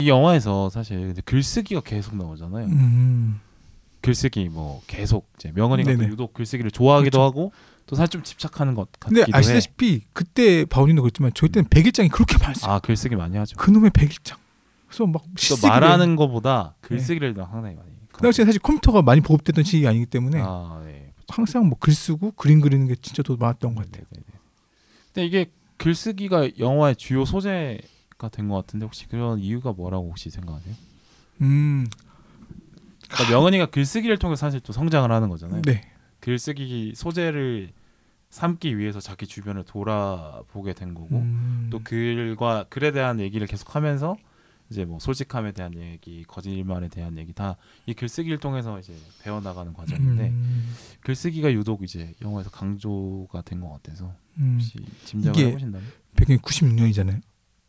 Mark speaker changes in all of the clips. Speaker 1: 이 영화에서 사실 이제 글쓰기가 계속 나오잖아요.
Speaker 2: 음.
Speaker 1: 글쓰기 뭐 계속 이제 명언이가 또
Speaker 2: 네네.
Speaker 1: 유독 글쓰기를 좋아하기도
Speaker 2: 그렇죠.
Speaker 1: 하고 또 사실 좀 집착하는 것 같기도
Speaker 2: 근데
Speaker 1: 해.
Speaker 2: 아시다시피 그때 바오님도 그랬지만 저희 때는 백일장이 그렇게 많았어요.
Speaker 1: 아 글쓰기 많이 하죠.
Speaker 2: 그놈의 백일장. 그래서 막
Speaker 1: 또
Speaker 2: 시쓰기를- 네.
Speaker 1: 말하는 것보다 글쓰기를 더 상당히 많이.
Speaker 2: 그 당시에 사실 컴퓨터가 많이 보급됐던 시기 아니기 때문에
Speaker 1: 아 네.
Speaker 2: 항상 뭐 글 쓰고 그림 그리는 게 진짜 더 많았던 것 같아요.
Speaker 1: 네네네. 근데 이게 글쓰기가 영화의 주요 소재가 된 것 같은데 혹시 그런 이유가 뭐라고 혹시 생각하세요? 네.
Speaker 2: 음,
Speaker 1: 그러니까 명은이가 글쓰기를 통해 사실 또 성장을 하는 거잖아요.
Speaker 2: 아. 네.
Speaker 1: 글쓰기 소재를 삼기 위해서 자기 주변을 돌아보게 된 거고
Speaker 2: 음,
Speaker 1: 뭐 또그 글과 글에 대한 얘기를 계속하면서 이제 뭐 솔직함에 대한 얘기, 거짓말에 대한 얘기 다 이 글쓰기를 통해서 이제 배워나가는 과정인데
Speaker 2: 음,
Speaker 1: 글쓰기가 유독 이제 영화에서 강조가 된 것 같아서
Speaker 2: 음.
Speaker 1: 혹시 짐작을
Speaker 2: 이게-
Speaker 1: 해보신다면
Speaker 2: 백년이 96년이잖아요.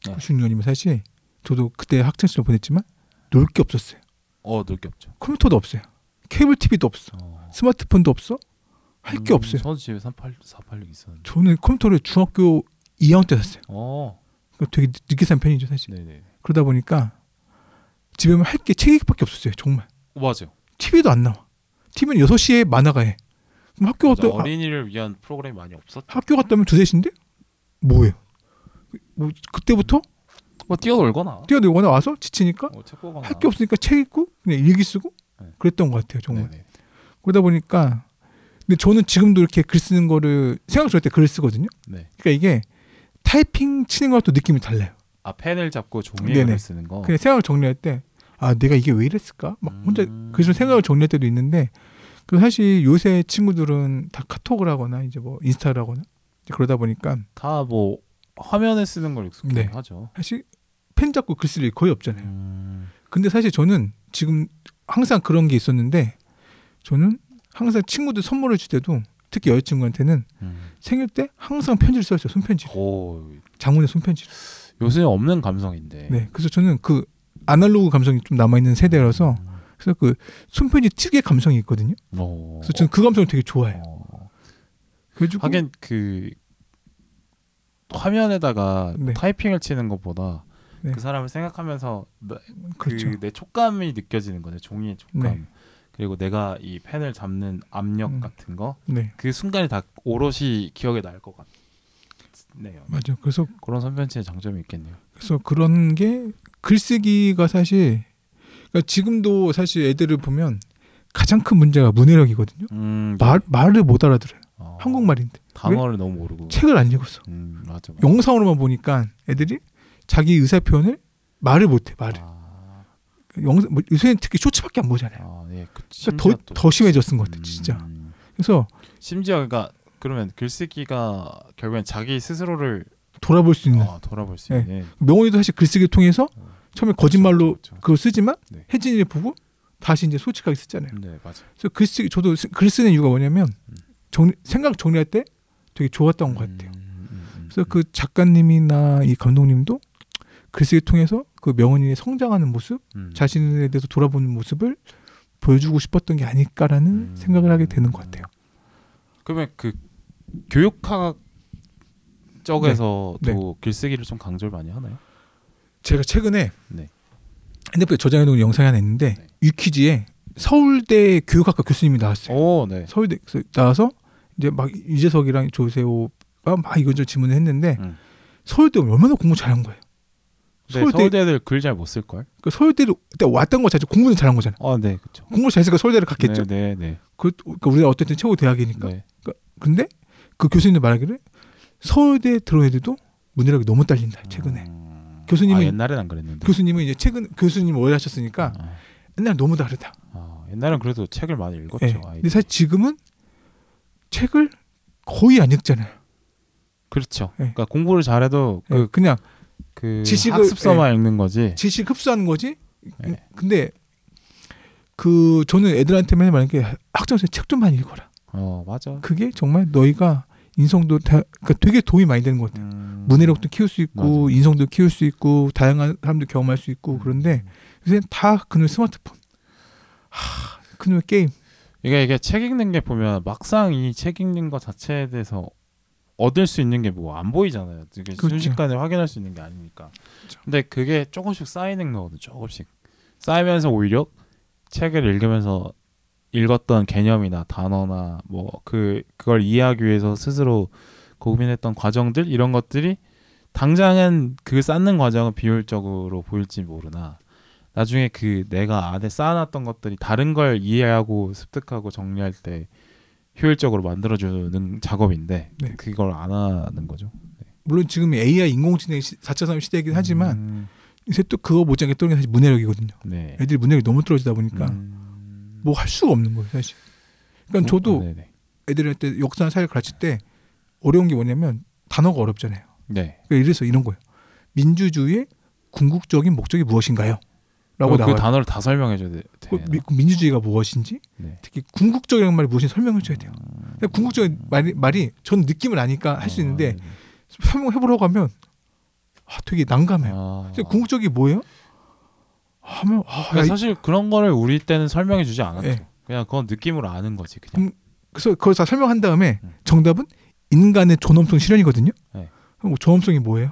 Speaker 1: 네.
Speaker 2: 96년이면 사실 저도 그때 학창 시절 보냈지만 놀 게 없었어요.
Speaker 1: 어 놀게 없죠.
Speaker 2: 컴퓨터도 없어요. 케이블 TV도 없어.
Speaker 1: 어.
Speaker 2: 스마트폰도 없어. 할 게
Speaker 1: 음,
Speaker 2: 없어요.
Speaker 1: 저도 집에 38 486 있었는데.
Speaker 2: 저는 컴퓨터를 중학교 2학년 때 샀어요.
Speaker 1: 어,
Speaker 2: 그러니까 되게 늦- 늦게 산 편이죠 사실.
Speaker 1: 네네.
Speaker 2: 그러다 보니까 집에만 할 게 책밖에 없었어요. 정말.
Speaker 1: 어, 맞아요.
Speaker 2: TV도 안 나와. TV는 6시에 만화가 해. 그럼 학교
Speaker 1: 맞아.
Speaker 2: 갔다
Speaker 1: 어린이를 위한 프로그램이 많이 없었.
Speaker 2: 학교 갔다면 두세 시인데 뭐예요? 뭐 그때부터
Speaker 1: 뭐 뛰어놀거나
Speaker 2: 뛰어내거나 와서 지치니까
Speaker 1: 뭐 책 보거나.
Speaker 2: 할 게 없으니까 책 읽고 그냥 일기 쓰고
Speaker 1: 네.
Speaker 2: 그랬던 것 같아요 정말.
Speaker 1: 네네.
Speaker 2: 그러다 보니까 근데 저는 지금도 이렇게 글 쓰는 거를 생각 좋을 때 글을 쓰거든요.
Speaker 1: 네.
Speaker 2: 그러니까 이게 타이핑 치는 거랑 또 느낌이 달라요.
Speaker 1: 아 펜을 잡고
Speaker 2: 네네.
Speaker 1: 종이를 쓰는 거.
Speaker 2: 그냥 생각을 정리할 때 아 내가 이게 왜 이랬을까 막 혼자
Speaker 1: 어. 음.
Speaker 2: 그래서 생각을 정리할 때도 있는데 그 사실 요새 친구들은 다 카톡을 하거나 이제 뭐 인스타를 하거나 이제 그러다 보니까
Speaker 1: 다 뭐 화면에 쓰는 걸 익숙해
Speaker 2: 네.
Speaker 1: 하죠.
Speaker 2: 사실 펜 잡고 글 쓸 일 거의 없잖아요.
Speaker 1: 음,
Speaker 2: 근데 사실 저는 지금 항상 그런 게 있었는데 저는 항상 친구들 선물을 줄 때도 특히 여자친구한테는
Speaker 1: 음.
Speaker 2: 생일 때 항상 편지를 써요 손편지 를
Speaker 1: 오,
Speaker 2: 장문의 손편지 를
Speaker 1: 요새 없는 감성인데.
Speaker 2: 네 그래서 저는 그 아날로그 감성이 좀 남아 있는 세대라서
Speaker 1: 음.
Speaker 2: 그래서 그 손편지 특유의 감성이 있거든요
Speaker 1: 어.
Speaker 2: 그래서 저는 그 감성을 되게 좋아해요
Speaker 1: 어.
Speaker 2: 네. 그래가지고
Speaker 1: 하긴 그 화면에다가
Speaker 2: 네.
Speaker 1: 타이핑을 치는 것보다
Speaker 2: 네.
Speaker 1: 그 사람을 생각하면서 나- 그
Speaker 2: 그렇죠
Speaker 1: 내 촉감이 느껴지는 거네 종이의 촉감
Speaker 2: 네.
Speaker 1: 그리고 내가 이 펜을 잡는 압력
Speaker 2: 음.
Speaker 1: 같은 거 그
Speaker 2: 네
Speaker 1: 순간이 다 오롯이 기억에 날 것 같네요
Speaker 2: 맞아요 그래서
Speaker 1: 그런 선편지의 장점이 있겠네요
Speaker 2: 그래서 그런 게 글쓰기가 사실 그러니까 지금도 사실 애들을 보면 가장 큰 문제가 문해력이거든요
Speaker 1: 음,
Speaker 2: 말 말을 못 알아들어요
Speaker 1: 어,
Speaker 2: 한국말인데
Speaker 1: 단어를 너무 모르고
Speaker 2: 책을 안 읽었어.
Speaker 1: 음, 맞아 맞아.
Speaker 2: 영상으로만 보니까 애들이 자기 의사 표현을 말을 못해 말을.
Speaker 1: 아,
Speaker 2: 영상 뭐 요새는 특히 쇼츠밖에 안 보잖아요.
Speaker 1: 아, 예, 그, 심지어
Speaker 2: 그러니까
Speaker 1: 또-
Speaker 2: 더더 심해졌은 것 같아
Speaker 1: 음,
Speaker 2: 진짜. 그래서
Speaker 1: 심지어 그러니까 그러면 글쓰기가 결국엔 자기 스스로를
Speaker 2: 돌아볼 수 있는
Speaker 1: 어, 돌아볼 수
Speaker 2: 네.
Speaker 1: 있는
Speaker 2: 명언이도 사실 글쓰기 를 통해서
Speaker 1: 음.
Speaker 2: 처음에 거짓말로
Speaker 1: 그렇죠, 그렇죠.
Speaker 2: 그걸 쓰지만
Speaker 1: 네.
Speaker 2: 혜진이를 보고 다시 이제 솔직하게 쓰잖아요.
Speaker 1: 네 맞아
Speaker 2: 그래서 글쓰기 저도 쓰- 글 쓰는 이유가 뭐냐면
Speaker 1: 음.
Speaker 2: 정리- 생각 정리할 때 되게 좋았던 것 같아요.
Speaker 1: 음, 음, 음,
Speaker 2: 그래서 그 작가님이나 이 감독님도 글쓰기 를 통해서 그 명언이 성장하는 모습
Speaker 1: 음.
Speaker 2: 자신에 대해서 돌아보는 모습을 보여주고 싶었던 게 아닐까라는
Speaker 1: 음.
Speaker 2: 생각을 하게 되는 것 같아요.
Speaker 1: 그러면 그 교육학 쪽에서
Speaker 2: 네,
Speaker 1: 또 글쓰기를 좀 강조를 많이 하나요?
Speaker 2: 제가 최근에
Speaker 1: 네.
Speaker 2: 핸드폰에 저장해놓은 영상이 하나 있는데
Speaker 1: 네.
Speaker 2: 유퀴즈에 서울대 교육학과 교수님이 나왔어요.
Speaker 1: 오, 네.
Speaker 2: 서울대 그래서 나와서 이제 막 유재석이랑 조세호가 막 이것저것 질문을 했는데
Speaker 1: 음.
Speaker 2: 서울대 얼마나 공부 잘한 거예요.
Speaker 1: 서울대...
Speaker 2: 서울대-
Speaker 1: 네, 서울대들 글 잘 못 쓸 걸?
Speaker 2: 그 서울대를 일단 왔던 거 자체 공부는 잘한 거잖아.
Speaker 1: 아, 네, 그렇죠.
Speaker 2: 공부 잘했으니까 서울대를 갔겠죠. 그러니까
Speaker 1: 네, 네,
Speaker 2: 그, 그러니까 우리가 어쨌든 최고
Speaker 1: 네.
Speaker 2: 대학이니까.
Speaker 1: 네.
Speaker 2: 근데 그 교수님도 말하기를 서울대 들어온 애들도 문해력이 너무 딸린다 최근에.
Speaker 1: 음...
Speaker 2: 교수님은-
Speaker 1: 아, 옛날엔 안 그랬는데.
Speaker 2: 교수님은 이제 최근 교수님 오래 하셨으니까
Speaker 1: 아,
Speaker 2: 옛날 너무 다르다.
Speaker 1: 아, 옛날엔 그래도 책을 많이 읽었죠.
Speaker 2: 예.
Speaker 1: 그렇죠. 아이들이.
Speaker 2: 근데 사실 지금은 책을 거의 안 읽잖아요.
Speaker 1: 그렇죠.
Speaker 2: 예.
Speaker 1: 그러니까 공부를 잘해도
Speaker 2: 그, 그냥
Speaker 1: 그
Speaker 2: 지식을- 예.
Speaker 1: 학습서만 읽는 거지.
Speaker 2: 지식 흡수하는 거지.
Speaker 1: 예.
Speaker 2: 근데 그 저는 애들한테 맨날 말하는 게 학점생 책 좀 많이 읽어라.
Speaker 1: 어, 맞아.
Speaker 2: 그게 정말 너희가 인성도 다, 그러니까 되게 도움이 많이 되는 것 같아요.
Speaker 1: 음...
Speaker 2: 문해력도 키울 수 있고
Speaker 1: 맞아.
Speaker 2: 인성도 키울 수 있고 다양한 사람도 경험할 수 있고
Speaker 1: 음.
Speaker 2: 그런데 요새 다 그놈의 스마트폰, 하, 그놈의 게임.
Speaker 1: 이게 이게 책 읽는 게 보면 막상 이 책 읽는 것 자체에 대해서 얻을 수 있는 게 뭐 안 보이잖아요. 되게
Speaker 2: 그렇죠.
Speaker 1: 순식간에 확인할 수 있는 게 아니니까.
Speaker 2: 그렇죠.
Speaker 1: 근데 그게 조금씩 쌓이는 거거든. 조금씩 쌓이면서 오히려 책을 읽으면서 읽었던 개념이나 단어나 뭐 그 그걸 이해하기 위해서 스스로 고민했던 과정들 이런 것들이 당장은 그 쌓는 과정은 비효율적으로 보일지 모르나 나중에 그 내가 안에 쌓아놨던 것들이 다른 걸 이해하고 습득하고 정리할 때 효율적으로 만들어주는 작업인데
Speaker 2: 네.
Speaker 1: 그걸 안 하는 거죠.
Speaker 2: 물론 지금 AI 인공지능 시- 4차 산업 시대이긴 하지만
Speaker 1: 음,
Speaker 2: 요새 또 그거 못지않게 또는 사실 문해력이거든요.
Speaker 1: 네.
Speaker 2: 애들이 문해력이 너무 떨어지다 보니까
Speaker 1: 음.
Speaker 2: 뭐 할 수가 없는 거예요 사실. 그러니까
Speaker 1: 어,
Speaker 2: 저도
Speaker 1: 네네.
Speaker 2: 애들한테 역사나 사회를 가르칠 때 어려운 게 뭐냐면 단어가 어렵잖아요.
Speaker 1: 네.
Speaker 2: 그러니까 이래서 이런 거예요. 민주주의의 궁극적인 목적이 무엇인가요? 라고
Speaker 1: 어, 그
Speaker 2: 나와요.
Speaker 1: 단어를 다 설명해줘야 돼.
Speaker 2: 그 미- 그 민주주의가 무엇인지
Speaker 1: 네.
Speaker 2: 특히 궁극적이라는 말이 무엇인지 설명을 줘야 돼요. 근데 궁극적인 말이, 말이 전 느낌을 아니까 할 수 있는데 설명해보라고 하면 아, 되게 난감해요.
Speaker 1: 아,
Speaker 2: 근데 궁극적이 뭐예요? 하면 아, 야,
Speaker 1: 그러니까 사실 그런 거를 우리 때는 설명해주지 않았죠.
Speaker 2: 예.
Speaker 1: 그냥 그건 느낌으로 아는 거지. 그냥.
Speaker 2: 그래서 그걸 다 설명한 다음에
Speaker 1: 음.
Speaker 2: 정답은 인간의 존엄성 실현이거든요.
Speaker 1: 네.
Speaker 2: 그럼 존엄성이 뭐예요?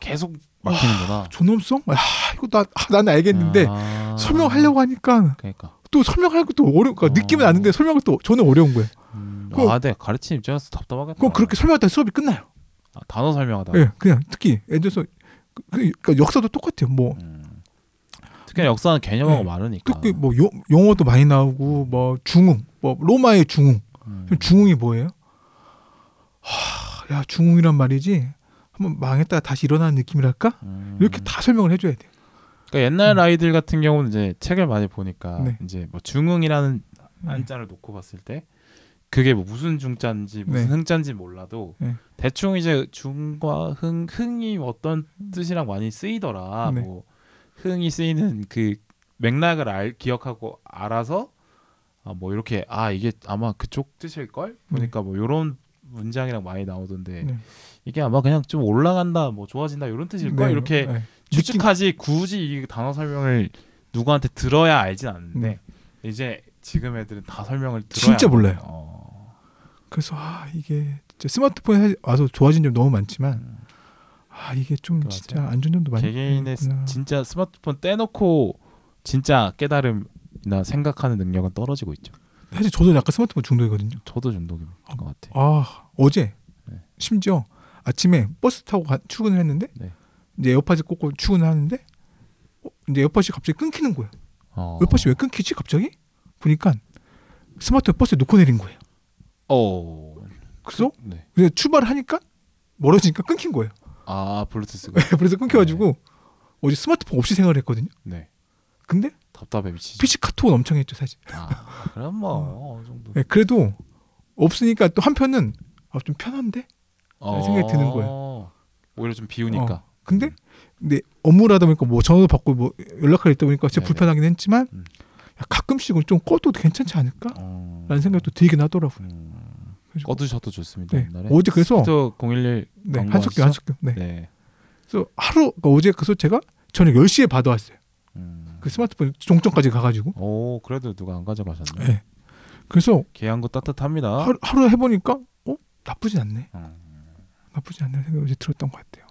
Speaker 1: 계속 막히는구나.
Speaker 2: 존엄성? 아, 이거 나, 아, 난 알겠는데
Speaker 1: 아.
Speaker 2: 설명하려고 하니까
Speaker 1: 그러니까.
Speaker 2: 또 설명할 것도 어려운 그러니까
Speaker 1: 어.
Speaker 2: 느낌은 아는데 설명할 것도 저는 어려운 거예요.
Speaker 1: 음,
Speaker 2: 그럼-
Speaker 1: 아, 네. 가르치는 입장에서 답답하겠다.
Speaker 2: 그럼 그렇게 설명하다 수업이 끝나요.
Speaker 1: 아, 어. 단어 설명하다.
Speaker 2: 예, 그냥 특히 예를 들어서 그- 그러니까 역사도 똑같아요. 뭐
Speaker 1: 음. 아. 특히 역사는 개념하고
Speaker 2: 네.
Speaker 1: 많으니까.
Speaker 2: 특히 뭐 요- 용어도 많이 나오고 뭐 중흥, 뭐 로마의 중흥.
Speaker 1: 음.
Speaker 2: 그럼 중흥이 뭐예요? 하, 야 중흥이란 말이지 한번 망했다가 다시 일어나는 느낌이랄까?
Speaker 1: 음.
Speaker 2: 이렇게 다 설명을 해줘야 돼요.
Speaker 1: 그러니까 옛날 아이들 같은 경우는 이제 책을 많이 보니까
Speaker 2: 네.
Speaker 1: 이제 뭐 중흥이라는
Speaker 2: 음.
Speaker 1: 한자를 놓고 봤을 때 그게 뭐 무슨 중자인지 무슨
Speaker 2: 네.
Speaker 1: 흥자인지 몰라도
Speaker 2: 네.
Speaker 1: 대충 이제 중과 흥 흥이 뭐 어떤 뜻이랑 많이 쓰이더라.
Speaker 2: 네.
Speaker 1: 뭐 흥이 쓰이는 그 맥락을 알 기억하고 알아서 아 뭐 이렇게 아 이게 아마 그쪽 뜻일 걸 보니까 뭐 요런 문장이랑 많이 나오던데
Speaker 2: 네.
Speaker 1: 이게 아마 그냥 좀 올라간다 뭐 좋아진다 요런 뜻일 걸
Speaker 2: 네,
Speaker 1: 이렇게
Speaker 2: 네.
Speaker 1: 추측하지 굳이 이 단어 설명을 누구한테 들어야 알진 않는데
Speaker 2: 네.
Speaker 1: 이제 지금 애들은 다 설명을 들어야
Speaker 2: 진짜
Speaker 1: 알거든요.
Speaker 2: 몰라요.
Speaker 1: 어.
Speaker 2: 그래서 아 이게 진짜 스마트폰에 사- 와서 좋아진 점 너무 많지만 아 이게 좀
Speaker 1: 음. 맞아요.
Speaker 2: 진짜 안 좋은 점도 많이
Speaker 1: 개개인의 스-
Speaker 2: 있구나.
Speaker 1: 진짜 스마트폰 떼놓고 진짜 깨달음이나 생각하는 능력은 떨어지고 있죠.
Speaker 2: 사실 저도 약간 스마트폰 중독이거든요.
Speaker 1: 저도 중독인 것 같아요.
Speaker 2: 아 어제
Speaker 1: 네.
Speaker 2: 심지어 아침에 버스 타고 가- 출근을 했는데
Speaker 1: 네.
Speaker 2: 이제 에어팟을 꽂고 출근을 하는데 어, 이제 에어팟이 갑자기 끊기는 거예요.
Speaker 1: 어.
Speaker 2: 에어팟이 왜 끊기지 갑자기? 보니까 스마트폰 버스에 놓고 내린 거예요.
Speaker 1: 어.
Speaker 2: 그래서
Speaker 1: 네.
Speaker 2: 그냥 출발을 하니까 멀어지니까 끊긴 거예요.
Speaker 1: 아 블루투스가
Speaker 2: 그래서 끊겨가지고 어제 스마트폰 없이 생활을 했거든요.
Speaker 1: 네
Speaker 2: 근데
Speaker 1: 답답해 미치죠.
Speaker 2: PC 카톡은 엄청 했죠 사실.
Speaker 1: 아 그럼 뭐 어느 정도
Speaker 2: 네, 그래도 없으니까 또 한편은 아, 좀 편한데. 생각이 드는
Speaker 1: 거예요. 어. 오히려 좀 비우니까.
Speaker 2: 근데 근데 업무를 하다 보니까 뭐 전화도 받고 뭐 연락할 일 있다 보니까 진짜
Speaker 1: 네네.
Speaker 2: 불편하긴 했지만
Speaker 1: 음.
Speaker 2: 야, 가끔씩은 좀 꺼도 괜찮지 않을까라는
Speaker 1: 어.
Speaker 2: 생각도 들긴 하더라고요.
Speaker 1: 음.
Speaker 2: 그래서-
Speaker 1: 꺼두셔도 좋습니다.
Speaker 2: 네.
Speaker 1: 옛날에.
Speaker 2: 어제 그래서
Speaker 1: 또 011
Speaker 2: 네,
Speaker 1: 광고 아시죠?
Speaker 2: 한석규 한석규 네.
Speaker 1: 네.
Speaker 2: 그래서 하루 그러니까 어제 그래서 제가 저녁 10시에 받아왔어요.
Speaker 1: 음.
Speaker 2: 그 스마트폰 종점까지 가가지고.
Speaker 1: 오 그래도 누가 안 가져가셨네.
Speaker 2: 네. 그래서
Speaker 1: 계양구 따뜻합니다.
Speaker 2: 하루, 하루 해보니까 어 나쁘지 않네.
Speaker 1: 아. 음.
Speaker 2: 나쁘지 않네 생각이 어제 들었던 것 같아요.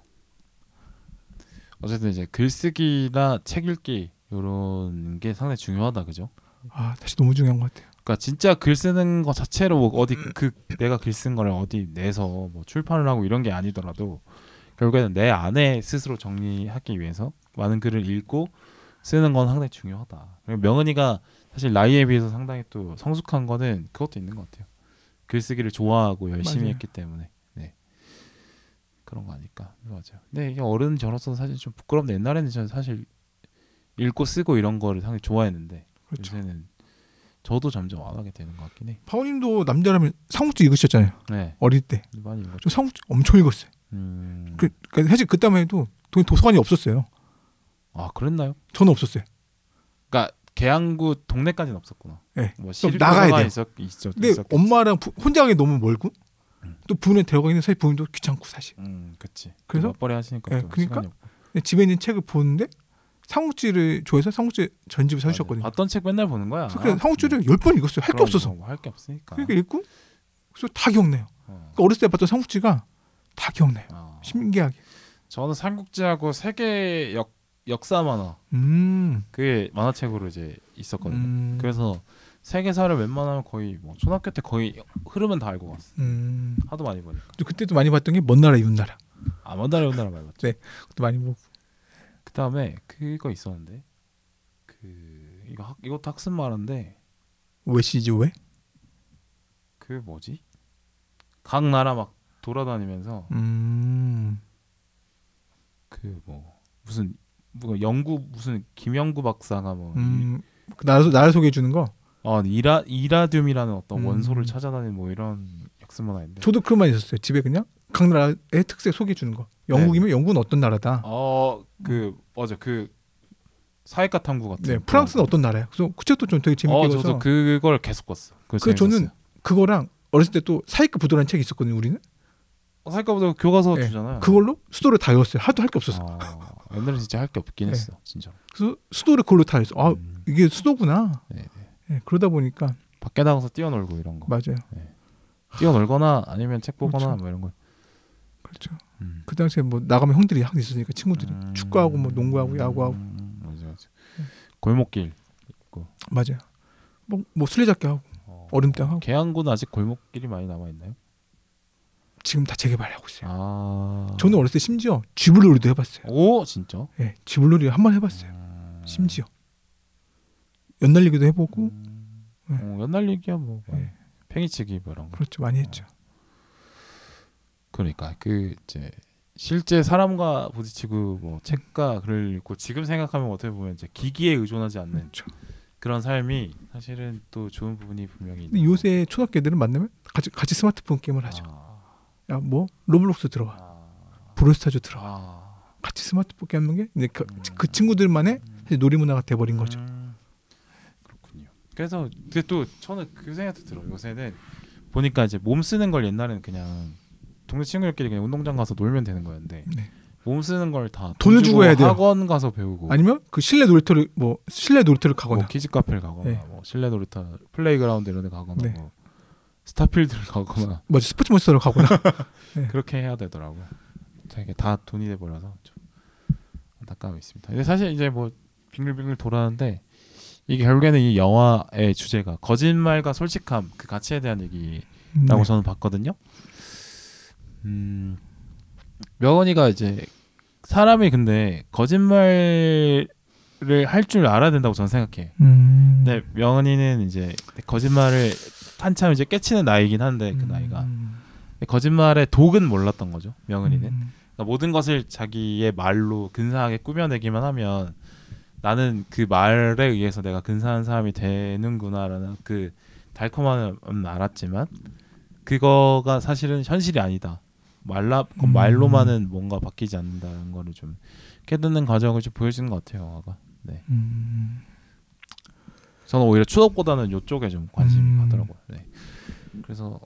Speaker 1: 어쨌든 이제 글쓰기나 책 읽기 이런 게 상당히 중요하다 그죠?
Speaker 2: 아 다시 너무 중요한 것 같아요.
Speaker 1: 그러니까 진짜 글 쓰는 거 자체로 뭐 어디 그 내가 글 쓴 거를 어디 내서 뭐 출판을 하고 이런 게 아니더라도 결국에는 내 안에 스스로 정리하기 위해서 많은 글을 읽고 쓰는 건 상당히 중요하다. 그리고 명은이가 사실 나이에 비해서 상당히 또 성숙한 거는 그것도 있는 것 같아요. 글쓰기를 좋아하고 열심히
Speaker 2: 맞아요.
Speaker 1: 했기 때문에 네. 그런 거 아닐까 맞아요. 근데 이게 어른 저로서 사실 좀 부끄럽네. 옛날에는 저는 사실 읽고 쓰고 이런 거를 상당히 좋아했는데
Speaker 2: 그렇죠.
Speaker 1: 요새는 저도 점점 안 하게 되는 것 같긴 해.
Speaker 2: 파오님도 남자라면 상욱주 읽으셨잖아요.
Speaker 1: 네,
Speaker 2: 어릴 때.
Speaker 1: 많이 읽었죠.
Speaker 2: 저 상욱주 엄청 읽었어요.
Speaker 1: 음...
Speaker 2: 그, 그러니까 사실 그때만 해도 도- 도서관이 없었어요.
Speaker 1: 아 그랬나요?
Speaker 2: 저는 없었어요.
Speaker 1: 그러니까 계양구 동네까지는 없었구나.
Speaker 2: 네.
Speaker 1: 뭐
Speaker 2: 좀
Speaker 1: 시립
Speaker 2: 나가야
Speaker 1: 도서관
Speaker 2: 돼요.
Speaker 1: 있었 있었.
Speaker 2: 근데
Speaker 1: 있었겠지.
Speaker 2: 엄마랑 부- 혼자 가기 너무 멀고 또 부모님 데려가기는 사실 부모님도 귀찮고 사실.
Speaker 1: 음, 그치.
Speaker 2: 그래서?
Speaker 1: 맞벌이 하시니까.
Speaker 2: 예,
Speaker 1: 좀
Speaker 2: 그러니까
Speaker 1: 시간이 없고.
Speaker 2: 근데 집에 있는 책을 보는데 상욱지를 좋아해서 상욱지 전집을
Speaker 1: 맞아요.
Speaker 2: 사주셨거든요.
Speaker 1: 봤던 책 맨날 보는 거야. 아,
Speaker 2: 그래서 그냥 상욱지를 열 번 읽었어요. 할 게 없어서.
Speaker 1: 할게 없으니까.
Speaker 2: 그러니까 읽고 그래서 다 기억나요.
Speaker 1: 어.
Speaker 2: 그러니까 어렸을 때 봤던 삼국지가 다 기억나요.
Speaker 1: 어.
Speaker 2: 신기하게.
Speaker 1: 저는 삼국지하고 세계 역 역사 만화
Speaker 2: 음.
Speaker 1: 그게 만화책으로 이제 있었거든요.
Speaker 2: 음.
Speaker 1: 그래서 세계사를 웬만하면 거의 뭐 초등학교 때 거의 흐름은 다 알고 갔어.
Speaker 2: 음.
Speaker 1: 하도 많이 보니까.
Speaker 2: 근데 그때도 많이 봤던 게 먼 나라 이웃 나라.
Speaker 1: 아 먼다라 온다라 말봤죠
Speaker 2: 그것도 많이 보고.
Speaker 1: 그 다음에 그거 있었는데 그 이거 학, 이것도 학습 만화인데
Speaker 2: 왜 시즈 왜?
Speaker 1: 그 뭐지? 각 나라 막 돌아다니면서
Speaker 2: 음.
Speaker 1: 그 뭐 무슨 뭐 영구 무슨 김영구 박사가 뭐 이-
Speaker 2: 음. 그 나라 소- 나라 소개해 주는 거.
Speaker 1: 어, 이라 이라듐이라는 어떤
Speaker 2: 음.
Speaker 1: 원소를 찾아다니는 뭐 이런 역습 만화인데.
Speaker 2: 저도 그런 말 있었어요. 집에 그냥 각 나라의 특색 소개해 주는 거. 영국이면
Speaker 1: 네.
Speaker 2: 영국은 어떤
Speaker 1: 아,
Speaker 2: 나라다.
Speaker 1: 어그 맞아 그 사회과 탐구 같은.
Speaker 2: 네,
Speaker 1: 거.
Speaker 2: 프랑스는 어떤 나라야? 그래서 그 책도 좀 되게 재밌게
Speaker 1: 어
Speaker 2: 읽어서
Speaker 1: 저도 그걸 계속 봤어.
Speaker 2: 그 저는 그거랑 어렸을 때 또 사이크 부도라는 책이 있었거든요. 우리는
Speaker 1: 사회과보다 교과서
Speaker 2: 네,
Speaker 1: 주잖아요.
Speaker 2: 그걸로 수도를 다 외웠어요. 하도 할 게 없었어.
Speaker 1: 아, 옛날에 진짜 할 게 없긴
Speaker 2: 네.
Speaker 1: 했어 진짜.
Speaker 2: 그래서 수도를 그걸로 다 외웠어. 아
Speaker 1: 음,
Speaker 2: 이게 수도구나.
Speaker 1: 네,
Speaker 2: 예, 그러다 보니까
Speaker 1: 밖에 나가서 뛰어놀고 이런 거.
Speaker 2: 맞아요.
Speaker 1: 뛰어놀거나 아니면 책 보거나
Speaker 2: 그렇죠.
Speaker 1: 뭐 이런 거.
Speaker 2: 그렇죠.
Speaker 1: 음.
Speaker 2: 그 당시에 뭐 나가면 형들이 항상 있으니까 친구들이
Speaker 1: 음.
Speaker 2: 축구하고 뭐 농구하고 야구하고
Speaker 1: 음, 맞아 맞아. 골목길. 음.
Speaker 2: 맞아요. 뭐, 뭐 술래잡기 하고
Speaker 1: 어.
Speaker 2: 얼음땅 하고
Speaker 1: 계양구는 아직 골목길이 많이 남아 있나요?
Speaker 2: 지금 다 재개발하고 있어요.
Speaker 1: 아.
Speaker 2: 저는 어렸을 때 심지어 쥐불놀이도 해봤어요.
Speaker 1: 오 진짜.
Speaker 2: 예, 쥐불놀이 한 번 해봤어요.
Speaker 1: 음.
Speaker 2: 심지어 연날리기도 해보고
Speaker 1: 음.
Speaker 2: 네.
Speaker 1: 어, 옛날 얘기야 뭐.
Speaker 2: 네.
Speaker 1: 팽이치기 뭐 이런 거.
Speaker 2: 그렇죠 많이 했죠.
Speaker 1: 그러니까 그 이제 실제 사람과 부딪히고 뭐 책과 글을 읽고 지금 생각하면 어떻게 보면 이제 기기에 의존하지 않는
Speaker 2: 그렇죠.
Speaker 1: 그런 삶이 사실은 또 좋은 부분이 분명히
Speaker 2: 근데
Speaker 1: 있는
Speaker 2: 요새 초등학교 애들은 만나면 같이 같이 스마트폰 게임을
Speaker 1: 거.
Speaker 2: 하죠.
Speaker 1: 아,
Speaker 2: 야 뭐 로블록스 들어와,
Speaker 1: 아,
Speaker 2: 브로스타즈 들어와.
Speaker 1: 아.
Speaker 2: 같이 스마트폰 게임 하는 게 이제 그, 그 친구들만의 사실 놀이 문화가 돼버린 거죠.
Speaker 1: 음, 그렇군요. 그래서 근데 또 저는 그 생각도 들어. 요새는 보니까 이제 몸 쓰는 걸 옛날에는 그냥 동네 친구들끼리 그냥 운동장 가서 놀면 되는 거였는데
Speaker 2: 네.
Speaker 1: 몸 쓰는 걸 다
Speaker 2: 돈을 주고 해야 돼요.
Speaker 1: 학원 가서 배우고
Speaker 2: 아니면 그 실내 놀이터를 뭐 실내 놀이터를 가거나
Speaker 1: 뭐 키즈 카페를 가거나
Speaker 2: 네.
Speaker 1: 뭐 실내 놀이터 플레이그라운드 이런 데 가거나
Speaker 2: 네.
Speaker 1: 뭐 스타필드를 가거나
Speaker 2: 맞아 스포츠 몬스터를 가거나
Speaker 1: 그렇게 해야 되더라고. 되게 다 돈이 돼 버려서 좀 안타까움이 있습니다. 근데 사실 이제 뭐 빙글빙글 돌았는데 이게 결국에는 이 영화의 주제가 거짓말과 솔직함 그 가치에 대한 얘기라고
Speaker 2: 네.
Speaker 1: 저는 봤거든요. 음 명언이가 이제 사람이 근데 거짓말을 할 줄 알아야 된다고 저는 생각해.
Speaker 2: 음.
Speaker 1: 근데 명은이는 이제 거짓말을 한참 이제 깨치는 나이긴 한데 그
Speaker 2: 음.
Speaker 1: 나이가 근데 거짓말의 독은 몰랐던 거죠 명은이는
Speaker 2: 음.
Speaker 1: 그러니까 모든 것을 자기의 말로 근사하게 꾸며내기만 하면 나는 그 말에 의해서 내가 근사한 사람이 되는구나라는 그 달콤함은 알았지만 그거가 사실은 현실이 아니다 말라 그
Speaker 2: 음.
Speaker 1: 말로만은 뭔가 바뀌지 않는다는 거를 좀 깨닫는 과정을 좀 보여주는 것 같아요 영화가 네.
Speaker 2: 음.
Speaker 1: 저는 오히려 추억보다는 요쪽에 좀 관심이
Speaker 2: 음.
Speaker 1: 가더라고요. 네. 그래서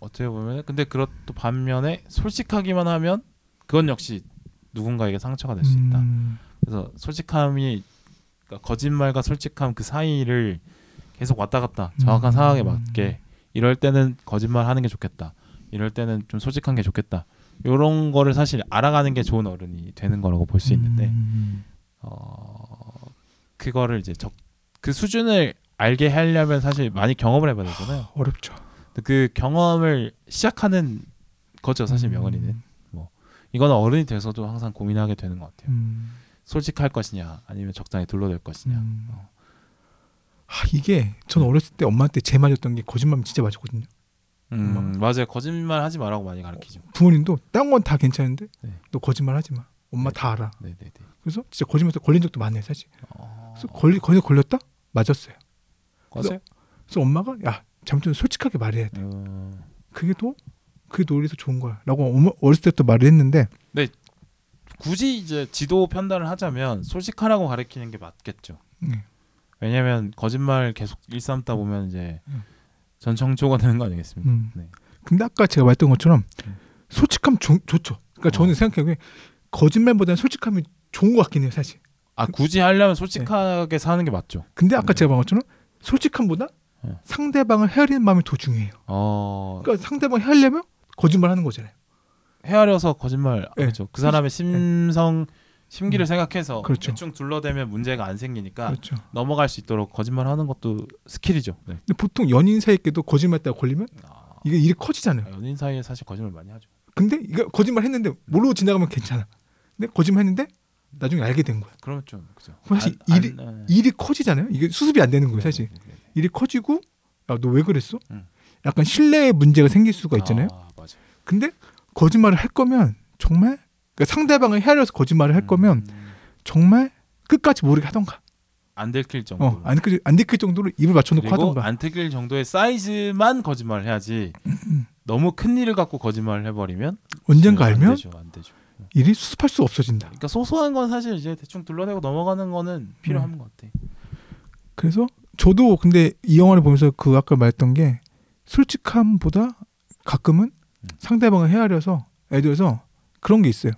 Speaker 1: 어떻게 보면 근데 그렇도 반면에 솔직하기만 하면 그건 역시 누군가에게 상처가 될 수 있다.
Speaker 2: 음.
Speaker 1: 그래서 솔직함이 그러니까 거짓말과 솔직함 그 사이를 계속 왔다 갔다 정확한
Speaker 2: 음.
Speaker 1: 상황에 맞게 이럴 때는 거짓말 하는 게 좋겠다. 이럴 때는 좀 솔직한 게 좋겠다. 요런 거를 사실 알아가는 게 좋은 어른이 되는 거라고 볼 수 있는데
Speaker 2: 음.
Speaker 1: 어 그거를 이제 적 그 수준을 알게 하려면 사실 많이 경험을 해봐야 되잖아요.
Speaker 2: 어렵죠.
Speaker 1: 근데 그 경험을 시작하는 거죠 사실
Speaker 2: 음.
Speaker 1: 명언이는. 이건 어른이 돼서도 항상 고민하게 되는 것 같아요.
Speaker 2: 음.
Speaker 1: 솔직할 것이냐 아니면 적당히 둘러댈 것이냐.
Speaker 2: 음.
Speaker 1: 어.
Speaker 2: 아, 이게 저는 어렸을 때 엄마한테 제 맞았던 게 거짓말이 진짜 맞았거든요.
Speaker 1: 음, 어,
Speaker 2: 음.
Speaker 1: 맞아요 거짓말 하지 말라고 많이 가르치죠.
Speaker 2: 부모님도 딴 건 다 괜찮은데
Speaker 1: 네.
Speaker 2: 너 거짓말 하지 마. 엄마
Speaker 1: 네.
Speaker 2: 다 알아.
Speaker 1: 네네네.
Speaker 2: 그래서 진짜 거짓말에 걸린 적도 많아요, 사실.
Speaker 1: 어,
Speaker 2: 그래서 걸리 거기 걸렸다? 맞았어요.
Speaker 1: 맞아요.
Speaker 2: 그래서 엄마가 야, 잘못하면 솔직하게 말해야 돼.
Speaker 1: 음.
Speaker 2: 그게 또 그게 논리에서 좋은 거야라고 엄마- 어렸을 때부터 말을 했는데
Speaker 1: 굳이 이제 지도 편단을 하자면 솔직하라고 가르치는 게 맞겠죠.
Speaker 2: 네.
Speaker 1: 왜냐하면 거짓말 계속 일삼다 보면 이제
Speaker 2: 음.
Speaker 1: 전청초가 되는 거 아니겠습니까?
Speaker 2: 음.
Speaker 1: 네.
Speaker 2: 근데 아까 제가 말했던 것처럼
Speaker 1: 음.
Speaker 2: 솔직함 좋- 좋죠. 그러니까 저는
Speaker 1: 어.
Speaker 2: 생각해보면 거짓말보다는 솔직함이 좋은 것 같긴 해요, 사실.
Speaker 1: 아 굳이
Speaker 2: 네.
Speaker 1: 하려면 솔직하게 사는 게 맞죠.
Speaker 2: 근데 아까
Speaker 1: 네.
Speaker 2: 제가 말한 것처럼 솔직함보다
Speaker 1: 네.
Speaker 2: 상대방을 헤아리는 마음이 더 중요해요.
Speaker 1: 어
Speaker 2: 그러니까 상대방 헤아려면 거짓말하는 거잖아요.
Speaker 1: 헤아려서 거짓말
Speaker 2: 네.
Speaker 1: 그렇죠. 그 사람의 심성 심기를 생각해서
Speaker 2: 그렇죠.
Speaker 1: 대충 둘러대면 문제가 안 생기니까
Speaker 2: 그렇죠.
Speaker 1: 넘어갈 수 있도록 거짓말하는 것도 스킬이죠. 네.
Speaker 2: 근데 보통 연인 사이끼도 거짓말했다가 걸리면
Speaker 1: 아,
Speaker 2: 이게 일이 커지잖아요.
Speaker 1: 연인 사이에 사실 거짓말 많이 하죠.
Speaker 2: 근데 이거 거짓말 했는데 모르고 지나가면 괜찮아. 근데 거짓말 했는데 나중에 알게 된 거야.
Speaker 1: 그러면 좀 그죠. 네.
Speaker 2: 그럼 사실 일이- 일이 커지잖아요. 이게 수습이 안 되는 거예요, 사실. 일이 커지고 야, 너 왜 그랬어?
Speaker 1: 음.
Speaker 2: 약간 신뢰의 문제가 생길 수가 있잖아요.
Speaker 1: 아, 맞아.
Speaker 2: 근데 거짓말을 할 거면 정말 그러니까 상대방을 헤아려서
Speaker 1: 음.
Speaker 2: 거짓말을 할 거면 정말 끝까지 모르게 하던가.
Speaker 1: 안 들킬 정도.
Speaker 2: 어, 안, 끄- 안 들킬 정도로 입을 맞춰놓고
Speaker 1: 그리고
Speaker 2: 하던가.
Speaker 1: 안 들킬 정도의 사이즈만 거짓말을 해야지. 너무 큰 일을 갖고 거짓말을 해버리면
Speaker 2: 언젠가
Speaker 1: 네, 안
Speaker 2: 알면
Speaker 1: 되죠, 안 되죠.
Speaker 2: 일이 수습할 수 없어진다.
Speaker 1: 그러니까 소소한 건 사실 이제 대충 둘러대고 넘어가는 거는
Speaker 2: 음.
Speaker 1: 필요한 것 같아.
Speaker 2: 그래서 저도 근데 이 영화를 보면서 그 아까 말했던 게 솔직함보다 가끔은
Speaker 1: 음.
Speaker 2: 상대방을 헤아려서 예를 들어서 그런 게 있어요.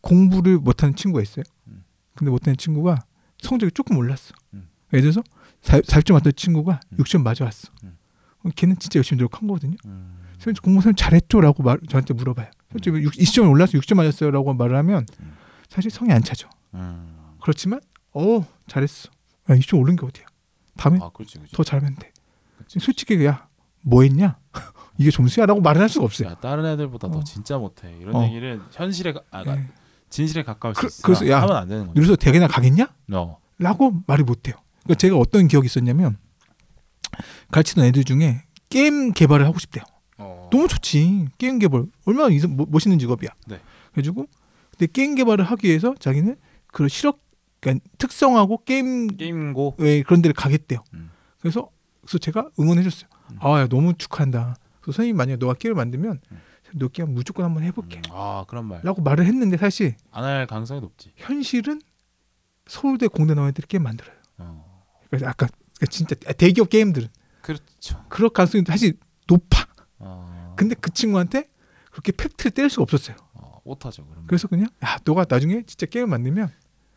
Speaker 2: 공부를 못하는 친구가 있어요.
Speaker 1: 음.
Speaker 2: 근데 못하는 친구가 성적이 조금 올랐어.
Speaker 1: 음.
Speaker 2: 예를 들어서 4, 4점 맞던 친구가
Speaker 1: 음.
Speaker 2: 6점 맞아왔어.
Speaker 1: 음.
Speaker 2: 그럼 걔는 진짜 열심히 노력한 거거든요.
Speaker 1: 음.
Speaker 2: 선생님 공부 선생님 잘했죠라고 말, 저한테 물어봐요. 선생님 20점 올라서 6점 맞았어요라고 말을 하면
Speaker 1: 음.
Speaker 2: 사실 성이 안 차죠.
Speaker 1: 음.
Speaker 2: 그렇지만 어 잘했어. 야, 6점 오른 게 어디야. 다음에
Speaker 1: 아, 그렇지, 그렇지.
Speaker 2: 더 잘하면 돼.
Speaker 1: 그치.
Speaker 2: 솔직히 야, 뭐 했냐? 이게 점수야라고 말은 할 수가 없어요.
Speaker 1: 야, 다른 애들보다
Speaker 2: 어.
Speaker 1: 너 진짜 못해. 이런
Speaker 2: 어.
Speaker 1: 얘기는 현실에 가, 아, 가-
Speaker 2: 예.
Speaker 1: 진실에 가까울 수
Speaker 2: 그-
Speaker 1: 있어.
Speaker 2: 그래서 야,
Speaker 1: 하면 안 되는 거지.
Speaker 2: 그래서 대학이나 가겠냐?
Speaker 1: 어.
Speaker 2: 라고 말이 못 해요.
Speaker 1: 네.
Speaker 2: 그러니까 제가 어떤 기억이 있었냐면 가르치던 애들 중에 게임 개발을 하고 싶대요.
Speaker 1: 어.
Speaker 2: 너무 좋지. 게임 개발 얼마나 이상- 뭐- 멋있는 직업이야.
Speaker 1: 네.
Speaker 2: 그래가지고 근데 게임 개발을 하기 위해서 자기는 그런 실업 그러니까 특성하고 게임
Speaker 1: 게임고.
Speaker 2: 왜 예, 그런 데를 가겠대요.
Speaker 1: 음.
Speaker 2: 그래서 그래서 제가 응원해줬어요.
Speaker 1: 음.
Speaker 2: 아, 야, 너무 축하한다. 그래서 선생님 만약에 너가 게임을 만들면
Speaker 1: 음.
Speaker 2: 너 게임 무조건 한번 해볼게.
Speaker 1: 음, 아, 그런 말.
Speaker 2: 라고 말을 했는데 사실
Speaker 1: 안 할 가능성이 높지.
Speaker 2: 현실은 서울대 공대 나온 애들이 게임 만들어요.
Speaker 1: 어.
Speaker 2: 그래서 아까 그러니까 진짜 대기업 게임들은
Speaker 1: 그렇죠.
Speaker 2: 그럴 가능성이 사실 높아.
Speaker 1: 어.
Speaker 2: 근데 그 친구한테 그렇게 팩트를 뗄 수가 없었어요.
Speaker 1: 어, 못하죠, 그럼.
Speaker 2: 그래서 그냥 야, 너가 나중에 진짜 게임 만들면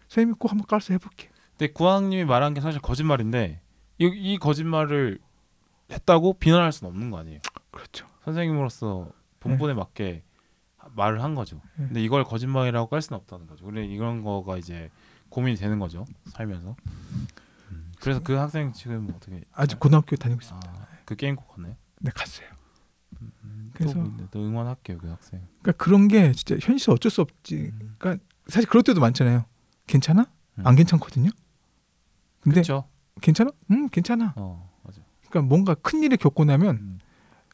Speaker 2: 선생님이 꼭 한번 깔아서 해볼게.
Speaker 1: 근데 구왕님이 말한 게 사실 거짓말인데 이, 이 거짓말을 했다고 비난할 수는 없는 거 아니에요.
Speaker 2: 그렇죠.
Speaker 1: 선생님으로서 본분에 맞게 말을 한 거죠.
Speaker 2: 네.
Speaker 1: 근데 이걸 거짓말이라고 깔 수는 없다는 거죠. 근데 이런 거가 이제 고민이 되는 거죠. 살면서. 음, 그래서 그 학생 지금 어떻게
Speaker 2: 아직 고등학교 다니고 있어요.
Speaker 1: 아, 그 게임 꼭 갔나요?
Speaker 2: 네, 갔어요.
Speaker 1: 음,
Speaker 2: 그래서-
Speaker 1: 또, 뭔데? 또 응원할게요 그 학생.
Speaker 2: 그러니까 그런 게 진짜 현실 어쩔 수 없지.
Speaker 1: 음,
Speaker 2: 사실 그럴 때도 많잖아요. 괜찮아?
Speaker 1: 음.
Speaker 2: 안 괜찮거든요. 근데
Speaker 1: 그렇죠.
Speaker 2: 괜찮아? 음, 괜찮아.
Speaker 1: 어 맞아.
Speaker 2: 그러니까 뭔가 큰 일을 겪고 나면
Speaker 1: 음,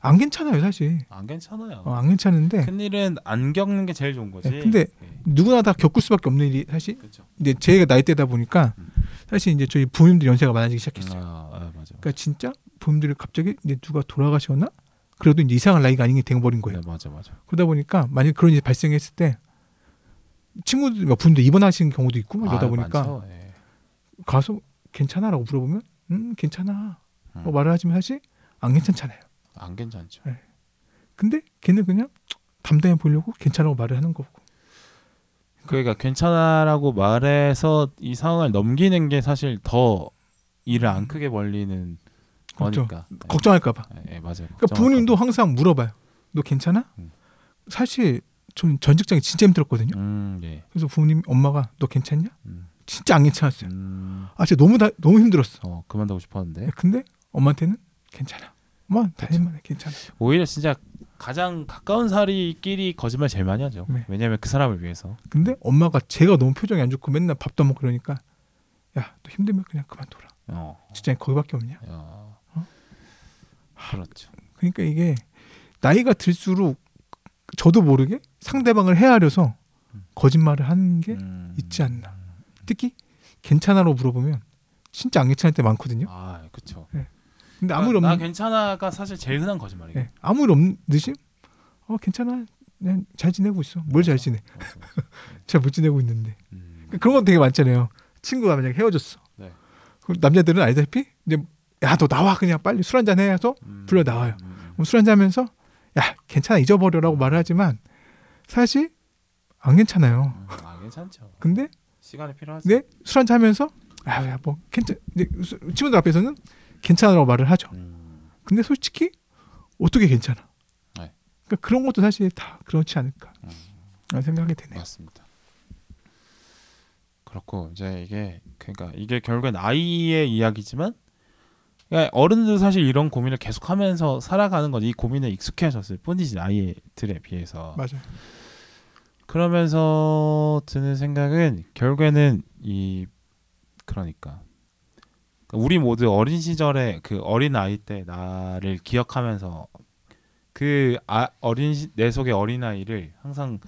Speaker 2: 안 괜찮아요, 사실.
Speaker 1: 안 괜찮아요.
Speaker 2: 어, 안 괜찮은데
Speaker 1: 큰 일은 안 겪는 게 제일 좋은 거지. 예.
Speaker 2: 네, 근데- 누구나 다 겪을 수밖에 없는 일이 사실
Speaker 1: 그렇죠.
Speaker 2: 이제 제가 나이대다 보니까
Speaker 1: 음.
Speaker 2: 사실 이제 저희 부모님들 연세가 많아지기 시작했어요.
Speaker 1: 아, 아 맞아.
Speaker 2: 그러니까 진짜 부모님들이 갑자기 이제 누가 돌아가셨나? 그래도 이제 이상한 나이가 아닌 게 되어버린 거예요.
Speaker 1: 네, 맞아 맞아.
Speaker 2: 그러다 보니까 만약 에 그런 일이 발생했을 때 친구들 몇 분들 입원하시는 경우도 있고 막 이러다
Speaker 1: 아,
Speaker 2: 보니까
Speaker 1: 많죠. 예.
Speaker 2: 가서 괜찮아라고 물어보면 음 괜찮아
Speaker 1: 음.
Speaker 2: 뭐 말을 하지만 사실 안 괜찮잖아요.
Speaker 1: 안 괜찮죠.
Speaker 2: 근데 걔는 그냥 담당해 보려고 괜찮다고 말을 하는 거고.
Speaker 1: 그러니까 괜찮아라고 말해서 이 상황을 넘기는 게 사실 더 일을 안 크게 벌리는
Speaker 2: 그렇죠.
Speaker 1: 거니까. 네.
Speaker 2: 걱정할까봐.
Speaker 1: 예, 예, 맞아요.
Speaker 2: 그러니까 부모님도 항상 물어봐요. 너 괜찮아?
Speaker 1: 음.
Speaker 2: 사실 전 전직장이 진짜 힘들었거든요.
Speaker 1: 음, 네.
Speaker 2: 그래서 부모님 엄마가 너 괜찮냐?
Speaker 1: 음,
Speaker 2: 진짜 안 괜찮았어요.
Speaker 1: 음,
Speaker 2: 아 진짜 너무 다 너무 힘들었어.
Speaker 1: 어, 그만두고 싶었는데
Speaker 2: 근데 엄마한테는 괜찮아. 엄마
Speaker 1: 그렇죠.
Speaker 2: 다행만해 괜찮아.
Speaker 1: 오히려 진짜 가장 가까운 사이끼리 거짓말 제일 많이 하죠.
Speaker 2: 네.
Speaker 1: 왜냐하면 그 사람을 위해서.
Speaker 2: 근데 엄마가 제가 너무 표정이 안 좋고 맨날 밥도 안 먹고 그러니까 야 너 힘들면 그냥 그만둬라.
Speaker 1: 어.
Speaker 2: 직장이 거기밖에 없냐?
Speaker 1: 어. 그렇죠.
Speaker 2: 그러니까 이게 나이가 들수록 저도 모르게 상대방을 헤아려서 거짓말을 하는 게
Speaker 1: 음.
Speaker 2: 있지 않나. 특히 괜찮아로 물어보면 진짜 안 괜찮을 때 많거든요.
Speaker 1: 아, 그렇죠.
Speaker 2: 근데 아무 일
Speaker 1: 나, 나
Speaker 2: 없는
Speaker 1: 괜찮아가 사실 제일 흔한 거짓말이에요.
Speaker 2: 예, 아무 일 없는 듯이 어 괜찮아 그냥 잘 지내고 있어. 뭘 잘 지내?
Speaker 1: 맞아.
Speaker 2: 잘 못 지내고 있는데
Speaker 1: 그렇죠. 음.
Speaker 2: 그러니까 그런 건 되게 많잖아요. 친구가 만약 에 헤어졌어.
Speaker 1: 네.
Speaker 2: 그럼 남자들은 알다시피 이제 야너 나와 그냥 빨리 술 한잔 해서
Speaker 1: 음.
Speaker 2: 불러 나와요.
Speaker 1: 음.
Speaker 2: 뭐 술 한잔하면서 야 괜찮아 잊어버려라고 말을 하지만 사실 안 괜찮아요.
Speaker 1: 음, 아, 괜찮죠.
Speaker 2: 근데
Speaker 1: 시간이 필요하죠.
Speaker 2: 근데 술 한잔하면서 아야뭐 괜찮 이제 수- 친구들 앞에서는 괜찮아라고 말을 하죠.
Speaker 1: 음.
Speaker 2: 근데 솔직히 어떻게 괜찮아?
Speaker 1: 네. 음.
Speaker 2: 그러니까 그러니까 그런 것도 사실 다 그렇지 않을까 라는 생각이 되네요.
Speaker 1: 맞습니다. 그렇고 이제 이게 그러니까 이게 결국엔 아이의 이야기지만 그러니까 어른들도 사실 이런 고민을 계속하면서 살아가는 거지 이 고민에 익숙해졌을 뿐이지 아이들에 비해서
Speaker 2: 맞아요.
Speaker 1: 그러면서 드는 생각은 결국에는 이 그러니까 우리 모두 어린 시절에 그 어린 아이 때 나를 기억하면서 그 아, 어린 시, 내 속의 어린 아이를 항상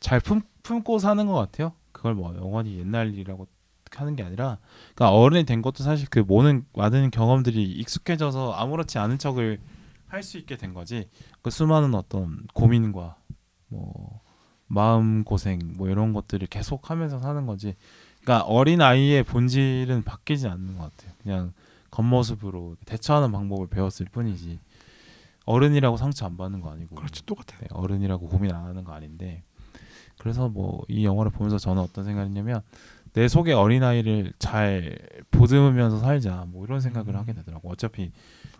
Speaker 1: 잘 품, 품고 사는 것 같아요. 그걸 뭐 영원히 옛날이라고 하는 게 아니라 그러니까 어른이 된 것도 사실 그 모든 많은 경험들이 익숙해져서 아무렇지 않은 척을 할 수 있게 된 거지 그 수많은 어떤 고민과 뭐 마음 고생 뭐 이런 것들을 계속 하면서 사는 거지. 그러니까 어린 아이의 본질은 바뀌지 않는 것 같아요. 그냥 겉모습으로 대처하는 방법을 배웠을 뿐이지 어른이라고 상처 안 받는 거 아니고
Speaker 2: 그렇죠. 똑같아요.
Speaker 1: 네, 어른이라고 고민 안 하는 거 아닌데 그래서 뭐 이 영화를 보면서 저는 어떤 생각이냐면 내 속의 어린아이를 잘 보듬으면서 살자 뭐 이런 생각을
Speaker 2: 음.
Speaker 1: 하게 되더라고 어차피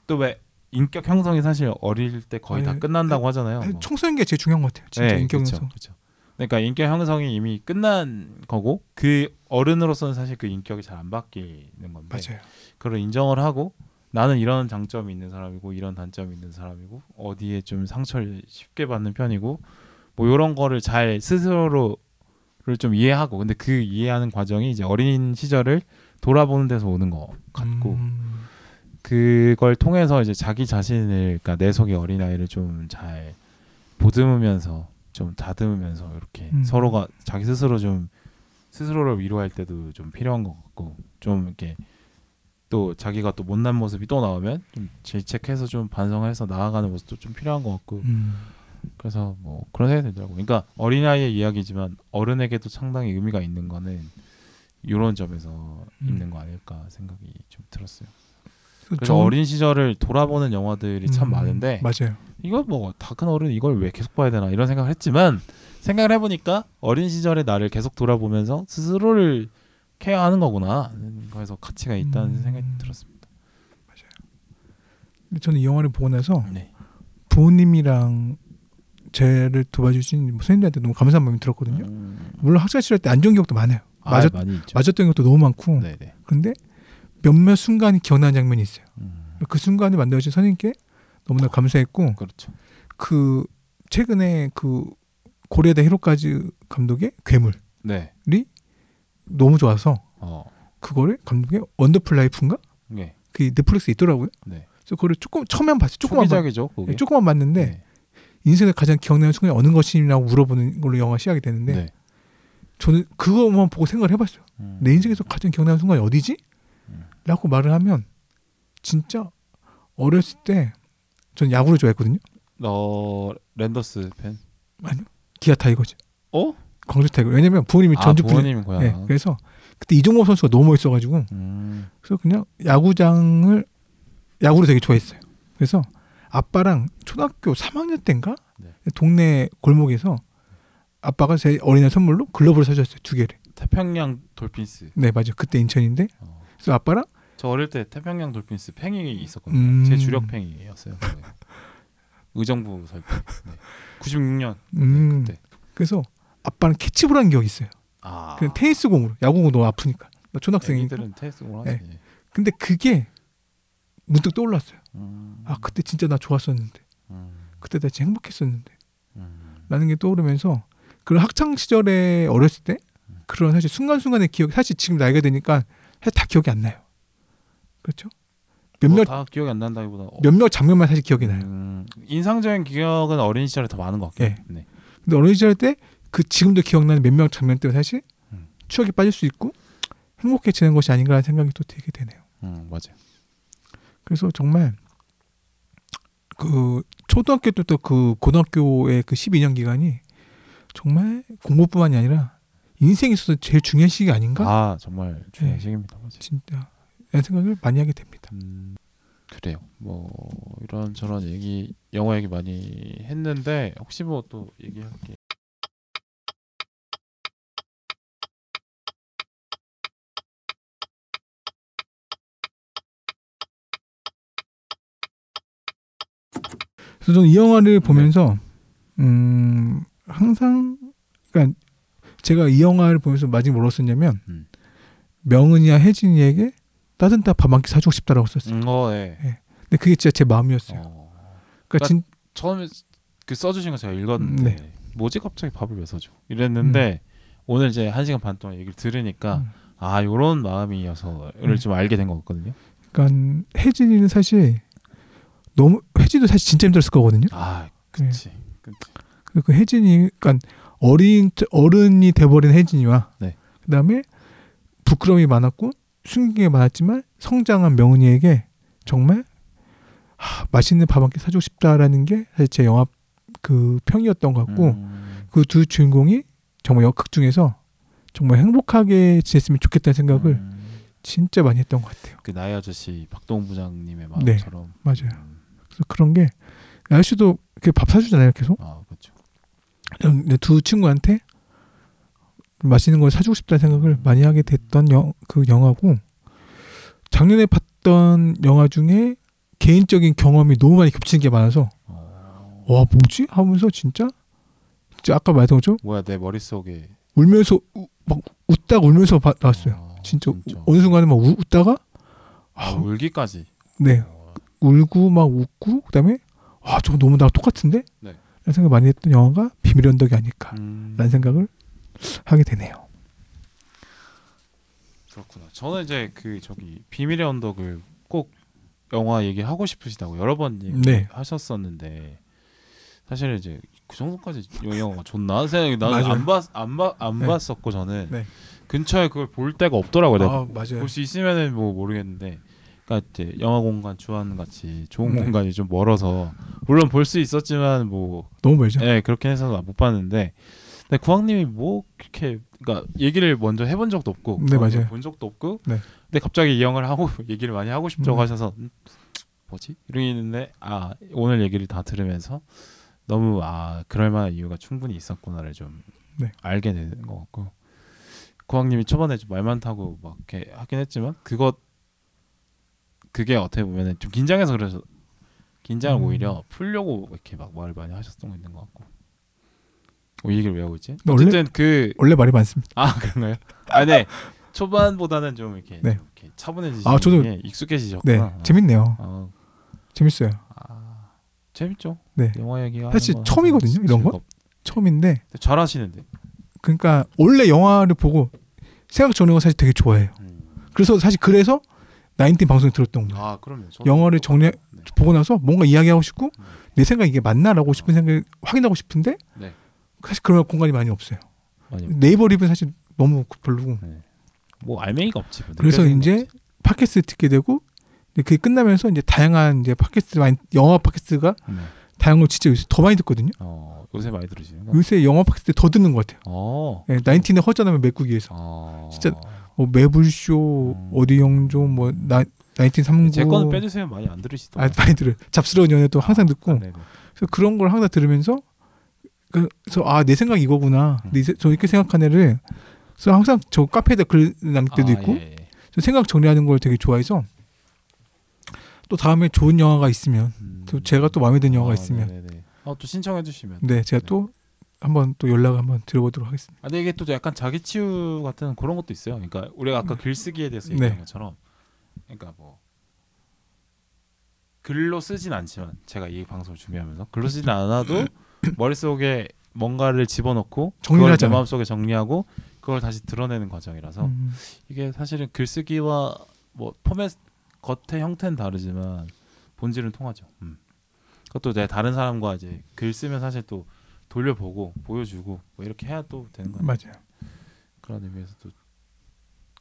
Speaker 1: 또 왜 인격 형성이 사실 어릴 때 거의 다
Speaker 2: 아니,
Speaker 1: 끝난다고 하잖아요
Speaker 2: 사실
Speaker 1: 뭐.
Speaker 2: 청소년기가 제일 중요한 것 같아요. 네. 진짜
Speaker 1: 네,
Speaker 2: 인격
Speaker 1: 그쵸,
Speaker 2: 형성.
Speaker 1: 그쵸. 그러니까 인격 형성이 이미 끝난 거고 그 어른으로서는 사실 그 인격이 잘 안 바뀌는 건데
Speaker 2: 맞아요.
Speaker 1: 그걸 인정을 하고 나는 이런 장점이 있는 사람이고 이런 단점이 있는 사람이고 어디에 좀 상처를 쉽게 받는 편이고 뭐 이런 거를 잘 스스로를 좀 이해하고 근데 그 이해하는 과정이 이제 어린 시절을 돌아보는 데서 오는 것 같고
Speaker 2: 음,
Speaker 1: 그걸 통해서 이제 자기 자신을 그러니까 내 속의 어린 아이를 좀 잘 보듬으면서 좀 다듬으면서 이렇게
Speaker 2: 음.
Speaker 1: 서로가 자기 스스로 좀 스스로를 위로할 때도 좀 필요한 것 같고 좀 이렇게 또 자기가 또 못난 모습이 또 나오면 좀 질책해서 좀 반성해서 나아가는 모습도 좀 필요한 것 같고
Speaker 2: 음,
Speaker 1: 그래서 뭐 그런 생각이 들더라고. 그러니까 어린 아이의 이야기지만 어른에게도 상당히 의미가 있는 거는 이런 점에서
Speaker 2: 음.
Speaker 1: 있는 거 아닐까 생각이 좀 들었어요.
Speaker 2: 그래서
Speaker 1: 그래서
Speaker 2: 저는-
Speaker 1: 어린 시절을 돌아보는 영화들이 참
Speaker 2: 음,
Speaker 1: 많은데
Speaker 2: 맞아요.
Speaker 1: 이거 뭐 다 큰 어른 이걸 왜 계속 봐야 되나 이런 생각을 했지만 생각을 해보니까 어린 시절의 나를 계속 돌아보면서 스스로를 케어하는 거구나 하는 거에서 가치가 있다는
Speaker 2: 음.
Speaker 1: 생각이 들었습니다.
Speaker 2: 근데 저는 이 영화를 보고 나서
Speaker 1: 네.
Speaker 2: 부모님이랑 쟤를 도와주신 뭐 선생님들한테 너무 감사한 마음이 들었거든요.
Speaker 1: 음.
Speaker 2: 물론 학창 시절 때 안 좋은 기억도 많아요.
Speaker 1: 아,
Speaker 2: 맞았-
Speaker 1: 많이 있죠.
Speaker 2: 맞았던 것도 너무 많고
Speaker 1: 네네.
Speaker 2: 그런데 몇몇 순간이 기억나는 장면이 있어요.
Speaker 1: 음.
Speaker 2: 그 순간을 만들어준 선생님께 너무나 감사했고
Speaker 1: 그렇죠.
Speaker 2: 그 최근에 그 고레다 히로카즈 감독의 괴물이
Speaker 1: 네.
Speaker 2: 너무 좋아서
Speaker 1: 어.
Speaker 2: 그거를 감독의 원더풀 라이프인가
Speaker 1: 네.
Speaker 2: 그 넷플릭스에 있더라고요.
Speaker 1: 네.
Speaker 2: 그래서 그거를 조금 처음엔 봤어요. 조금만 봤,
Speaker 1: 초기작이죠. 그게.
Speaker 2: 예, 조금만 봤는데
Speaker 1: 네.
Speaker 2: 인생에 가장 기억나는 순간이 어느 것이냐고 물어보는 걸로 영화 시작이 되는데
Speaker 1: 네.
Speaker 2: 저는 그거만 보고 생각을 해봤어요.
Speaker 1: 음.
Speaker 2: 내 인생에서 가장 기억나는 순간이 어디지?
Speaker 1: 음.
Speaker 2: 라고 말을 하면 진짜 어렸을 때 저는 야구를 좋아했거든요.
Speaker 1: 어 랜더스 팬.
Speaker 2: 아니요. 기아 타이거즈.
Speaker 1: 어?
Speaker 2: 광주 타이거. 왜냐면 부모님이 전주
Speaker 1: 아,
Speaker 2: 분.
Speaker 1: 부모님이구나.
Speaker 2: 예. 그래서 그때 이종호 선수가 너무 멋있어가지고
Speaker 1: 음.
Speaker 2: 그래서 그냥 야구장을 야구를 되게 좋아했어요. 그래서 아빠랑 초등학교 3학년 때인가
Speaker 1: 네.
Speaker 2: 동네 골목에서 아빠가 제 어린애 선물로 글러브를 사줬어요 두 개를.
Speaker 1: 태평양 돌핀스.
Speaker 2: 네 맞아요. 그때 인천인데
Speaker 1: 어.
Speaker 2: 그래서 아빠랑
Speaker 1: 저 어릴 때 태평양 돌핀스 팽이 있었거든요.
Speaker 2: 음.
Speaker 1: 제 주력 팽이였어요. 네. 의정부 살 때. 네. 96년
Speaker 2: 음
Speaker 1: 네, 그때.
Speaker 2: 그래서 아빠랑 캐치볼 한 기억이 있어요.
Speaker 1: 아.
Speaker 2: 그냥 테니스 공으로 야구공 너무 아프니까 나 초등학생이니까.
Speaker 1: 애기들은 테스트를
Speaker 2: 네.
Speaker 1: 하지.
Speaker 2: 근데 그게 문득 떠올랐어요.
Speaker 1: 음.
Speaker 2: 아 그때 진짜 나 좋았었는데
Speaker 1: 음.
Speaker 2: 그때 나 진짜 행복했었는데
Speaker 1: 음.
Speaker 2: 라는 게 떠오르면서 그런 학창 시절에 어렸을 때 그런 사실 순간순간의 기억 사실 지금 나이가 되니까 사실 다 기억이 안 나요. 그렇죠?
Speaker 1: 뭐
Speaker 2: 몇몇
Speaker 1: 다 기억이 안 난다기보다 어,
Speaker 2: 몇몇 장면만 사실 기억이 나요.
Speaker 1: 음, 인상적인 기억은 어린 시절에 더 많은 것 같아요.
Speaker 2: 예.
Speaker 1: 네.
Speaker 2: 근데 어린 시절 때 그 지금도 기억나는 몇몇 장면 때문에 사실
Speaker 1: 음.
Speaker 2: 추억에 빠질 수 있고 행복해지는 것이 아닌가라는 생각이 또 되게 되네요.
Speaker 1: 음, 맞아요.
Speaker 2: 그래서 정말 그 초등학교 때부터 그 고등학교의 그 12년 기간이 정말 공부뿐만이 아니라 인생에 있어서 제일 중요한 시기 아닌가?
Speaker 1: 아, 정말 중요한
Speaker 2: 예.
Speaker 1: 시기입니다. 맞아요.
Speaker 2: 진짜 이런 생각을 많이 하게 됩니다.
Speaker 1: 음, 그래요. 뭐 이런 저런 얘기 영화 얘기 많이 했는데 혹시 뭐 또 얘기할 게
Speaker 2: 그래서 그래서 저는 이 영화를 보면서 음 항상 그러니까 제가 이 영화를 보면서 마지막 뭐라고 썼냐면
Speaker 1: 음.
Speaker 2: 명은이와 혜진이에게 따뜻한 밥 한 끼 사주고 싶다라고 썼어요. 네.
Speaker 1: 음, 어, 예.
Speaker 2: 근데 그게 진짜 제 마음이었어요.
Speaker 1: 어.
Speaker 2: 그러니까 진
Speaker 1: 처음에 그 써주신 거 제가 읽었는데
Speaker 2: 음,
Speaker 1: 뭐지 갑자기 밥을 왜 사줘? 이랬는데 오늘 이제 한 시간 반 동안 얘기를 들으니까
Speaker 2: 음.
Speaker 1: 아 요런 마음이어서를
Speaker 2: 음.
Speaker 1: 좀 알게 된 것 같거든요.
Speaker 2: 그러니까 혜진이는 사실 너무 혜진도 사실 진짜 힘들었을 거거든요.
Speaker 1: 아
Speaker 2: 예.
Speaker 1: 그치.
Speaker 2: 그그 혜진이 그러니까 어린 어른이 돼버린 혜진이와
Speaker 1: 네.
Speaker 2: 그다음에 부끄러움이 많았고 숨긴 게 많았지만 성장한 명은이에게 정말 하, 맛있는 밥 한 끼 사주고 싶다라는 게 사실 제 영화 그 평이었던 것 같고
Speaker 1: 음.
Speaker 2: 그 두 주인공이 정말 역극 중에서 정말 행복하게 지냈으면 좋겠다는 생각을
Speaker 1: 음.
Speaker 2: 진짜 많이 했던 것 같아요.
Speaker 1: 그 나의 아저씨 박동 부장님의
Speaker 2: 네.
Speaker 1: 마음처럼
Speaker 2: 맞아요.
Speaker 1: 음.
Speaker 2: 그래서 그런 게 날씨도 이렇게 밥 사주잖아요, 계속.
Speaker 1: 아 그렇죠.
Speaker 2: 근데 두 친구한테 맛있는 걸 사주고 싶다는 생각을 많이 하게 됐던 영, 그 영화고 작년에 봤던 영화 중에 개인적인 경험이 너무 많이 겹치는 게 많아서
Speaker 1: 어.
Speaker 2: 와 뭐지 하면서 진짜 진짜 아까 말했던 것처럼
Speaker 1: 뭐야 내 머릿속에
Speaker 2: 울면서 우- 막 웃다가 울면서 봐- 나왔어요
Speaker 1: 아,
Speaker 2: 진짜 우- 어느 순간에 막 우- 웃다가
Speaker 1: 아, 울기까지.
Speaker 2: 네
Speaker 1: 어.
Speaker 2: 울고 막 웃고 그다음에 와 저거 너무 나랑 똑같은데
Speaker 1: 네.
Speaker 2: 라는 생각 많이 했던 영화가 비밀의 언덕이 아닐까
Speaker 1: 음.
Speaker 2: 라는 생각을 하게 되네요
Speaker 1: 그렇구나. 저는 이제 그 저기 비밀의 언덕을 꼭 영화 얘기하고 싶으시다고 여러 번
Speaker 2: 네.
Speaker 1: 얘기하셨었는데 사실 이제 그 정도까지 이 영화가 좋나 생각이
Speaker 2: 맞아요.
Speaker 1: 나는 안봤안봤안
Speaker 2: 네.
Speaker 1: 봤었고 저는
Speaker 2: 네.
Speaker 1: 근처에 그걸 볼 데가 없더라고요.
Speaker 2: 아 맞아요
Speaker 1: 볼 수 있으면은 뭐 모르겠는데 그러니까 이제 영화 공간 주한 같이 좋은
Speaker 2: 네.
Speaker 1: 공간이 좀 멀어서 물론 볼 수 있었지만 뭐
Speaker 2: 너무 멀죠.
Speaker 1: 네, 그렇게 해서 못 봤는데 근데 구왕님이 뭐 그렇게 그러니까 얘기를 먼저 해본 적도 없고
Speaker 2: 네,
Speaker 1: 구왕님
Speaker 2: 맞아요.
Speaker 1: 본 적도 없고
Speaker 2: 네.
Speaker 1: 근데 갑자기 이 형을 하고 얘기를 많이 하고 싶다고
Speaker 2: 음.
Speaker 1: 하셔서 음, 뭐지 이러는데 아 오늘 얘기를 다 들으면서 너무 아 그럴 만한 이유가 충분히 있었구나를 좀
Speaker 2: 네.
Speaker 1: 알게 되는 것 같고 구왕님이 초반에 좀 말 많다고 막 이렇게 하긴 했지만 그것 그게 어떻게 보면은 좀 긴장해서 그래서 긴장을
Speaker 2: 음.
Speaker 1: 오히려 풀려고 이렇게 막 말을 많이 하셨던 거 있는 것 같고 어, 이 얘기를 왜 하고 있지?
Speaker 2: 근데 네, 원래-
Speaker 1: 어쨌든 그
Speaker 2: 원래 말이 많습니다.
Speaker 1: 아 그런가요? 아 네. 초반보다는 좀 이렇게,
Speaker 2: 네.
Speaker 1: 이렇게 차분해지시는
Speaker 2: 아, 저도-
Speaker 1: 게 익숙해지셨구나.
Speaker 2: 네,
Speaker 1: 아,
Speaker 2: 재밌네요.
Speaker 1: 아,
Speaker 2: 재밌어요.
Speaker 1: 아, 재밌죠.
Speaker 2: 네.
Speaker 1: 영화 얘기가
Speaker 2: 사실 처음이거든요, 이런 거? 처음인데
Speaker 1: 잘 하시는데.
Speaker 2: 그러니까 원래 영화를 보고 생각 정리거 사실 되게 좋아해요. 그래서 사실 그래서 나인틴 방송에 들었던 거예요.
Speaker 1: 음. 아 그럼요. 저도
Speaker 2: 영화를 정리
Speaker 1: 네.
Speaker 2: 보고 나서 뭔가 이야기하고 싶고
Speaker 1: 음.
Speaker 2: 내 생각 이게 맞나라고 싶은 생각을 확인하고 싶은데
Speaker 1: 네.
Speaker 2: 사실 그런 공간이 많이 없어요.
Speaker 1: 아니
Speaker 2: 네이버 립은 사실 너무 별로고
Speaker 1: 뭐 알맹이가 없지. 뭐
Speaker 2: 그래서
Speaker 1: 느껴지는
Speaker 2: 이제
Speaker 1: 거 없지.
Speaker 2: 팟캐스트 듣게 되고 근데 그게 끝나면서 이제 다양한 이제 팟캐스트 많이 영화 팟캐스트가
Speaker 1: 네.
Speaker 2: 다양한 걸 진짜 요새 더 많이 듣거든요.
Speaker 1: 어 요새 많이 들으시는 거.
Speaker 2: 요새 영화 팟캐스트 더 듣는 것 같아요.
Speaker 1: 어.
Speaker 2: 예, 나인틴의 허전함을 메꾸기 위해서
Speaker 1: 어.
Speaker 2: 진짜 뭐 매불쇼
Speaker 1: 음.
Speaker 2: 어디 영조 뭐 나, 나인틴 삼구
Speaker 1: 네, 제 거는 빼주세요. 많이 안 들으시더라고요.
Speaker 2: 아, 많이 들어 잡스러운 연애도 항상 듣고
Speaker 1: 아, 네네.
Speaker 2: 그래서 그런 걸 항상 들으면서 그래서 아 내 생각 이거구나
Speaker 1: 음.
Speaker 2: 내 세- 저 이렇게 생각한 애를 그래서 항상 저 카페에다 글 남길 때도
Speaker 1: 아,
Speaker 2: 있고
Speaker 1: 예, 예.
Speaker 2: 저 생각 정리하는 걸 되게 좋아해서 또 다음에 좋은 영화가 있으면
Speaker 1: 음.
Speaker 2: 또 제가 또 마음에 드는 영화가
Speaker 1: 아,
Speaker 2: 있으면
Speaker 1: 네네네. 어, 또 신청해 주시면.
Speaker 2: 네 제가 또 한번 또 연락 을 한번 드려보도록 하겠습니다.
Speaker 1: 아, 근데 이게 또 약간 자기 치유 같은 그런 것도 있어요. 그러니까 우리가 아까 글쓰기에 대해서
Speaker 2: 네.
Speaker 1: 얘기한 것처럼, 그러니까 뭐 글로 쓰진 않지만 제가 이 방송을 준비하면서 글로 쓰진 않아도 머릿속에 뭔가를 집어넣고
Speaker 2: 정리를
Speaker 1: 그걸
Speaker 2: 하잖아요.
Speaker 1: 내 마음속에 정리하고 그걸 다시 드러내는 과정이라서
Speaker 2: 음,
Speaker 1: 이게 사실은 글쓰기와 뭐 포맷 겉의 형태는 다르지만 본질은 통하죠. 음. 그것도 이제 다른 사람과 이제 글 쓰면 사실 또 돌려보고 보여주고 뭐 이렇게 해야 또 되는 거예요.
Speaker 2: 맞아요.
Speaker 1: 그런 의미에서도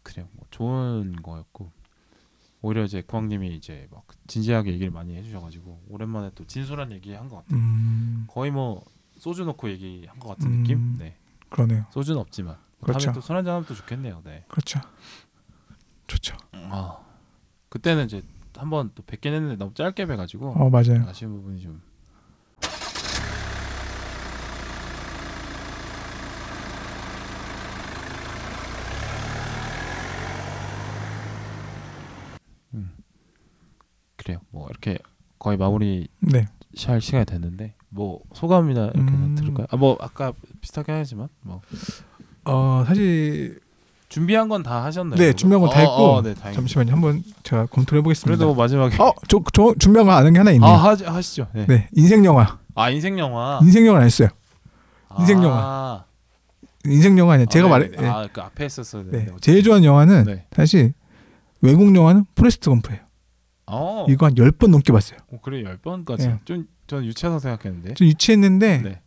Speaker 1: 그냥 뭐 좋은 거였고 오히려 이제 구왕님이 이제 막 진지하게 얘기를 많이 해주셔가지고 오랜만에 또 진솔한 얘기 한 것 같아요.
Speaker 2: 음
Speaker 1: 거의 뭐 소주 넣고 얘기한 것 같은
Speaker 2: 음.
Speaker 1: 느낌. 네,
Speaker 2: 그러네요. 잔
Speaker 1: 소주는 없지만 뭐
Speaker 2: 그렇죠.
Speaker 1: 다음에 또 술 한잔 하면 또 좋겠네요. 네.
Speaker 2: 그렇죠. 좋죠.
Speaker 1: 아 그때는 이제 한번 또 뵙긴 했는데 너무 짧게 뵈가지고
Speaker 2: 어 맞아요.
Speaker 1: 아쉬운 부분이 좀 음. 그래요. 뭐 이렇게 거의 마무리
Speaker 2: 네.
Speaker 1: 할 시간이 됐는데 뭐 소감이나 이렇게
Speaker 2: 음.
Speaker 1: 들을까요? 아 뭐 아까 비슷하게 하지만 뭐
Speaker 2: 어 사실
Speaker 1: 준비한 건 다 하셨나요?
Speaker 2: 네,
Speaker 1: 그거?
Speaker 2: 준비한 건다
Speaker 1: 어,
Speaker 2: 했고.
Speaker 1: 어, 네, 다행이다.
Speaker 2: 잠시만요. 한번 제가 검토해 를 보겠습니다.
Speaker 1: 그래도 마지막에
Speaker 2: 어저 저 준비한 거 아는 게 하나 있네요.
Speaker 1: 아 하, 하시죠. 네.
Speaker 2: 네 인생 영화.
Speaker 1: 아 인생 영화.
Speaker 2: 인생 영화 안 했어요.
Speaker 1: 아.
Speaker 2: 인생
Speaker 1: 영화.
Speaker 2: 인생 영화 아니야. 제가 말해. 예.
Speaker 1: 아그 앞에 있었어야
Speaker 2: 네.
Speaker 1: 되는데.
Speaker 2: 제일 좋아하는 영화는
Speaker 1: 네.
Speaker 2: 사실 외국 영화는 포레스트 검프예요.
Speaker 1: 어.
Speaker 2: 이거 한 10번 넘게 봤어요.
Speaker 1: 어, 그래 열 번까지.
Speaker 2: 예.
Speaker 1: 좀 저는 유치해서 생각했는데.
Speaker 2: 좀 유치했는데
Speaker 1: 네.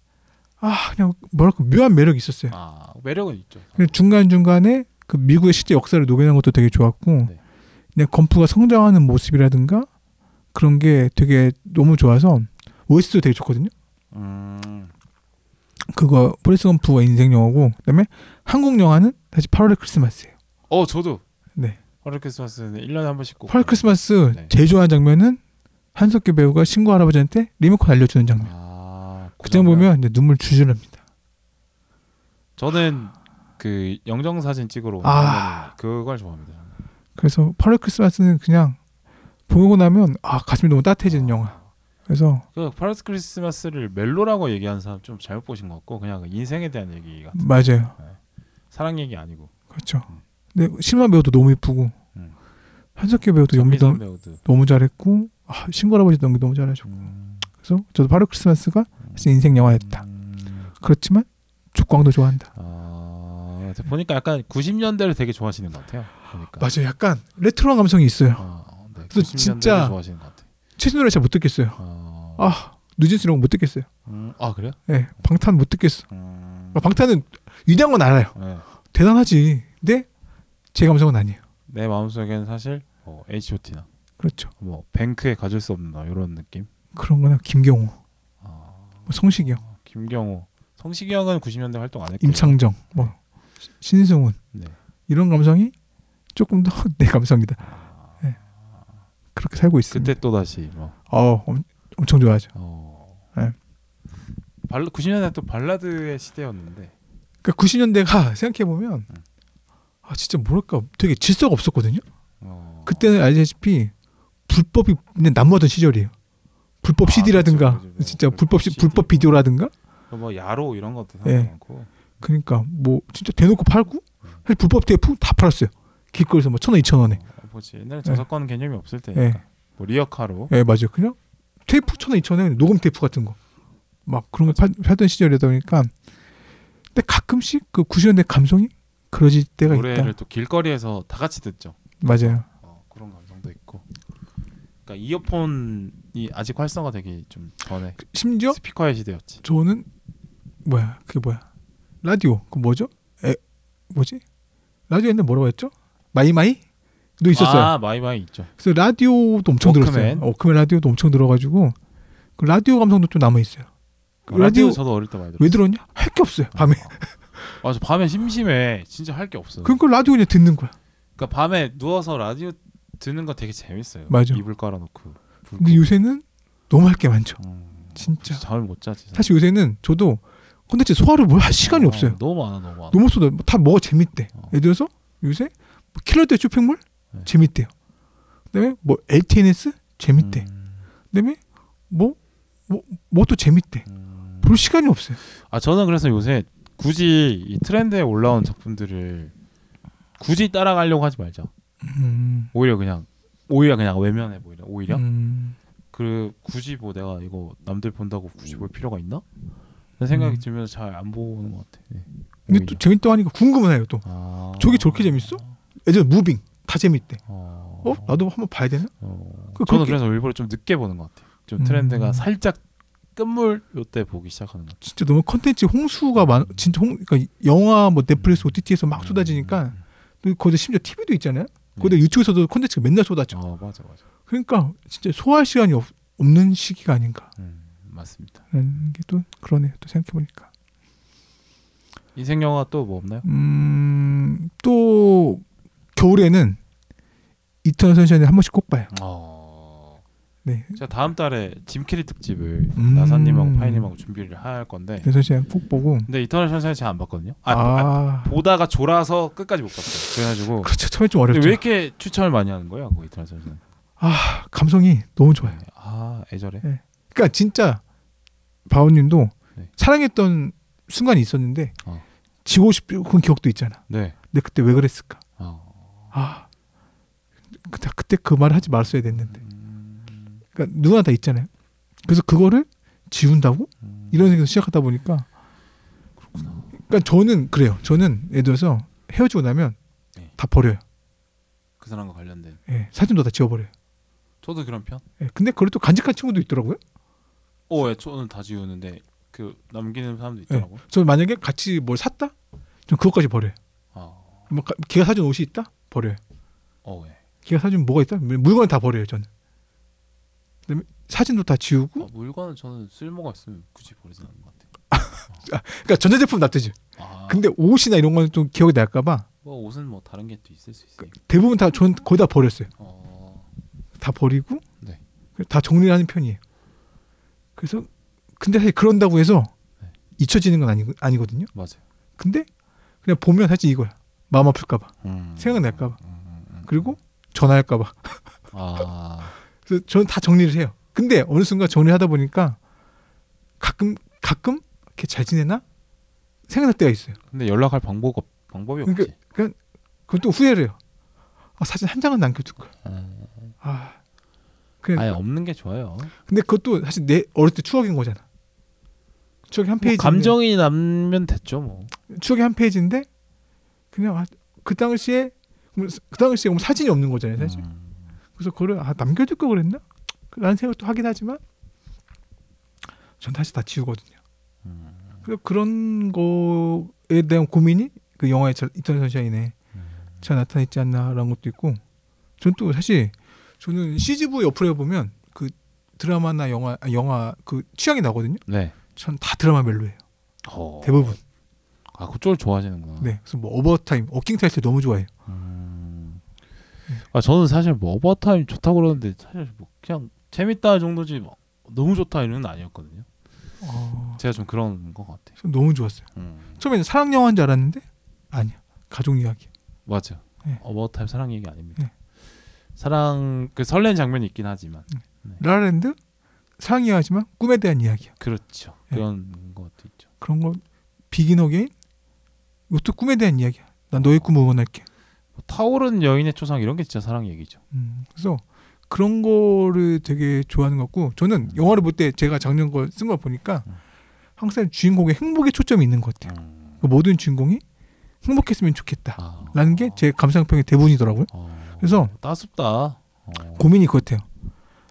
Speaker 2: 아 그냥 뭐랄까 묘한 매력이 있었어요.
Speaker 1: 아 매력은 있죠.
Speaker 2: 그리고 중간중간에 그 미국의 실제 역사를 녹여낸 것도 되게 좋았고
Speaker 1: 네.
Speaker 2: 그냥 건프가 성장하는 모습이라든가 그런 게 되게 너무 좋아서 OST도 되게 좋거든요.
Speaker 1: 음.
Speaker 2: 그거 포레스 건프가 인생 영화고 그다음에 한국 영화는 사실 8월의 크리스마스예요.
Speaker 1: 어 저도.
Speaker 2: 네.
Speaker 1: 헐 크리스마스는 1년에 한 번씩 꼭.
Speaker 2: 8월 크리스마스
Speaker 1: 네.
Speaker 2: 제일 좋아하는 장면은 한석규 배우가 신고 할아버지한테 리모컨 알려주는 장면.
Speaker 1: 아. 그
Speaker 2: 그장
Speaker 1: 장면.
Speaker 2: 보면 이제 눈물 주절합니다.
Speaker 1: 저는 그 영정 사진 찍으러 오는
Speaker 2: 아.
Speaker 1: 아. 그걸 좋아합니다.
Speaker 2: 그래서 8월 크리스마스는 그냥 보고 나면 아 가슴이 너무 따뜻해지는 영화. 그래서
Speaker 1: 그 파라스 크리스마스를 멜로라고 얘기하는 사람 좀 잘못 보신 것 같고 그냥 인생에 대한 얘기가
Speaker 2: 맞아요.
Speaker 1: 사랑 얘기 아니고
Speaker 2: 그렇죠. 근데 신만 배우도 너무 이쁘고
Speaker 1: 음.
Speaker 2: 한석규 배우도 연기
Speaker 1: 전미선
Speaker 2: 너무,
Speaker 1: 배우도
Speaker 2: 너무 잘했고 아, 신고 할아버지 연기 너무 잘하죠.
Speaker 1: 음,
Speaker 2: 그래서 저도 바로 크리스마스가 사실 인생 영화였다.
Speaker 1: 음,
Speaker 2: 그렇지만 죽광도 좋아한다.
Speaker 1: 아 보니까 약간 90년대를 되게 좋아하시는 것 같아요. 보니까
Speaker 2: 맞아요. 약간 레트로한 감성이 있어요.
Speaker 1: 아, 네,
Speaker 2: 그래서
Speaker 1: 90년대를
Speaker 2: 진짜-
Speaker 1: 좋아하시는 것 같아요.
Speaker 2: 최신 노래 잘 못 듣겠어요.
Speaker 1: 아,
Speaker 2: 아 뉴진스 이런 거 못 듣겠어요.
Speaker 1: 음, 아 그래요?
Speaker 2: 예, 방탄 못 듣겠어.
Speaker 1: 음,
Speaker 2: 아, 방탄은 위대한 건 알아요.
Speaker 1: 네.
Speaker 2: 대단하지. 근데 제 감성은 아니에요.
Speaker 1: 내 마음속에는 사실 뭐 H.O.T.나
Speaker 2: 그렇죠.
Speaker 1: 뭐 뱅크에 가질 수 없는 나 이런 느낌.
Speaker 2: 그런 거나 김경호,
Speaker 1: 아,
Speaker 2: 뭐 성시경,
Speaker 1: 김경호, 성시경 형은 90년대 활동 안 했고
Speaker 2: 임창정, 뭐 시- 신승훈
Speaker 1: 네.
Speaker 2: 이런 감성이 조금 더 내 감성이다. 예. 그렇게 살고 있습니다.
Speaker 1: 그때 또 다시 뭐
Speaker 2: 어, 엄- 엄청 좋아하죠.
Speaker 1: 어.
Speaker 2: 네.
Speaker 1: 발라 90년대 또 발라드의 시대였는데.
Speaker 2: 그러니까 90년대가 생각해 보면
Speaker 1: 음.
Speaker 2: 아 진짜 뭐랄까 되게 질서가 없었거든요.
Speaker 1: 어.
Speaker 2: 그때는 알다시피 불법이 그냥 난무하던 시절이에요. 불법
Speaker 1: 아,
Speaker 2: CD라든가
Speaker 1: 그렇죠, 그렇죠.
Speaker 2: 진짜
Speaker 1: 불법
Speaker 2: 불법 시, 불법
Speaker 1: CD.
Speaker 2: 비디오라든가
Speaker 1: 뭐 야로 이런 것도
Speaker 2: 예.
Speaker 1: 상당히 많고.
Speaker 2: 그러니까 뭐 진짜 대놓고
Speaker 1: 음.
Speaker 2: 팔고 사실 불법 대품 다 팔았어요. 길거리에서 뭐 천 원, 이천 원에.
Speaker 1: 어, 뭐지 옛날에 저작권 개념이 없을 때니까.
Speaker 2: 예.
Speaker 1: 뭐 리어카로.
Speaker 2: 예, 맞아요. 그냥 테이프 천 원, 이천 원에 녹음 테이프 같은 거. 막 그런 거 팔, 팔던 시절이다 보니까 근데 가끔씩 그 90년대 감성이 그러질 때가
Speaker 1: 노래를
Speaker 2: 있다.
Speaker 1: 또 길거리에서 다 같이 듣죠.
Speaker 2: 맞아요.
Speaker 1: 어, 그런 감성도 있고. 그러니까 이어폰이 아직 활성화되기 좀 전에
Speaker 2: 그- 심지어
Speaker 1: 스피커의 시대였지.
Speaker 2: 저는 뭐야? 그게 뭐야? 라디오. 그 뭐죠? 에 뭐지? 라디오 옛날 뭐라고 했죠? 마이마이? 도 있었어요.
Speaker 1: 아 마이마이 있죠.
Speaker 2: 그래서 라디오도 엄청
Speaker 1: 워크맨.
Speaker 2: 들었어요. 워크맨 라디오도 엄청 들어가지고 그 라디오 감성도 좀 남아 있어요.
Speaker 1: 그 라디오,
Speaker 2: 라디오-
Speaker 1: 저도 어릴 때 많이 들었어요.
Speaker 2: 왜 들었냐? 할 게 없어요. 밤에.
Speaker 1: 아저 밤에 심심해. 진짜 할 게 없어요.
Speaker 2: 그러니까 라디오 그냥 듣는 거야.
Speaker 1: 그러니까 밤에 누워서 라디오 듣는 거 되게 재밌어요.
Speaker 2: 맞아.
Speaker 1: 이불 깔아놓고. 불
Speaker 2: 근데 요새는 너무 할 게 많죠.
Speaker 1: 끄고. 음,
Speaker 2: 진짜.
Speaker 1: 잠을 못 자지.
Speaker 2: 사실 요새는 저도 콘텐츠 소화를 뭘 할 시간이
Speaker 1: 어,
Speaker 2: 없어요.
Speaker 1: 너무 많아 너무 많아.
Speaker 2: 너무 쏟아. 다 뭐가 재밌대.
Speaker 1: 어.
Speaker 2: 예를 들어서 요새 뭐 킬러대 쇼핑몰
Speaker 1: 네.
Speaker 2: 재밌대요. 그다음에 뭐 LTNS 재밌대.
Speaker 1: 음,
Speaker 2: 그다음에 뭐, 뭐뭐뭐또 재밌대.
Speaker 1: 음.
Speaker 2: 볼 시간이 없어요.
Speaker 1: 아 저는 그래서 요새 굳이 이 트렌드에 올라온 작품들을 굳이 따라가려고 하지 말자.
Speaker 2: 음.
Speaker 1: 오히려 그냥 오히려 그냥 외면해 보이려. 오히려
Speaker 2: 음.
Speaker 1: 그 굳이 뭐 내가 이거 남들 본다고 굳이 볼 필요가 있나? 라는 생각이
Speaker 2: 음. 예.
Speaker 1: 들면서 잘 안 보는 것 같아. 네.
Speaker 2: 근데
Speaker 1: 오히려.
Speaker 2: 또 재밌다고 하니까 궁금은 해요. 또
Speaker 1: 아...
Speaker 2: 저게 저렇게 재밌어? 예전 무빙 다 재밌대.
Speaker 1: 어.
Speaker 2: 어? 나도 한번 봐야 되나?
Speaker 1: 어,
Speaker 2: 그-
Speaker 1: 저는
Speaker 2: 그렇게-
Speaker 1: 그래서 일부러 좀 늦게 보는 것 같아요. 좀
Speaker 2: 음.
Speaker 1: 트렌드가 살짝 끝물 요때 보기 시작하는 것. 같아요.
Speaker 2: 진짜 너무 컨텐츠 홍수가 많. 진짜 홍 그러니까 영화 뭐 넷플릭스 OTT에서 막
Speaker 1: 음.
Speaker 2: 쏟아지니까 또 거기서 심지어 TV도 있잖아요.
Speaker 1: 네.
Speaker 2: 거기다 유튜브에서도 컨텐츠가 맨날 쏟아져.
Speaker 1: 아 맞아 맞아.
Speaker 2: 그러니까 진짜 소화할 시간이 없, 없는 시기가 아닌가라는
Speaker 1: 음, 맞습니다.
Speaker 2: 게 또 그러네요. 또 생각해 보니까.
Speaker 1: 인생 영화 또 뭐 없나요?
Speaker 2: 음, 음또 겨울에는 이터널 선샤인을 한 번씩 꼭 봐요.
Speaker 1: 어.
Speaker 2: 네.
Speaker 1: 제가 다음 달에 짐 캐리 특집을
Speaker 2: 음.
Speaker 1: 나사님하고 파이님하고 준비를 할 건데.
Speaker 2: 이터널 선샤인 꼭 보고.
Speaker 1: 근데 이터널 선샤인 제가 안 봤거든요. 아,
Speaker 2: 아,
Speaker 1: 아, 보다가 졸아서 끝까지 못 봤어요. 그래가지고.
Speaker 2: 그렇죠. 처음에 좀
Speaker 1: 근데
Speaker 2: 어렵죠.
Speaker 1: 왜 이렇게 추천을 많이 하는 거예요, 그 이터널 선샤인?
Speaker 2: 아 감성이 너무 좋아요.
Speaker 1: 아 애절해.
Speaker 2: 네. 그러니까 진짜 바오님도
Speaker 1: 네.
Speaker 2: 사랑했던 순간이 있었는데
Speaker 1: 어.
Speaker 2: 지고 싶은 기억도 있잖아.
Speaker 1: 네.
Speaker 2: 근데 그때 왜 그랬을까?
Speaker 1: 어.
Speaker 2: 아, 그때 그때 그 말을 하지 말았어야 됐는데.
Speaker 1: 음,
Speaker 2: 그러니까 누구나 다 있잖아요. 그래서 그거를 지운다고
Speaker 1: 음,
Speaker 2: 이런 생각에서 시작하다 보니까
Speaker 1: 그렇구나.
Speaker 2: 그러니까 저는 그래요. 저는 예를 들어서 헤어지고 나면
Speaker 1: 네.
Speaker 2: 다 버려요.
Speaker 1: 그 사람과 관련된.
Speaker 2: 예, 사진도 다 지워버려요.
Speaker 1: 저도 그런 편.
Speaker 2: 예, 근데 그걸 또 간직한 친구도 있더라고요.
Speaker 1: 오, 예, 저는 다 지우는데 그 남기는
Speaker 2: 네.
Speaker 1: 사람도 있더라고.
Speaker 2: 저 만약에 같이 뭘 샀다? 좀 그것까지 버려요.
Speaker 1: 아,
Speaker 2: 뭐 가- 걔가 사준 옷이 있다? 버려요.
Speaker 1: 어, 예.
Speaker 2: 걔가 사준 뭐가 있다? 물건을 다 버려요, 저는. 그다음에 사진도 다
Speaker 1: 아,
Speaker 2: 지우고.
Speaker 1: 물건은 저는 쓸모가 있으면 굳이 버리진 않는 것 같아요.
Speaker 2: 그러니까 전자제품 놔두지.
Speaker 1: 아,
Speaker 2: 근데 옷이나 이런 거는 좀 기억이 날까봐
Speaker 1: 뭐 옷은 뭐 다른 게 또 있을 수 있으니까.
Speaker 2: 대부분 다 전 거의 다 버렸어요.
Speaker 1: 어,
Speaker 2: 다 버리고
Speaker 1: 네.
Speaker 2: 다 정리를 하는 편이에요. 그래서 근데 사실 그런다고 해서
Speaker 1: 네.
Speaker 2: 잊혀지는 건 아니, 아니거든요.
Speaker 1: 맞아요.
Speaker 2: 근데 그냥 보면 사실 이거야. 마음 아플까봐,
Speaker 1: 음.
Speaker 2: 생각날까봐,
Speaker 1: 음, 음, 음.
Speaker 2: 그리고 전화할까봐.
Speaker 1: 아,
Speaker 2: 그래서 저는 다 정리를 해요. 근데 어느 순간 정리하다 보니까 가끔 가끔 이렇게 잘 지내나 생각날 때가 있어요.
Speaker 1: 근데 연락할 방법 없, 방법이 없지.
Speaker 2: 그러니까- 그럼 또 후회를 해요. 아, 사진 한 장은 남겨둘 걸.
Speaker 1: 아,
Speaker 2: 아, 그냥
Speaker 1: 아예 없는 게 좋아요.
Speaker 2: 근데 그것도 사실 내 어릴 때 추억인 거잖아. 추억이 한
Speaker 1: 뭐
Speaker 2: 페이지.
Speaker 1: 감정이 남면 됐죠 뭐.
Speaker 2: 추억이 한 페이지인데 그냥 아, 그 당시에 그 당시에 그럼 사진이 없는 거잖아요, 네, 사실.
Speaker 1: 음,
Speaker 2: 그래서 그걸 아 남겨둘 걸 그랬나? 라는 생각도 하긴 하지만 전 다시 다 지우거든요.
Speaker 1: 음.
Speaker 2: 그래서 그런 거에 대한 고민이 그 영화의 이터널 선샤인에
Speaker 1: 음.
Speaker 2: 잘 나타나있지 않나라는 것도 있고 전 또 사실 저는 CGV 어플에 보면 그 드라마나 영화 아, 영화 그 취향이 나거든요.
Speaker 1: 네.
Speaker 2: 전 다 드라마 멜로예요.
Speaker 1: 어.
Speaker 2: 대부분.
Speaker 1: 아 그쪽을 좋아하시는구나.
Speaker 2: 네. 그래서 뭐 오버타임, 어킹 타이틀 너무 좋아해요.
Speaker 1: 음. 아 저는 사실 뭐 오버타임 좋다 고 그러는데 사실 뭐 그냥 재밌다 정도지 뭐 너무 좋다 이런 건 아니었거든요.
Speaker 2: 어,
Speaker 1: 제가 좀 그런 것 같아요.
Speaker 2: 전 너무 좋았어요.
Speaker 1: 음.
Speaker 2: 처음에는 사랑 영화인 줄 알았는데 아니야. 가족 이야기.
Speaker 1: 맞아요.
Speaker 2: 네.
Speaker 1: 오버타임 사랑 얘기 아닙니다.
Speaker 2: 네.
Speaker 1: 사랑 그 설레는 장면이 있긴 하지만
Speaker 2: 라라랜드 사랑 이야기지만 꿈에 대한 이야기야.
Speaker 1: 그렇죠.
Speaker 2: 네.
Speaker 1: 그런 것도 있죠.
Speaker 2: 그런 거 비긴 어게인 이것도 꿈에 대한 이야기야. 난 너의 꿈을 응원할게.
Speaker 1: 뭐, 타오른 여인의 초상 이런 게 진짜 사랑 얘기죠.
Speaker 2: 음, 그래서 그런 거를 되게 좋아하는 것 같고 저는 영화를 볼 때 제가 작년 걸 쓴 걸 보니까
Speaker 1: 음.
Speaker 2: 항상 주인공의 행복에 초점이 있는 것 같아요.
Speaker 1: 음.
Speaker 2: 그 모든 주인공이 행복했으면 좋겠다.
Speaker 1: 아.
Speaker 2: 라는 게 제 감상평의 대부분이더라고요.
Speaker 1: 어.
Speaker 2: 그래서
Speaker 1: 따숩다. 어.
Speaker 2: 고민이 그렇대요.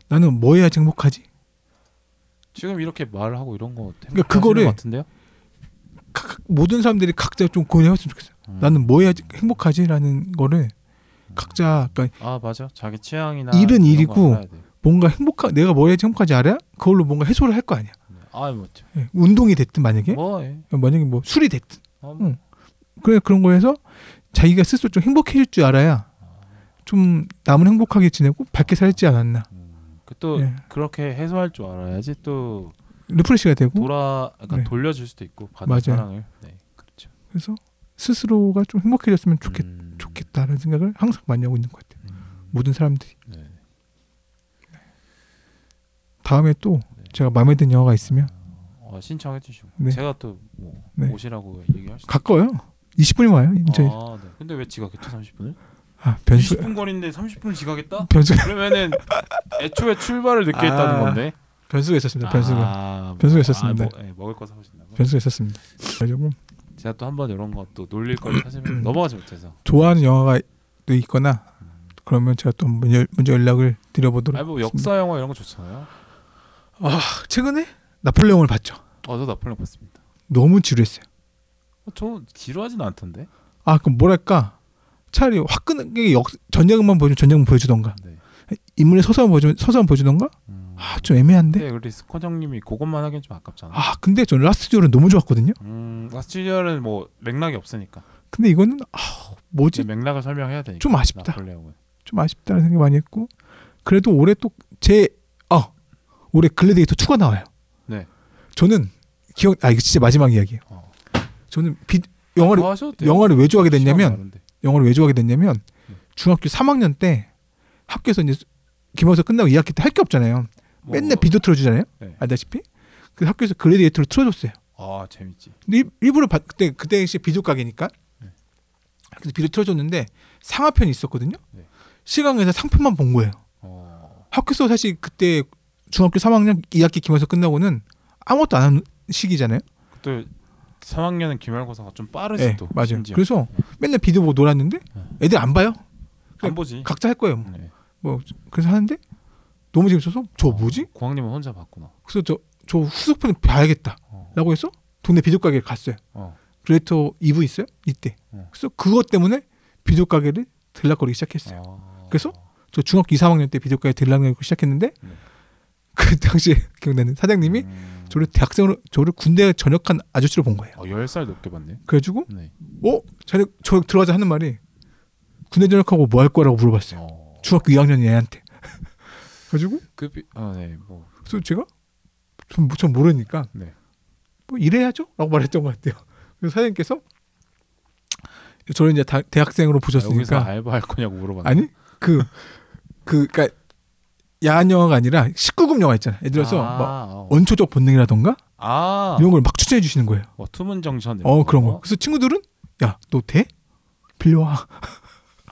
Speaker 2: 나는 뭐 해야지 행복하지?
Speaker 1: 지금 이렇게 말을 하고 이런 거
Speaker 2: 그러니까
Speaker 1: 그러니까
Speaker 2: 그거를
Speaker 1: 그거를 같은데요.
Speaker 2: 각- 모든 사람들이 각자 좀 고민해봤으면 좋겠어요.
Speaker 1: 음.
Speaker 2: 나는 뭐 해야지 행복하지라는 거를 각자 그러니까
Speaker 1: 아 맞아 자기 취향이나
Speaker 2: 일은
Speaker 1: 이런
Speaker 2: 일이고.
Speaker 1: 거 알아야 돼. 네.
Speaker 2: 뭔가 행복한 내가 뭐 해야지 행복하지 알아? 그걸로 뭔가 해소를 할 거 아니야.
Speaker 1: 아 뭐죠
Speaker 2: 예, 운동이 됐든 만약에
Speaker 1: 뭐 예.
Speaker 2: 만약에 뭐 술이 됐든
Speaker 1: 아,
Speaker 2: 응. 그래 그런 거에서 자기가 스스로 좀 행복해질 줄 알아야 좀 남은 행복하게 지내고 밝게 살지 않았나
Speaker 1: 음. 그또
Speaker 2: 예.
Speaker 1: 그렇게 해소할 줄 알아야지 또
Speaker 2: 리프레시가 되고
Speaker 1: 돌아 그러니까
Speaker 2: 네.
Speaker 1: 돌려줄 수도 있고 받은
Speaker 2: 맞아요.
Speaker 1: 사랑을 네 그렇죠
Speaker 2: 그래서 스스로가 좀 행복해졌으면 좋겠
Speaker 1: 음.
Speaker 2: 좋겠다라는 뭐? 생각을 항상 많이 하고 있는 것 같아요.
Speaker 1: 음.
Speaker 2: 모든 사람들이
Speaker 1: 네.
Speaker 2: 다음에 또
Speaker 1: 네.
Speaker 2: 제가 마음에 드는 영화가 있으면
Speaker 1: 어, 신청해 주시고
Speaker 2: 네.
Speaker 1: 제가 또뭐
Speaker 2: 네.
Speaker 1: 오시라고 얘기할 수
Speaker 2: 가까워요. 20분이면 와요. 인천. 아,
Speaker 1: 아, 네. 근데 왜 지각했죠 30분을?
Speaker 2: 변수
Speaker 1: 20분 거리인데 30분을 지각했다?
Speaker 2: 변수
Speaker 1: 그러면은 애초에 출발을 늦게
Speaker 2: 아,
Speaker 1: 했다는 건데
Speaker 2: 변수가 있었습니다. 변수가
Speaker 1: 아, 뭐,
Speaker 2: 변수가
Speaker 1: 아,
Speaker 2: 있었습니다.
Speaker 1: 뭐, 예, 먹을 거 사오신다고?
Speaker 2: 변수가 있었습니다. 그래가지고
Speaker 1: 제가 또 한 번 이런 거 또 놀릴 걸 사실 넘어가지 못해서
Speaker 2: 좋아하는 영화가 또 있거나 그러면 제가 또 먼저, 먼저 연락을 드려보도록.
Speaker 1: 아니 뭐 역사 영화 이런 거 좋잖아요
Speaker 2: 하겠습니다. 아, 최근에 나폴레옹을 봤죠.
Speaker 1: 어저 나폴레옹 봤습니다
Speaker 2: 너무 지루했어요.
Speaker 1: 어, 저는 지루하진 않던데
Speaker 2: 아 그럼 뭐랄까 차라리 화끈하게 역 전쟁만 보여주 전쟁만 보여주던가
Speaker 1: 네.
Speaker 2: 인물의 서사만 보여주 서사만 보여주던가
Speaker 1: 음.
Speaker 2: 아 좀 애매한데
Speaker 1: 근데 우리 스콘 형님이 그것만 하기엔 좀 아깝잖아
Speaker 2: 아 근데 저는 라스트 듀얼은 너무 좋았거든요.
Speaker 1: 음 라스티리얼은 뭐 맥락이 없으니까
Speaker 2: 근데 이거는 아 뭐지
Speaker 1: 이제 맥락을 설명해야 되니까
Speaker 2: 좀 아쉽다.
Speaker 1: 나폴레옹은
Speaker 2: 좀 아쉽다는 생각 많이 했고 그래도 올해 또제아 올해 글래디에이터 2가 나와요.
Speaker 1: 네.
Speaker 2: 저는 기억 아 이거 진짜 마지막 이야기예요.
Speaker 1: 어.
Speaker 2: 저는 비, 영화를
Speaker 1: 더뭐 하셔도 돼요.
Speaker 2: 영화를 왜 좋아하게
Speaker 1: 시간
Speaker 2: 됐냐면
Speaker 1: 많은데.
Speaker 2: 영어를 왜 좋아하게 됐냐면
Speaker 1: 음.
Speaker 2: 중학교 3학년 때 학교에서 이제 기말고사 끝나고 2학기 때 할 게 없잖아요.
Speaker 1: 뭐
Speaker 2: 맨날 비디오 틀어주잖아요.
Speaker 1: 네.
Speaker 2: 알다시피. 그 학교에서 글래디에이터를 틀어줬어요.
Speaker 1: 아 재밌지.
Speaker 2: 근데 일- 일부러 바- 그때 그때 시 비디오 가게니까.
Speaker 1: 네.
Speaker 2: 그래서 비디오 틀어줬는데 상하편이 있었거든요.
Speaker 1: 네.
Speaker 2: 시간에서 상편만 본 거예요.
Speaker 1: 어.
Speaker 2: 학교에서 사실 그때 중학교 3학년 2학기 기말서 끝나고는 아무것도 안 하는 시기잖아요.
Speaker 1: 그때 3학년은 기말고사가 좀 빠르지
Speaker 2: 네,
Speaker 1: 또.
Speaker 2: 맞아요.
Speaker 1: 심지어. 예.
Speaker 2: 그래서 맨날 비디오 보고 놀았는데 애들 안 봐요.
Speaker 1: 안 보지.
Speaker 2: 각자 할 거예요.
Speaker 1: 네.
Speaker 2: 뭐 그래서 하는데 너무 재밌어서 저 뭐지?
Speaker 1: 고학님은 혼자 봤구나.
Speaker 2: 그래서 저, 저 후속편 봐야겠다.
Speaker 1: 어.
Speaker 2: 라고 해서 동네 비디오 가게를 갔어요.
Speaker 1: 어.
Speaker 2: 그레이터 2부 있어요? 이때.
Speaker 1: 어.
Speaker 2: 그래서 그것 때문에 비디오 가게를 들락거리기 시작했어요.
Speaker 1: 아.
Speaker 2: 그래서? 저 중학교 2, 3학년 때 비디오 가게 들락거리기 시작했는데
Speaker 1: 네.
Speaker 2: 그 당시에 기억나는 사장님이
Speaker 1: 음.
Speaker 2: 저를 대학생으로 저를 군대 전역한 아저씨로 본 거예요.
Speaker 1: 어, 10살 높게 봤네.
Speaker 2: 그래가지고
Speaker 1: 네.
Speaker 2: 어? 자네 저 들어가자 하는 말이 군대 전역하고 뭐 할 거라고 물어봤어요.
Speaker 1: 어.
Speaker 2: 중학교 2학년 애한테. 그래가지고
Speaker 1: 그 비... 아, 네. 뭐.
Speaker 2: 그래서 제가 전, 뭐, 전 모르니까
Speaker 1: 네.
Speaker 2: 뭐 이래야죠? 라고 말했던 것 같아요. 그래서 사장님께서 저를 이제 다- 대학생으로
Speaker 1: 여기서
Speaker 2: 보셨으니까
Speaker 1: 알바할 거냐고 물어봤네.
Speaker 2: 아니 그 그 그러니까 야한 영화가 아니라 19금 영화 있잖아요. 예를 들어서
Speaker 1: 아,
Speaker 2: 막
Speaker 1: 어.
Speaker 2: 원초적 본능이라던가
Speaker 1: 아.
Speaker 2: 이런 걸 막 추천해 주시는 거예요.
Speaker 1: 뭐 투문 정션.
Speaker 2: 어 그런 거. 그래서 친구들은 야 너 돼? 빌려와.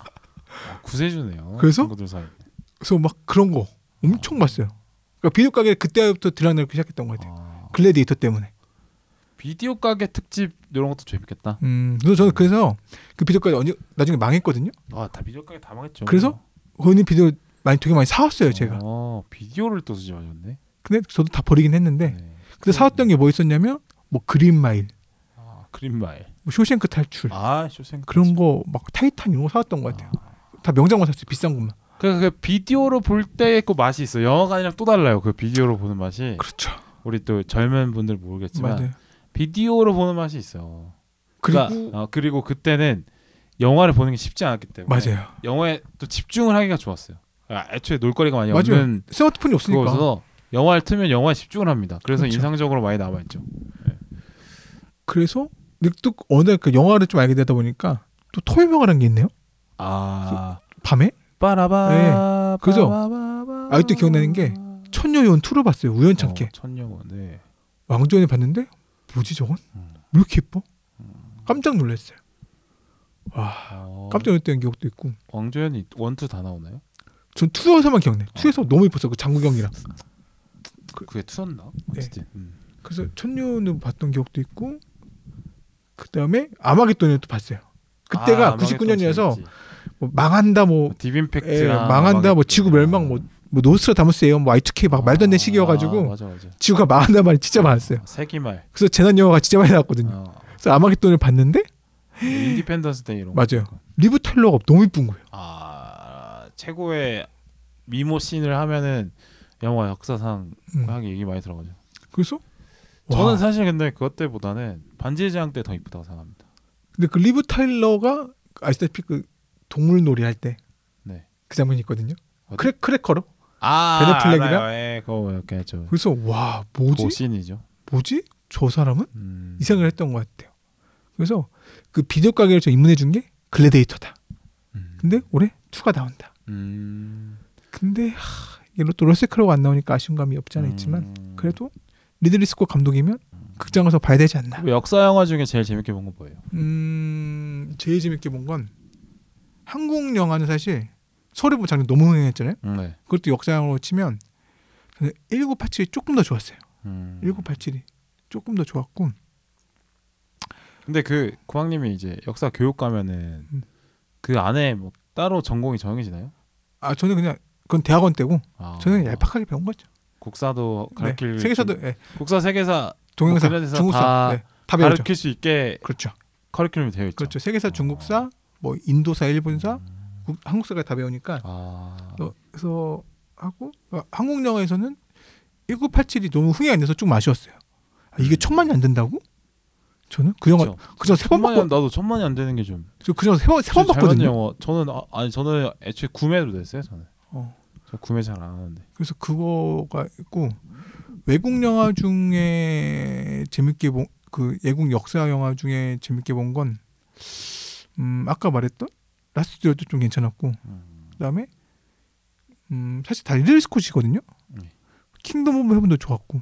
Speaker 1: 어, 구세주네요.
Speaker 2: 그래서? 아,
Speaker 1: 친구들 사이.
Speaker 2: 그래서 막 그런 거 엄청 봤어요. 그러니까 비디오 가게 그때부터 드라마를 시작했던 것 같아요.
Speaker 1: 아.
Speaker 2: 글래디에이터 때문에.
Speaker 1: 비디오 가게 특집 이런 것도 재밌겠다.
Speaker 2: 음, 그래서 저는 그래서 그 비디오 가게 언제 나중에 망했거든요.
Speaker 1: 아, 다 비디오 가게 다 망했죠.
Speaker 2: 그래서 거기 비디오 많이 되게 많이 사왔어요 제가.
Speaker 1: 어, 비디오를 또 수집하셨네.
Speaker 2: 근데 저도 다 버리긴 했는데
Speaker 1: 네.
Speaker 2: 근데 사왔던 게 뭐 있었냐면 뭐 그린마일,
Speaker 1: 아, 그린마일.
Speaker 2: 뭐 쇼생크 탈출
Speaker 1: 아, 쇼생
Speaker 2: 그런 거 막 타이탄 이런 거 사왔던 것 같아요. 다 명장만 샀어요 비싼 것만.
Speaker 1: 그, 그 비디오로 볼 때 그 맛이 있어. 영화관이랑 또 달라요. 그 비디오로 보는 맛이.
Speaker 2: 그렇죠.
Speaker 1: 우리 또 젊은 분들 모르겠지만
Speaker 2: 맞아요.
Speaker 1: 비디오로 보는 맛이 있어.
Speaker 2: 그리고
Speaker 1: 그러니까, 어, 그리고 그때는 영화를 보는 게 쉽지 않았기 때문에
Speaker 2: 맞아요.
Speaker 1: 영화에 또 집중을 하기가 좋았어요. 아, 애초에 놀거리가 많이
Speaker 2: 맞아요.
Speaker 1: 없는
Speaker 2: 스마트폰이 없으니까.
Speaker 1: 그거서 영화를 틀면 영화에 집중을 합니다. 그래서
Speaker 2: 그렇죠.
Speaker 1: 인상적으로 많이 남아 있죠.
Speaker 2: 그래서 근데 또 어느 날 그 영화를 좀 알게 되다 보니까 또 토요명화라는 게 있네요.
Speaker 1: 아,
Speaker 2: 밤에
Speaker 1: 빠라바.
Speaker 2: 네. 그죠? 아직도 기억나는 게 천녀요원 2를 봤어요 우연찮게
Speaker 1: 어, 천녀고. 네.
Speaker 2: 왕조연을 봤는데 뭐지 저건
Speaker 1: 음.
Speaker 2: 왜 이렇게 예뻐? 깜짝 놀랐어요. 와
Speaker 1: 어,
Speaker 2: 깜짝 놀랐던 기억도 있고
Speaker 1: 왕조연이 원투 다 나오나요?
Speaker 2: 전 2에서만 기억나. 2에서 너무 예뻤어 그 장국영이랑.
Speaker 1: 그게 투였나?
Speaker 2: 네.
Speaker 1: 어쨌든. 음.
Speaker 2: 그래서 천년을 봤던 기억도 있고 그 다음에 아마겟돈을 또 봤어요. 그때가
Speaker 1: 아,
Speaker 2: 99년이어서
Speaker 1: 망했던 재밌지.
Speaker 2: 망한다 뭐 예,
Speaker 1: 디빔팩트랑 어.
Speaker 2: 망한다 뭐
Speaker 1: 망했던
Speaker 2: 지구
Speaker 1: 거.
Speaker 2: 멸망 뭐, 뭐 노스트라다무스예요 뭐 Y2K 막 말도 안 되는
Speaker 1: 아,
Speaker 2: 시기여가지고
Speaker 1: 맞아 맞아.
Speaker 2: 지구가 망한다 말이 진짜 많았어요. 음.
Speaker 1: 아, 세기말.
Speaker 2: 그래서 재난 영화가 진짜 많이 나왔거든요.
Speaker 1: 아,
Speaker 2: 그래서 아마겟돈을 봤는데
Speaker 1: 그 인디펜던스 데이 이런 거.
Speaker 2: 맞아요. 리브 텔러가 너무 이쁜 거예요.
Speaker 1: 아 최고의 미모 씬을 하면은 영화 역사상
Speaker 2: 음.
Speaker 1: 하게 얘기 많이 들어가죠.
Speaker 2: 그래서
Speaker 1: 저는
Speaker 2: 와.
Speaker 1: 사실 근데 그것 때보다는 반지의 제왕 때 더 이쁘다고 생각합니다.
Speaker 2: 근데 그 리브 타일러가 아시다시피 그 동물놀이 할 때 그
Speaker 1: 네.
Speaker 2: 장면이 있거든요.
Speaker 1: 어디?
Speaker 2: 크래 크래커로.
Speaker 1: 아,
Speaker 2: 베네플렉이랑?
Speaker 1: 알아요. 예, 그거 이렇게 저
Speaker 2: 그래서 와
Speaker 1: 그
Speaker 2: 뭐지
Speaker 1: 씬이죠.
Speaker 2: 뭐지 저 사람은
Speaker 1: 음.
Speaker 2: 이 생각을 했던 것 같아요. 그래서 그 비디오 가게를 저 입문해 준 게 글래데이터다.
Speaker 1: 음.
Speaker 2: 근데 올해 투가 나온다.
Speaker 1: 음.
Speaker 2: 근데 하, 얘로 또 러셀크로가 안 나오니까 아쉬운 감이 없지 않아 있지만
Speaker 1: 음.
Speaker 2: 그래도 리들리 스콧 감독이면 극장 가서 봐야 되지 않나.
Speaker 1: 그리고 역사 영화 중에 제일 재밌게 본 건 뭐예요?
Speaker 2: 음 제일 재밌게 본 건 한국 영화는 사실 서울의 봄 장르 너무 흥행했잖아요.
Speaker 1: 음, 네.
Speaker 2: 그것도 역사로 치면 저는 1987이 조금 더 좋았어요.
Speaker 1: 음.
Speaker 2: 1987이 조금 더 좋았고
Speaker 1: 근데 그 고학님이 이제 역사 교육 가면은
Speaker 2: 음.
Speaker 1: 그 안에 뭐 따로 전공이 정해지나요?
Speaker 2: 아 저는 그냥 그건 대학원 때고
Speaker 1: 아.
Speaker 2: 저는 얄팍하게 배운 거죠.
Speaker 1: 국사도
Speaker 2: 네.
Speaker 1: 가르칠
Speaker 2: 세계사도 예,
Speaker 1: 국사 세계사
Speaker 2: 동영사,
Speaker 1: 뭐 그런
Speaker 2: 중국사
Speaker 1: 다
Speaker 2: 네, 다 배우죠.
Speaker 1: 가르칠 수 있게
Speaker 2: 그렇죠.
Speaker 1: 커리큘럼이 되어 있죠.
Speaker 2: 그렇죠. 세계사,
Speaker 1: 어. 음.
Speaker 2: 중국사, 뭐 인도사, 일본사, 국- 한국사가 다 배우니까
Speaker 1: 아.
Speaker 2: 어, 그래서 하고 어, 한국 영화에서는 1987이 너무 흥행 안 돼서 좀 아쉬웠어요. 아, 이게
Speaker 1: 음.
Speaker 2: 천만이 안 된다고? 저는 그 영화
Speaker 1: 그쵸.
Speaker 2: 그저 세번
Speaker 1: 천만이 안-
Speaker 2: 봤고
Speaker 1: 나도 천만이 안 되는 게좀
Speaker 2: 저 그저 세번세번 봤거든요.
Speaker 1: 영어 저는 아, 아니 저는 애초에 구매로 됐어요 저는.
Speaker 2: 어.
Speaker 1: 저 구매 잘 안 하는데.
Speaker 2: 그래서 그거가 있고 외국 영화 중에 재밌게 본 그 외국 역사 영화 중에 재밌게 본 건 음, 아까 말했던 라스트 듀얼도 좀 괜찮았고
Speaker 1: 음.
Speaker 2: 그다음에 음, 사실 다 리들 스콧이거든요.
Speaker 1: 네. 음.
Speaker 2: 킹덤 오브 헤븐도 좋았고.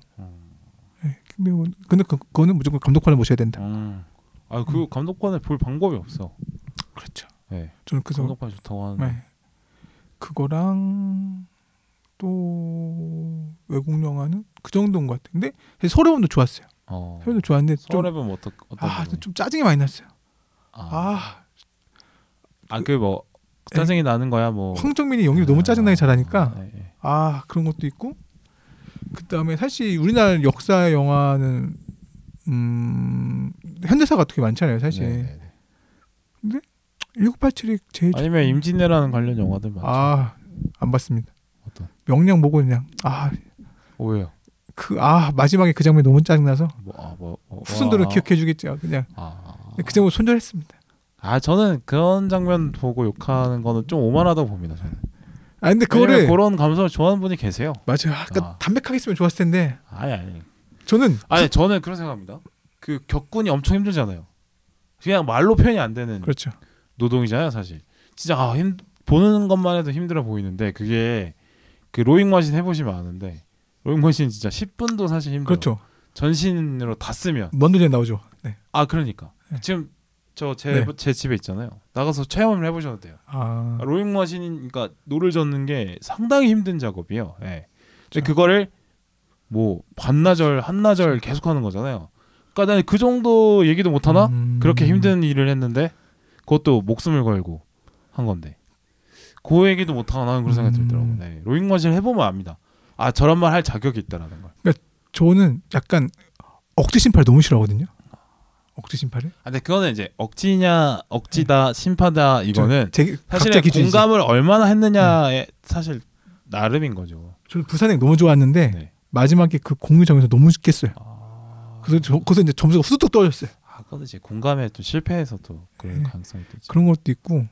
Speaker 2: 예, 킹덤 오브- 근데 그, 그거는 무조건 감독관을 모셔야 된다.
Speaker 1: 음. 아그 감독관을 볼 방법이 없어.
Speaker 2: 그렇죠.
Speaker 1: 네.
Speaker 2: 저는 그래서
Speaker 1: 감독관 좋다고 하는데.
Speaker 2: 네. 그거랑 또 외국 영화는 그 정도인 것 같아요. 근데 사실 서러움도 좋았어요.
Speaker 1: 어.
Speaker 2: 서러움도 좋았는데 좀,
Speaker 1: 서울에면 뭐 어떤 어떤?
Speaker 2: 아,
Speaker 1: 부분이?
Speaker 2: 좀 짜증이 많이 났어요.
Speaker 1: 아.
Speaker 2: 아,
Speaker 1: 아그뭐 짜증이 나는 거야 뭐.
Speaker 2: 황정민이 연기를 너무 짜증나게 잘하니까
Speaker 1: 아, 예, 예.
Speaker 2: 아 그런 것도 있고 그 다음에 사실 우리나라 역사 영화는 음 현대사가 어떻게 많잖아요
Speaker 1: 네,
Speaker 2: 사실
Speaker 1: 네, 네.
Speaker 2: 1987이 제일 좋-
Speaker 1: 아니면 임진왜란 관련 영화들 많죠.
Speaker 2: 아, 안 봤습니다
Speaker 1: 어떤?
Speaker 2: 명량 보고 그냥 아
Speaker 1: 어, 왜요?
Speaker 2: 그 아 마지막에 그 장면이 너무 짜증나서
Speaker 1: 뭐아뭐
Speaker 2: 후손들은 기억해 주겠죠 그냥
Speaker 1: 아.
Speaker 2: 그 장면 손절했습니다
Speaker 1: 아 저는 그런 장면 보고 욕하는 거는 좀 오만하다고 봅니다. 저는.
Speaker 2: 아 근데
Speaker 1: 왜냐면
Speaker 2: 그거를
Speaker 1: 그런 감성을 좋아하는 분이 계세요.
Speaker 2: 맞아요 아까
Speaker 1: 아.
Speaker 2: 담백하게 했으면 좋았을 텐데
Speaker 1: 아니 아니.
Speaker 2: 저는
Speaker 1: 아니 저는 그런 생각합니다. 그 격군이 엄청 힘들잖아요. 그냥 말로 표현이 안 되는
Speaker 2: 그렇죠
Speaker 1: 노동이잖아요, 사실. 진짜 아, 힘, 보는 것만 해도 힘들어 보이는데 그게 그 로잉 머신 해보시면 아는데 로잉 머신 진짜 10분도 사실 힘들어.
Speaker 2: 그렇죠
Speaker 1: 전신으로 다 쓰면
Speaker 2: 먼도전 나오죠 네.
Speaker 1: 아 그러니까
Speaker 2: 네.
Speaker 1: 지금 저 제 제
Speaker 2: 네.
Speaker 1: 집에 있잖아요. 나가서 체험을 해보셔도 돼요.
Speaker 2: 아
Speaker 1: 로잉 머신 그러니까 노를 젓는 게 상당히 힘든 작업이에요. 예. 근데
Speaker 2: 그렇죠.
Speaker 1: 그거를 뭐 반나절 한나절
Speaker 2: 그렇죠.
Speaker 1: 계속하는 거잖아요. 그러니까 나는 그 정도 얘기도 못 하나?
Speaker 2: 음.
Speaker 1: 그렇게 힘든 일을 했는데 그것도 목숨을 걸고 한 건데 그 얘기도 못 하나 나는 그런 생각이
Speaker 2: 음.
Speaker 1: 들더라고요. 네. 로잉 머신 해보면 압니다. 아 저런 말 할 자격이 있다라는 걸. 아,
Speaker 2: 저는 약간 억지 심팔 너무 싫어하거든요. 억지 심팔을
Speaker 1: 아, 근데 그거는 이제 억지냐 억지다 심파다 이거는
Speaker 2: 제, 네. 각자 네.
Speaker 1: 사실
Speaker 2: 기준이 있어요.
Speaker 1: 공감을 얼마나 했느냐에 사실 나름인 거죠.
Speaker 2: 저는 부산행 너무 좋았는데
Speaker 1: 네.
Speaker 2: 마지막에 그 공유장에서 너무 죽겠어요.
Speaker 1: 아,
Speaker 2: 그래서 저, 거기서 이제 점수가 후두둑 떨어졌어요.
Speaker 1: 아, 그건 이제 공감에 또 실패해서 또 그런
Speaker 2: 네.
Speaker 1: 가능성이 또 있죠.
Speaker 2: 그런 것도 있고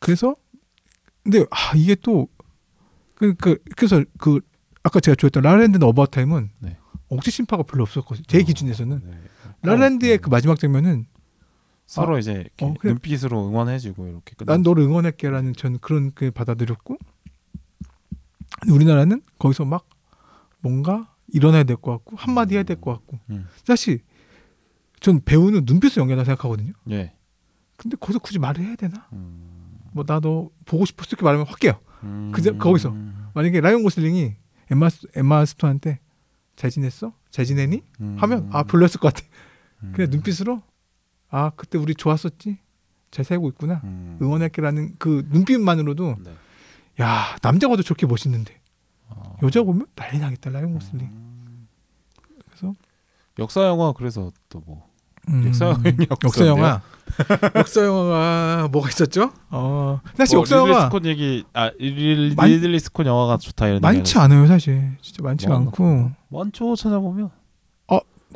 Speaker 2: 그래서 근데 아 이게 또그 그, 그래서 그 아까 제가 좋아했던 라랜드나 어바타임은
Speaker 1: 네.
Speaker 2: 억지 심파가 별로 없었거든요.
Speaker 1: 어,
Speaker 2: 제 기준에서는
Speaker 1: 네.
Speaker 2: 라랜드의 그 마지막 장면은
Speaker 1: 서로 이제 이렇게
Speaker 2: 어, 그래.
Speaker 1: 눈빛으로 응원해주고 이렇게 끝.
Speaker 2: 난 너를 응원할게라는 전 그런 게 받아들였고 근데 우리나라는 거기서 막 뭔가 일어나야 될 것 같고 한마디 해야 될 것 같고
Speaker 1: 음.
Speaker 2: 사실 전 배우는 눈빛으로 연기한다 생각하거든요
Speaker 1: 예.
Speaker 2: 근데 거기서 굳이 말을 해야 되나
Speaker 1: 음.
Speaker 2: 뭐 나 너 보고 싶었어 이렇게 말하면 확 깨요
Speaker 1: 음.
Speaker 2: 그저 거기서. 만약에 라이언 고슬링이 엠마, 스- 엠마 스톤한테 잘 지냈어? 잘 지내니?
Speaker 1: 음.
Speaker 2: 하면 아 불렀을 것 같아
Speaker 1: 음.
Speaker 2: 그냥 눈빛으로 아 그때 우리 좋았었지 잘 살고 있구나
Speaker 1: 음.
Speaker 2: 응원할게라는 그 눈빛만으로도
Speaker 1: 네.
Speaker 2: 야 남자가도 저렇게 멋있는데
Speaker 1: 어.
Speaker 2: 여자 보면 난리 나겠다 라이온 고슬링
Speaker 1: 음.
Speaker 2: 그래서
Speaker 1: 역사 영화 그래서 또 뭐
Speaker 2: 음,
Speaker 1: 역사 영화는
Speaker 2: 역사 영화 역사 영화가 뭐가 있었죠? 어 사실 역사
Speaker 1: 뭐 리들리
Speaker 2: 영화
Speaker 1: 스콧 얘기 아 리,
Speaker 2: 많-
Speaker 1: 리들리 스콧 영화가 좋다 이런
Speaker 2: 많지
Speaker 1: 얘기
Speaker 2: 않아요 사실 진짜 많지가
Speaker 1: 네. 뭐
Speaker 2: 않고
Speaker 1: 많죠 찾아보면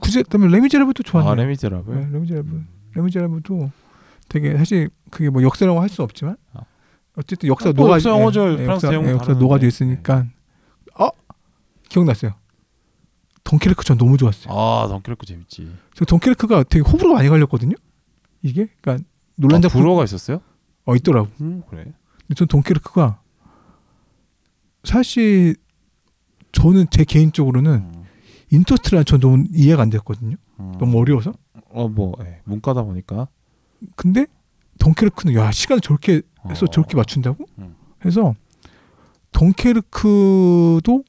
Speaker 2: 굳이 그다음에 레미제라블도 좋았네요
Speaker 1: 아
Speaker 2: 레미...
Speaker 1: 레미제라블
Speaker 2: 네, 레미제라블 레미제라블도 되게 사실 그게 뭐 역사 영화 할 수 없지만
Speaker 1: 아.
Speaker 2: 어쨌든 역사
Speaker 1: 아, 또
Speaker 2: 녹아져
Speaker 1: 역사 영화죠. 프랑스
Speaker 2: 역사,
Speaker 1: 영화
Speaker 2: 예, 역사
Speaker 1: 다르는데.
Speaker 2: 녹아져 있으니까 어 기억났어요 덩케르크 전 너무 좋았어요
Speaker 1: 아 덩키르크 재밌지
Speaker 2: 저 덩케르크가 되게 호불호 많이 갈렸거든요. 이게 그러니까 논란
Speaker 1: 아,
Speaker 2: 작품
Speaker 1: 불어가 있었어요?
Speaker 2: 어 있더라고.
Speaker 1: 음 그래
Speaker 2: 근데 전 덩케르크가 사실 저는 제 개인적으로는
Speaker 1: 음.
Speaker 2: 인터스트라 전 너무 이해가 안 됐거든요.
Speaker 1: 음.
Speaker 2: 너무 어려워서.
Speaker 1: 어뭐 예, 문과다 보니까
Speaker 2: 근데 덩케르크는 야 시간을 저렇게 해서
Speaker 1: 어.
Speaker 2: 저렇게 맞춘다고?
Speaker 1: 음.
Speaker 2: 해서 덩케르크도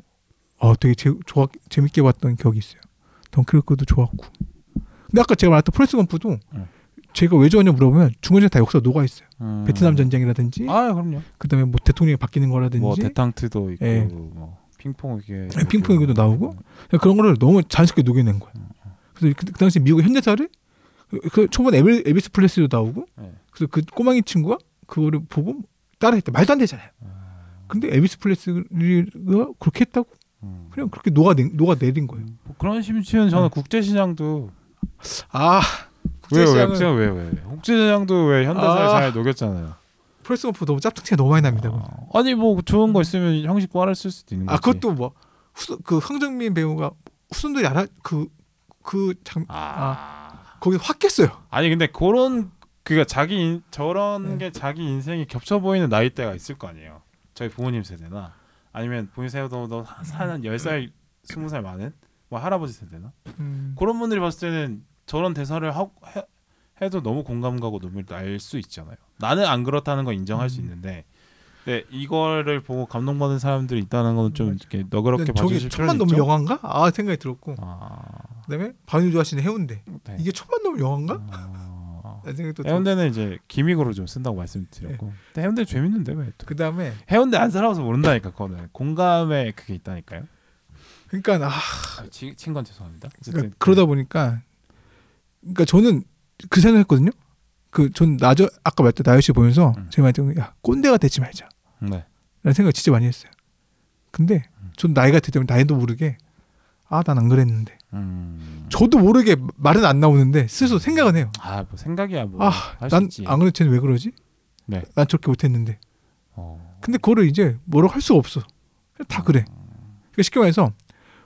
Speaker 2: 아 되게 제, 좋아 재밌게 봤던 기억이 있어요. 덩케르크도 좋았고. 근데 아까 제가 말했던 프레스 건프도
Speaker 1: 음.
Speaker 2: 제가 왜 좋아하냐 물어보면 중간에 다 역사 녹아 있어요.
Speaker 1: 음.
Speaker 2: 베트남 전쟁이라든지
Speaker 1: 아 그럼요
Speaker 2: 그다음에 뭐 대통령이 바뀌는 거라든지
Speaker 1: 뭐 대탕트도 있고
Speaker 2: 예.
Speaker 1: 뭐 핑퐁 이게
Speaker 2: 예, 핑퐁 얘기도 나오고. 그런 거를 너무 자연스럽게 녹여낸 거야. 그래서 그, 그 당시 미국의 현대사를 그, 그 초반 에비, 에비스 플레스도 나오고
Speaker 1: 네.
Speaker 2: 그래서 그 꼬망이 친구가 그거를 보고 따라했다 말도 안 되잖아요. 근데 에비스 플레스가 그렇게 했다고
Speaker 1: 음.
Speaker 2: 그냥 그렇게 녹아 녹아 내린 거예요.
Speaker 1: 뭐 그런 심지어는 저는 국제시장도
Speaker 2: 아
Speaker 1: 왜왜
Speaker 2: 국제시장은-
Speaker 1: 국제 왜왜 국제시장도 왜 현대사를
Speaker 2: 아.
Speaker 1: 잘 녹였잖아요.
Speaker 2: 프레스 건프 너무 짭퉁티가 너무 많이 납니다. 그거.
Speaker 1: 아, 아니 뭐 좋은 거 있으면 형식 꽈를 쓸 수도 있는
Speaker 2: 아
Speaker 1: 거지.
Speaker 2: 그것도 뭐 후손 그 황정민 배우가 후손들이 알아 그, 그그장
Speaker 1: 아.
Speaker 2: 거기 확 깼어요.
Speaker 1: 아니 근데 그런 그가 자기 인, 저런 게 자기 인생이 겹쳐 보이는 나이대가 있을 거 아니에요. 저희 부모님 세대나 아니면 본인 생각보다 한 10살, 20살 많은 뭐 할아버지 세대나
Speaker 2: 음.
Speaker 1: 그런 분들이 봤을 때는 저런 대사를 하, 해, 해도 너무 공감 가고 눈물 날 수 있잖아요. 나는 안 그렇다는 건 인정할 수
Speaker 2: 음.
Speaker 1: 있는데 근데 이거를 보고 감동받은 사람들이 있다는 건 좀
Speaker 2: 맞아.
Speaker 1: 이렇게 너그럽게
Speaker 2: 저게
Speaker 1: 봐주실 필요는
Speaker 2: 천만
Speaker 1: 있죠.
Speaker 2: 넘으 영화인가? 아 생각이 들었고
Speaker 1: 아,
Speaker 2: 그다음에 반유조 하시는 해운대
Speaker 1: 네.
Speaker 2: 이게 천만 넘으 영화인가?
Speaker 1: 어...
Speaker 2: 라는 생각도 들었고
Speaker 1: 해운대는 이제 기믹으로 좀 쓴다고 말씀드렸고
Speaker 2: 네.
Speaker 1: 근데 해운대 재밌는데 왜 또?
Speaker 2: 그다음에
Speaker 1: 해운대 안 살아봐서 모른다니까 그거는 공감에 그게 있다니까요.
Speaker 2: 그러니까 아
Speaker 1: 친건 죄송합니다. 어쨌든 네.
Speaker 2: 그러니까 그러다 보니까 그러니까 저는 그 생각했거든요. 그 전 나저 아까 말했던 나열 씨 보면서
Speaker 1: 음.
Speaker 2: 제가 말했던 게, 야 꼰대가 되지 말자
Speaker 1: 네.
Speaker 2: 라는 생각을 진짜 많이 했어요. 근데
Speaker 1: 음.
Speaker 2: 전 나이가 들면 나이도 모르게 아 난 안 그랬는데
Speaker 1: 음.
Speaker 2: 저도 모르게 말은 안 나오는데 스스로 생각은 해요.
Speaker 1: 아뭐 생각이야 뭐.
Speaker 2: 아
Speaker 1: 할수
Speaker 2: 난
Speaker 1: 있지.
Speaker 2: 안 그래 쟤는 왜 그러지?
Speaker 1: 네.
Speaker 2: 난 저렇게 못했는데
Speaker 1: 어.
Speaker 2: 근데 그거를 이제 뭐라고 할 수가 없어. 그냥 다 그래. 그러니까 쉽게 말해서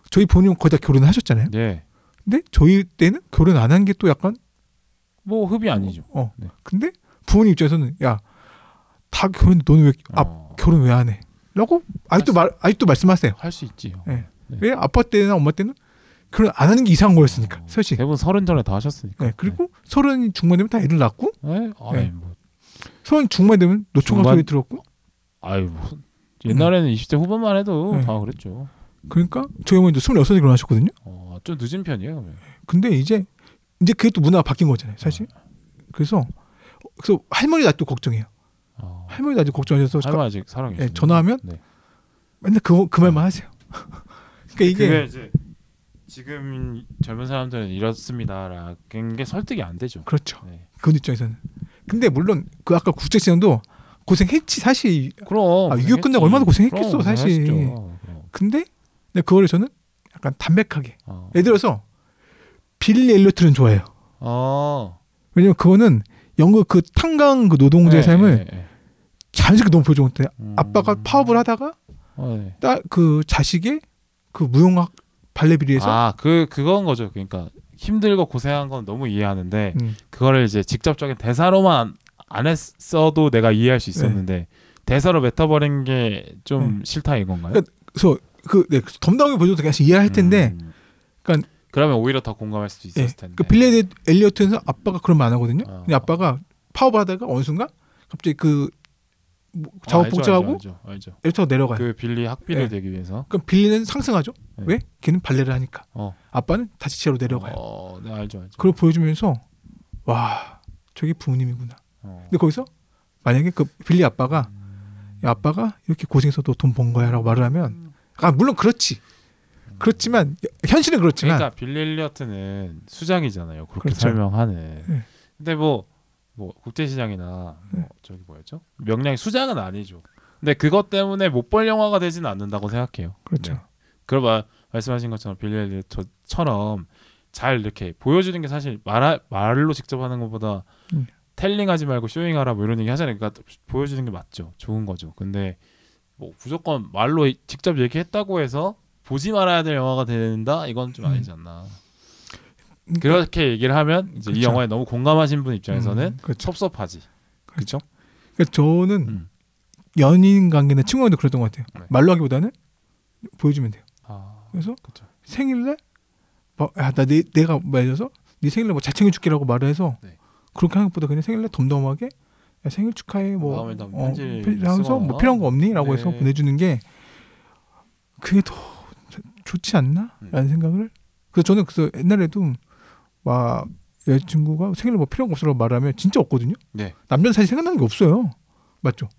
Speaker 2: 저희 부모님 은 거의 다 결혼하셨잖아요.
Speaker 1: 네.
Speaker 2: 근데 저희 때는 결혼 안 한 게 또 약간
Speaker 1: 뭐 흡이 아니죠.
Speaker 2: 어.
Speaker 1: 네.
Speaker 2: 근데 부모님 입장에서는 야 다 결혼 너는 왜 아,
Speaker 1: 어.
Speaker 2: 결혼 왜 안 해? 라고 아직도 말 아직도 말씀하세요.
Speaker 1: 할 수 있지요.
Speaker 2: 예.
Speaker 1: 네.
Speaker 2: 왜 아빠 때나 엄마 때는 결혼 안 하는 게 이상한 거였으니까
Speaker 1: 어,
Speaker 2: 솔직히.
Speaker 1: 대부분 서른 전에 다 하셨으니까.
Speaker 2: 네, 그리고 서른 중반 되면 다 애를 낳고
Speaker 1: 네. 네? 아이
Speaker 2: 네.
Speaker 1: 뭐.
Speaker 2: 서른 중반 되면 노총각
Speaker 1: 중반?
Speaker 2: 소리 들었고
Speaker 1: 아이 뭐. 옛날에는 20대 후반만 해도
Speaker 2: 네.
Speaker 1: 다 그랬죠.
Speaker 2: 그러니까 저희 어머니도 스물여섯에 결혼하셨거든요.
Speaker 1: 어, 좀 늦은 편이에요. 그러면.
Speaker 2: 근데 이제 이제 그게 또 문화가 바뀐 거잖아요, 사실. 그래서 그래서 할머니 나도 걱정해요.
Speaker 1: 어.
Speaker 2: 할머니 나도 걱정하셔서
Speaker 1: 할머 아직 사랑해.
Speaker 2: 예, 전화하면
Speaker 1: 네.
Speaker 2: 맨날 그, 그 말만 하세요. 그러니까 이게
Speaker 1: 그게 이제 지금 젊은 사람들은 이렇습니다라는 게 설득이 안 되죠.
Speaker 2: 그렇죠.
Speaker 1: 네.
Speaker 2: 그분 입장에서는. 근데 물론 그 아까 국제시장도 고생했지 사실.
Speaker 1: 그럼
Speaker 2: 아, 유교
Speaker 1: 고생했지.
Speaker 2: 끝나고 얼마나 고생했겠어,
Speaker 1: 그럼
Speaker 2: 사실.
Speaker 1: 고생했죠. 그럼.
Speaker 2: 근데 근데 그거를 저는 약간 담백하게.
Speaker 1: 어.
Speaker 2: 예를 들어서 빌리 엘리어트는 좋아해요.
Speaker 1: 어.
Speaker 2: 왜냐면 그거는 영국 그 탄광 그 노동자의
Speaker 1: 예,
Speaker 2: 삶을
Speaker 1: 예, 예.
Speaker 2: 자연스럽게 너무 보여줬는데
Speaker 1: 음.
Speaker 2: 아빠가 파업을 하다가
Speaker 1: 어, 네.
Speaker 2: 딸 그 자식의 그 무용학 발레 비리에서
Speaker 1: 아그 그건 거죠. 그러니까 힘들고 고생한 건 너무 이해하는데
Speaker 2: 음,
Speaker 1: 그거를 이제 직접적인 대사로만 안 했어도 내가 이해할
Speaker 2: 네.
Speaker 1: 수 있었는데 대사로 뱉어버린 게 좀 싫다 이건가요?
Speaker 2: 그러니까 그래서 그 네, 그래서 덤덤하게 보여줘도 그냥 이해할 텐데
Speaker 1: 음.
Speaker 2: 그러니까-
Speaker 1: 그러면 오히려 더 공감할 수도
Speaker 2: 예,
Speaker 1: 있었을 텐데.
Speaker 2: 그 빌리 엘리어트는 아빠가 그런 말 안 하거든요.
Speaker 1: 어.
Speaker 2: 근데 아빠가 파업하다가 어느 순간 갑자기 그 뭐,
Speaker 1: 아,
Speaker 2: 작업
Speaker 1: 알죠,
Speaker 2: 복잡하고
Speaker 1: 알죠, 알죠, 알죠.
Speaker 2: 엘리어트가 내려가요. 그,
Speaker 1: 그 빌리 학비를
Speaker 2: 예.
Speaker 1: 대기 위해서.
Speaker 2: 럼 빌리는 상승하죠.
Speaker 1: 네.
Speaker 2: 왜? 걔는 발레를 하니까.
Speaker 1: 어.
Speaker 2: 아빠는 다시 지하로 내려가요.
Speaker 1: 어, 네 알죠, 알죠.
Speaker 2: 그걸 보여주면서 와 저게 부모님이구나.
Speaker 1: 어.
Speaker 2: 근데 거기서 만약에 그 빌리 아빠가
Speaker 1: 음.
Speaker 2: 야, 아빠가 이렇게 고생해서 너 돈 번 거야라고 말을 하면 아 물론 그렇지. 그렇지만 현실은 그렇지만
Speaker 1: 그러니까 빌리 엘리어트는 수작이잖아요. 그렇게
Speaker 2: 그렇죠.
Speaker 1: 설명하는.
Speaker 2: 네.
Speaker 1: 근데 뭐, 뭐 국제시장이나 뭐 저기 뭐였죠? 명량이 수작은 아니죠. 근데 그것 때문에 못 벌 영화가 되지는 않는다고 생각해요.
Speaker 2: 그렇죠.
Speaker 1: 네. 그럼 말- 말씀하신 것처럼 빌리 엘리어트처럼 잘 이렇게 보여주는 게 사실 말 말로 직접 하는 것보다
Speaker 2: 음.
Speaker 1: 텔링하지 말고 쇼잉하라 뭐 이런 얘기 하잖아요. 그러니까 보여주는 게 맞죠. 좋은 거죠. 근데 뭐 무조건 말로 이- 직접 얘기했다고 해서 보지 말아야 될 영화가 된다 이건 좀
Speaker 2: 음.
Speaker 1: 아니지 않나.
Speaker 2: 그러니까-
Speaker 1: 그렇게 얘기를 하면 이제 이
Speaker 2: 그쵸.
Speaker 1: 영화에 너무 공감하신 분 입장에서는
Speaker 2: 음, 그렇죠.
Speaker 1: 섭섭하지.
Speaker 2: 그렇죠. 그러니까 저는
Speaker 1: 음.
Speaker 2: 연인 관계나 친구 관계도 그랬던 것 같아요.
Speaker 1: 네.
Speaker 2: 말로 하기보다는 보여주면 돼요.
Speaker 1: 아,
Speaker 2: 그래서
Speaker 1: 그렇죠.
Speaker 2: 생일날 뭐, 아, 막야나 내가 말해서 네 생일날 뭐잘 챙겨줄게라고 말을 해서
Speaker 1: 네.
Speaker 2: 그렇게 하는 것보다 그냥 생일날 덤덤하게 야, 생일 축하해 뭐
Speaker 1: 마음을 담은
Speaker 2: 어,
Speaker 1: 편지를
Speaker 2: 필- 하면서
Speaker 1: 쓰거나.
Speaker 2: 뭐 필요한 거 없니라고 해서
Speaker 1: 네.
Speaker 2: 보내주는 게 그게 더 좋지
Speaker 1: 음.
Speaker 2: 않나라는 생각을 그래서 저는 그래서 옛날에도 막 여자친구가 생일 뭐 필요한 거 없어라고 말하면 진짜 없거든요.
Speaker 1: 네.
Speaker 2: 남자는 사실 생각나는 게 없어요. 맞죠?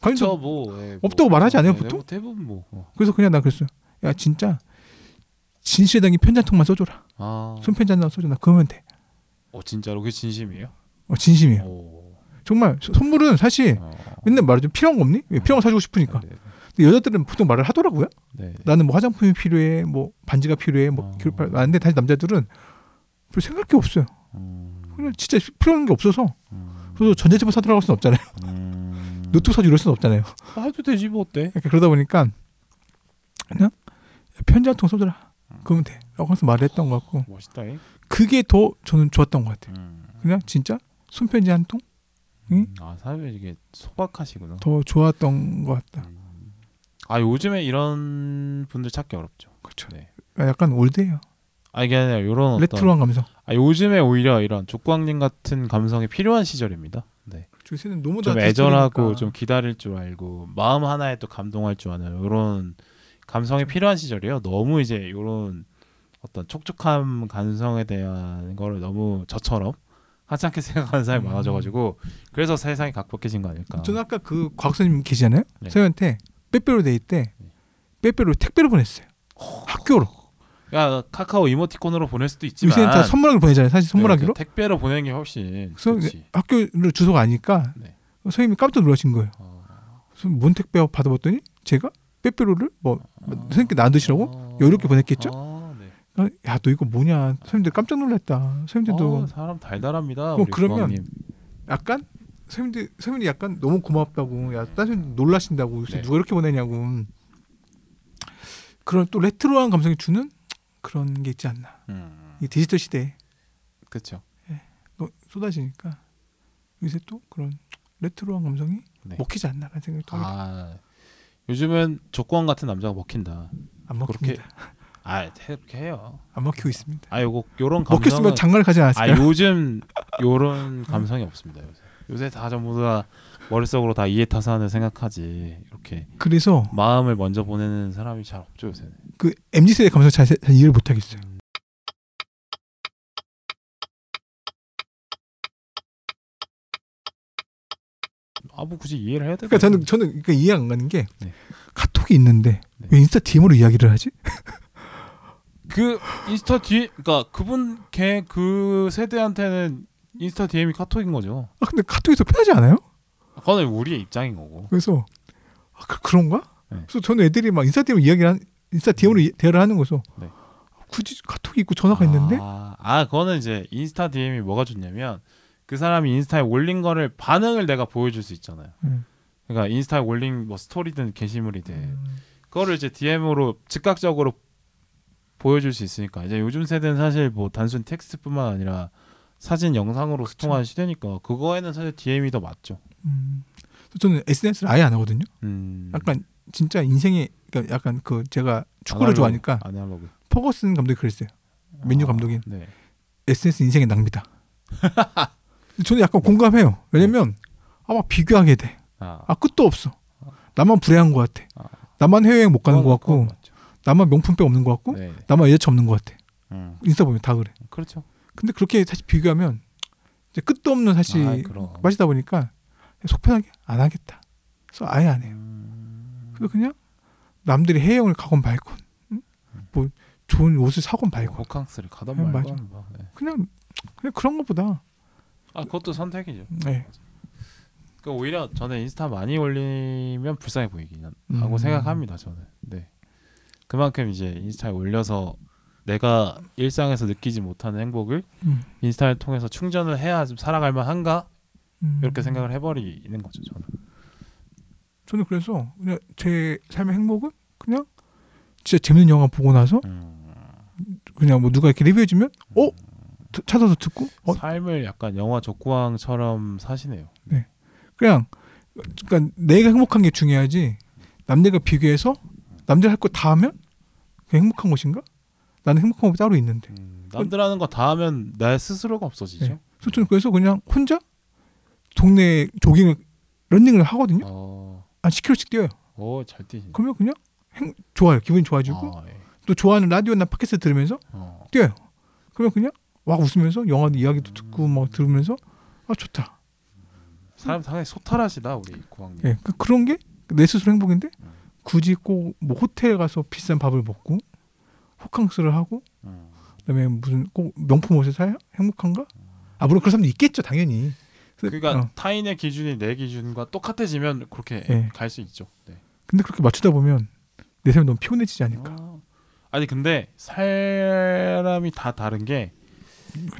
Speaker 2: 관심
Speaker 1: 저뭐 예, 뭐,
Speaker 2: 없다고 말하지 않아요,
Speaker 1: 네,
Speaker 2: 보통?
Speaker 1: 뭐 대부분 뭐. 어.
Speaker 2: 그래서 그냥 나 그랬어요. 야 진짜 진실에 담긴 편지 한 통만 써줘라.
Speaker 1: 아,
Speaker 2: 손편지 하나 써줘라. 그러면 돼.
Speaker 1: 어 진짜로 그게 진심이에요?
Speaker 2: 어, 진심이에요.
Speaker 1: 오.
Speaker 2: 정말 소- 선물은 사실
Speaker 1: 어.
Speaker 2: 맨날 말하죠. 필요한 거 없니? 왜 필요한 거 사주고 싶으니까.
Speaker 1: 네,
Speaker 2: 근데 여자들은 보통 말을 하더라고요.
Speaker 1: 네.
Speaker 2: 그러니까. 나는 뭐 화장품이 필요해, 뭐 반지가 필요해, 뭐
Speaker 1: 어.
Speaker 2: 기록 하는데 다시 남자들은 별 생각할 게 없어요.
Speaker 1: 음,
Speaker 2: 그냥 진짜 필요한 게 없어서
Speaker 1: 음,
Speaker 2: 그래서 전자제품 사달라고 할 수는 없잖아요.
Speaker 1: 음.
Speaker 2: 노트북 사주 이럴 수는 없잖아요.
Speaker 1: 아, 해도 되지 뭐 어때?
Speaker 2: 그러니까 그러다 보니까 그냥 편지 한 통 써줘라. 그러면 돼. 라고 해서 말을 했던 것 같고
Speaker 1: 멋있다. 잉?
Speaker 2: 그게 더 저는 좋았던 것 같아요.
Speaker 1: 음.
Speaker 2: 그냥 진짜 손편지 한 통 더
Speaker 1: 아 사람이 이게 소박하시구나.
Speaker 2: 좋았던 것 같다.
Speaker 1: 음. 아 요즘에 이런 분들 찾기 어렵죠.
Speaker 2: 그렇죠.
Speaker 1: 네.
Speaker 2: 약간 올드해요.
Speaker 1: 아 이게 아니라 이런 어떤
Speaker 2: 레트로한 감성.
Speaker 1: 아 요즘에 오히려 이런 조광님 같은 감성이 필요한 시절입니다. 네.
Speaker 2: 요새는 너무 그러니까.
Speaker 1: 좀
Speaker 2: 다
Speaker 1: 애절하고
Speaker 2: 디지털이니까.
Speaker 1: 좀 기다릴 줄 알고 마음 하나에 또 감동할 줄 아는 이런 감성이 필요한 시절이에요. 너무 이제 이런 어떤 촉촉함 감성에 대한 거를 너무 저처럼 하찮게 생각하는 사람이
Speaker 2: 음.
Speaker 1: 많아져가지고 그래서 세상이 각박해진 거 아닐까.
Speaker 2: 저는 아까 그 곽선님 계시잖아요.
Speaker 1: 네.
Speaker 2: 서현한테 빼빼로 데이 때 빼빼로 택배로 보냈어요. 학교로.
Speaker 1: 야 카카오 이모티콘으로 보낼 수도 있지만
Speaker 2: 요새는 다 선물하기로 보내잖아요. 사실 선물하기로.
Speaker 1: 네, 택배로 보내는 게 훨씬
Speaker 2: 그래서
Speaker 1: 그렇지.
Speaker 2: 학교를 주소가 아니까
Speaker 1: 네.
Speaker 2: 선생님이 깜짝 놀라신 거예요.
Speaker 1: 어.
Speaker 2: 그래서 뭔 택배 받아봤더니 제가 빼빼로를 뭐 선생님께 놔두시라고
Speaker 1: 어.
Speaker 2: 이렇게 보냈겠죠?
Speaker 1: 아, 네.
Speaker 2: 야 너 이거 뭐냐 선생님들 깜짝 놀랐다 선생님들도
Speaker 1: 어, 사람 달달합니다.
Speaker 2: 어,
Speaker 1: 우리
Speaker 2: 그러면-
Speaker 1: 부모님.
Speaker 2: 약간 선생님들 선생님이 약간 너무 고맙다고 야 따님 놀라신다고
Speaker 1: 네.
Speaker 2: 누가 이렇게 보내냐고 그런 또 레트로한 감성이 주는 그런 게 있지 않나
Speaker 1: 음,
Speaker 2: 이 디지털 시대에
Speaker 1: 그렇죠.
Speaker 2: 또 쏟아지니까 요새 또 그런 레트로한 감성이
Speaker 1: 네.
Speaker 2: 먹히지 않나 라는 생각이 또 안
Speaker 1: 아 요즘엔 조건 같은 남자가 먹힌다.
Speaker 2: 먹힙니다
Speaker 1: 아 해- 그렇게 해요.
Speaker 2: 안 먹히고 있습니다
Speaker 1: 아 요거 요런 감성은
Speaker 2: 먹혔으면 장가를 가지
Speaker 1: 아
Speaker 2: 않았을까요?
Speaker 1: 요즘 요런 감성이 없습니다 요새. 요새 다 전부 다 머릿속으로 다 이해타산을 생각하지 이렇게
Speaker 2: 그래서
Speaker 1: 마음을 먼저 보내는 사람이 잘 없죠 요새는.
Speaker 2: 그 MZ 세대 감성 잘, 잘 이해를 못 하겠어요.
Speaker 1: 아뭐 굳이 이해를 해야 돼?
Speaker 2: 그러니까 저는 저는 그러니까 이해 안 가는 게
Speaker 1: 네.
Speaker 2: 카톡이 있는데
Speaker 1: 네.
Speaker 2: 왜 인스타 DM으로 이야기를 하지?
Speaker 1: 그 인스타 뒤 그러니까 그분 걔 그 세대한테는 인스타 DM이 카톡인 거죠.
Speaker 2: 아 근데 카톡이 더 편하지 않아요?
Speaker 1: 그거는 우리의 입장인 거고.
Speaker 2: 그래서 아, 그, 그런가?
Speaker 1: 네.
Speaker 2: 그래서 저는 애들이 막 인스타 DM 이야기를 한, 인스타 DM으로 대화를 하는 거죠.
Speaker 1: 네.
Speaker 2: 굳이 카톡이 있고 전화가 있는데
Speaker 1: 아, 아, 그거는 이제 인스타 DM이 뭐가 좋냐면 그 사람이 인스타에 올린 거를 반응을 내가 보여줄 수 있잖아요.
Speaker 2: 음.
Speaker 1: 그러니까 인스타에 올린 뭐 스토리든 게시물이든 그거를 이제 DM으로 즉각적으로 보여줄 수 있으니까 이제 요즘 세대는 사실 뭐 단순 텍스트뿐만 아니라 사진 영상으로 소통하는 시대니까 그거에는 사실 DM이 더 맞죠.
Speaker 2: 음. 그래서 저는 SNS를 아예 안 하거든요.
Speaker 1: 음.
Speaker 2: 약간 진짜 인생에 그러니까 약간 그 제가 축구를
Speaker 1: 아날로그,
Speaker 2: 좋아하니까
Speaker 1: 아날로그.
Speaker 2: 퍼거슨 감독이 그랬어요. 맨유
Speaker 1: 아,
Speaker 2: 감독인.
Speaker 1: 네.
Speaker 2: SNS 인생의 낭비다. 저는 약간 공감해요.
Speaker 1: 네.
Speaker 2: 왜냐면 아마 비교하게 돼.
Speaker 1: 아,
Speaker 2: 아 끝도 없어. 나만 불행한 것 같아.
Speaker 1: 아.
Speaker 2: 나만 해외여행 못 가는 것 같고, 어?
Speaker 1: 맞죠.
Speaker 2: 나만 명품백 없는 것 같고,
Speaker 1: 네.
Speaker 2: 나만 여자친구 없는 것 같아.
Speaker 1: 음.
Speaker 2: 인스타 보면 다 그래.
Speaker 1: 그렇죠.
Speaker 2: 근데 그렇게 사실 비교하면 이제 끝도 없는 사실
Speaker 1: 아이, 그럼.
Speaker 2: 빠지다 보니까 속 편하게 안 하겠다. 그래서 아예 안 해요.
Speaker 1: 음.
Speaker 2: 그래서 그냥 남들이 해외여행을 가건 말건, 응?
Speaker 1: 음.
Speaker 2: 뭐 좋은 옷을 사건 말건,
Speaker 1: 호캉스를 가던
Speaker 2: 네,
Speaker 1: 말고
Speaker 2: 맞아.
Speaker 1: 하는 거. 네.
Speaker 2: 그냥 그냥 그런 것보다.
Speaker 1: 아 그것도 선택이죠.
Speaker 2: 네.
Speaker 1: 그 오히려 저는 인스타 많이 올리면 불쌍해 보이긴 한-
Speaker 2: 음.
Speaker 1: 하고 생각합니다. 저는. 네. 그만큼 이제 인스타에 올려서 내가 일상에서 느끼지 못하는 행복을
Speaker 2: 음.
Speaker 1: 인스타를 통해서 충전을 해야 좀 살아갈 만한가
Speaker 2: 음.
Speaker 1: 이렇게 생각을 해버리는 거죠. 저는.
Speaker 2: 저는 그래서 그냥 제 삶의 행복은 그냥 진짜 재밌는 영화 보고 나서
Speaker 1: 음.
Speaker 2: 그냥 뭐 누가 이렇게 리뷰해주면 어 드- 찾아서 듣고 어
Speaker 1: 삶을 약간 영화 족구왕처럼 사시네요.
Speaker 2: 그냥 그러니까 내가 행복한 게 중요하지 남들과 비교해서 남들 할 거 다 하면 그냥 행복한 것인가? 나는 행복한 법이 따로 있는데
Speaker 1: 음, 남들 하는 거 다 하면 나 스스로가 없어지죠.
Speaker 2: 네. 그래서 저는 그래서 그냥 혼자 동네 조깅을 런닝을 하거든요
Speaker 1: 어,
Speaker 2: 한 10km씩 뛰어요
Speaker 1: 오, 잘 뛰시네.
Speaker 2: 그러면 그냥 행, 좋아요 기분이 좋아지고
Speaker 1: 아, 예.
Speaker 2: 또 좋아하는 라디오나 팟캐스트 들으면서
Speaker 1: 어.
Speaker 2: 뛰어요. 그러면 그냥 막 웃으면서 영화도 이야기도 듣고 막 들으면서 아 좋다.
Speaker 1: 사람 상당히 소탈하시다 우리 고왕님.
Speaker 2: 예, 그, 그런 게 내 스스로 행복인데 굳이 꼭 뭐 호텔 가서 비싼 밥을 먹고 호캉스를 하고
Speaker 1: 음.
Speaker 2: 그다음에 무슨 꼭 명품 옷을 사야 행복한가? 아 물론 그런 사람도 있겠죠 당연히. 그래서-
Speaker 1: 그러니까
Speaker 2: 어,
Speaker 1: 타인의 기준이 내 기준과 똑같아지면 그렇게
Speaker 2: 예.
Speaker 1: 갈 수 있죠. 네.
Speaker 2: 근데 그렇게 맞추다 보면 내 삶이 너무 피곤해지지 않을까.
Speaker 1: 아. 아니 근데 사람이 다 다른 게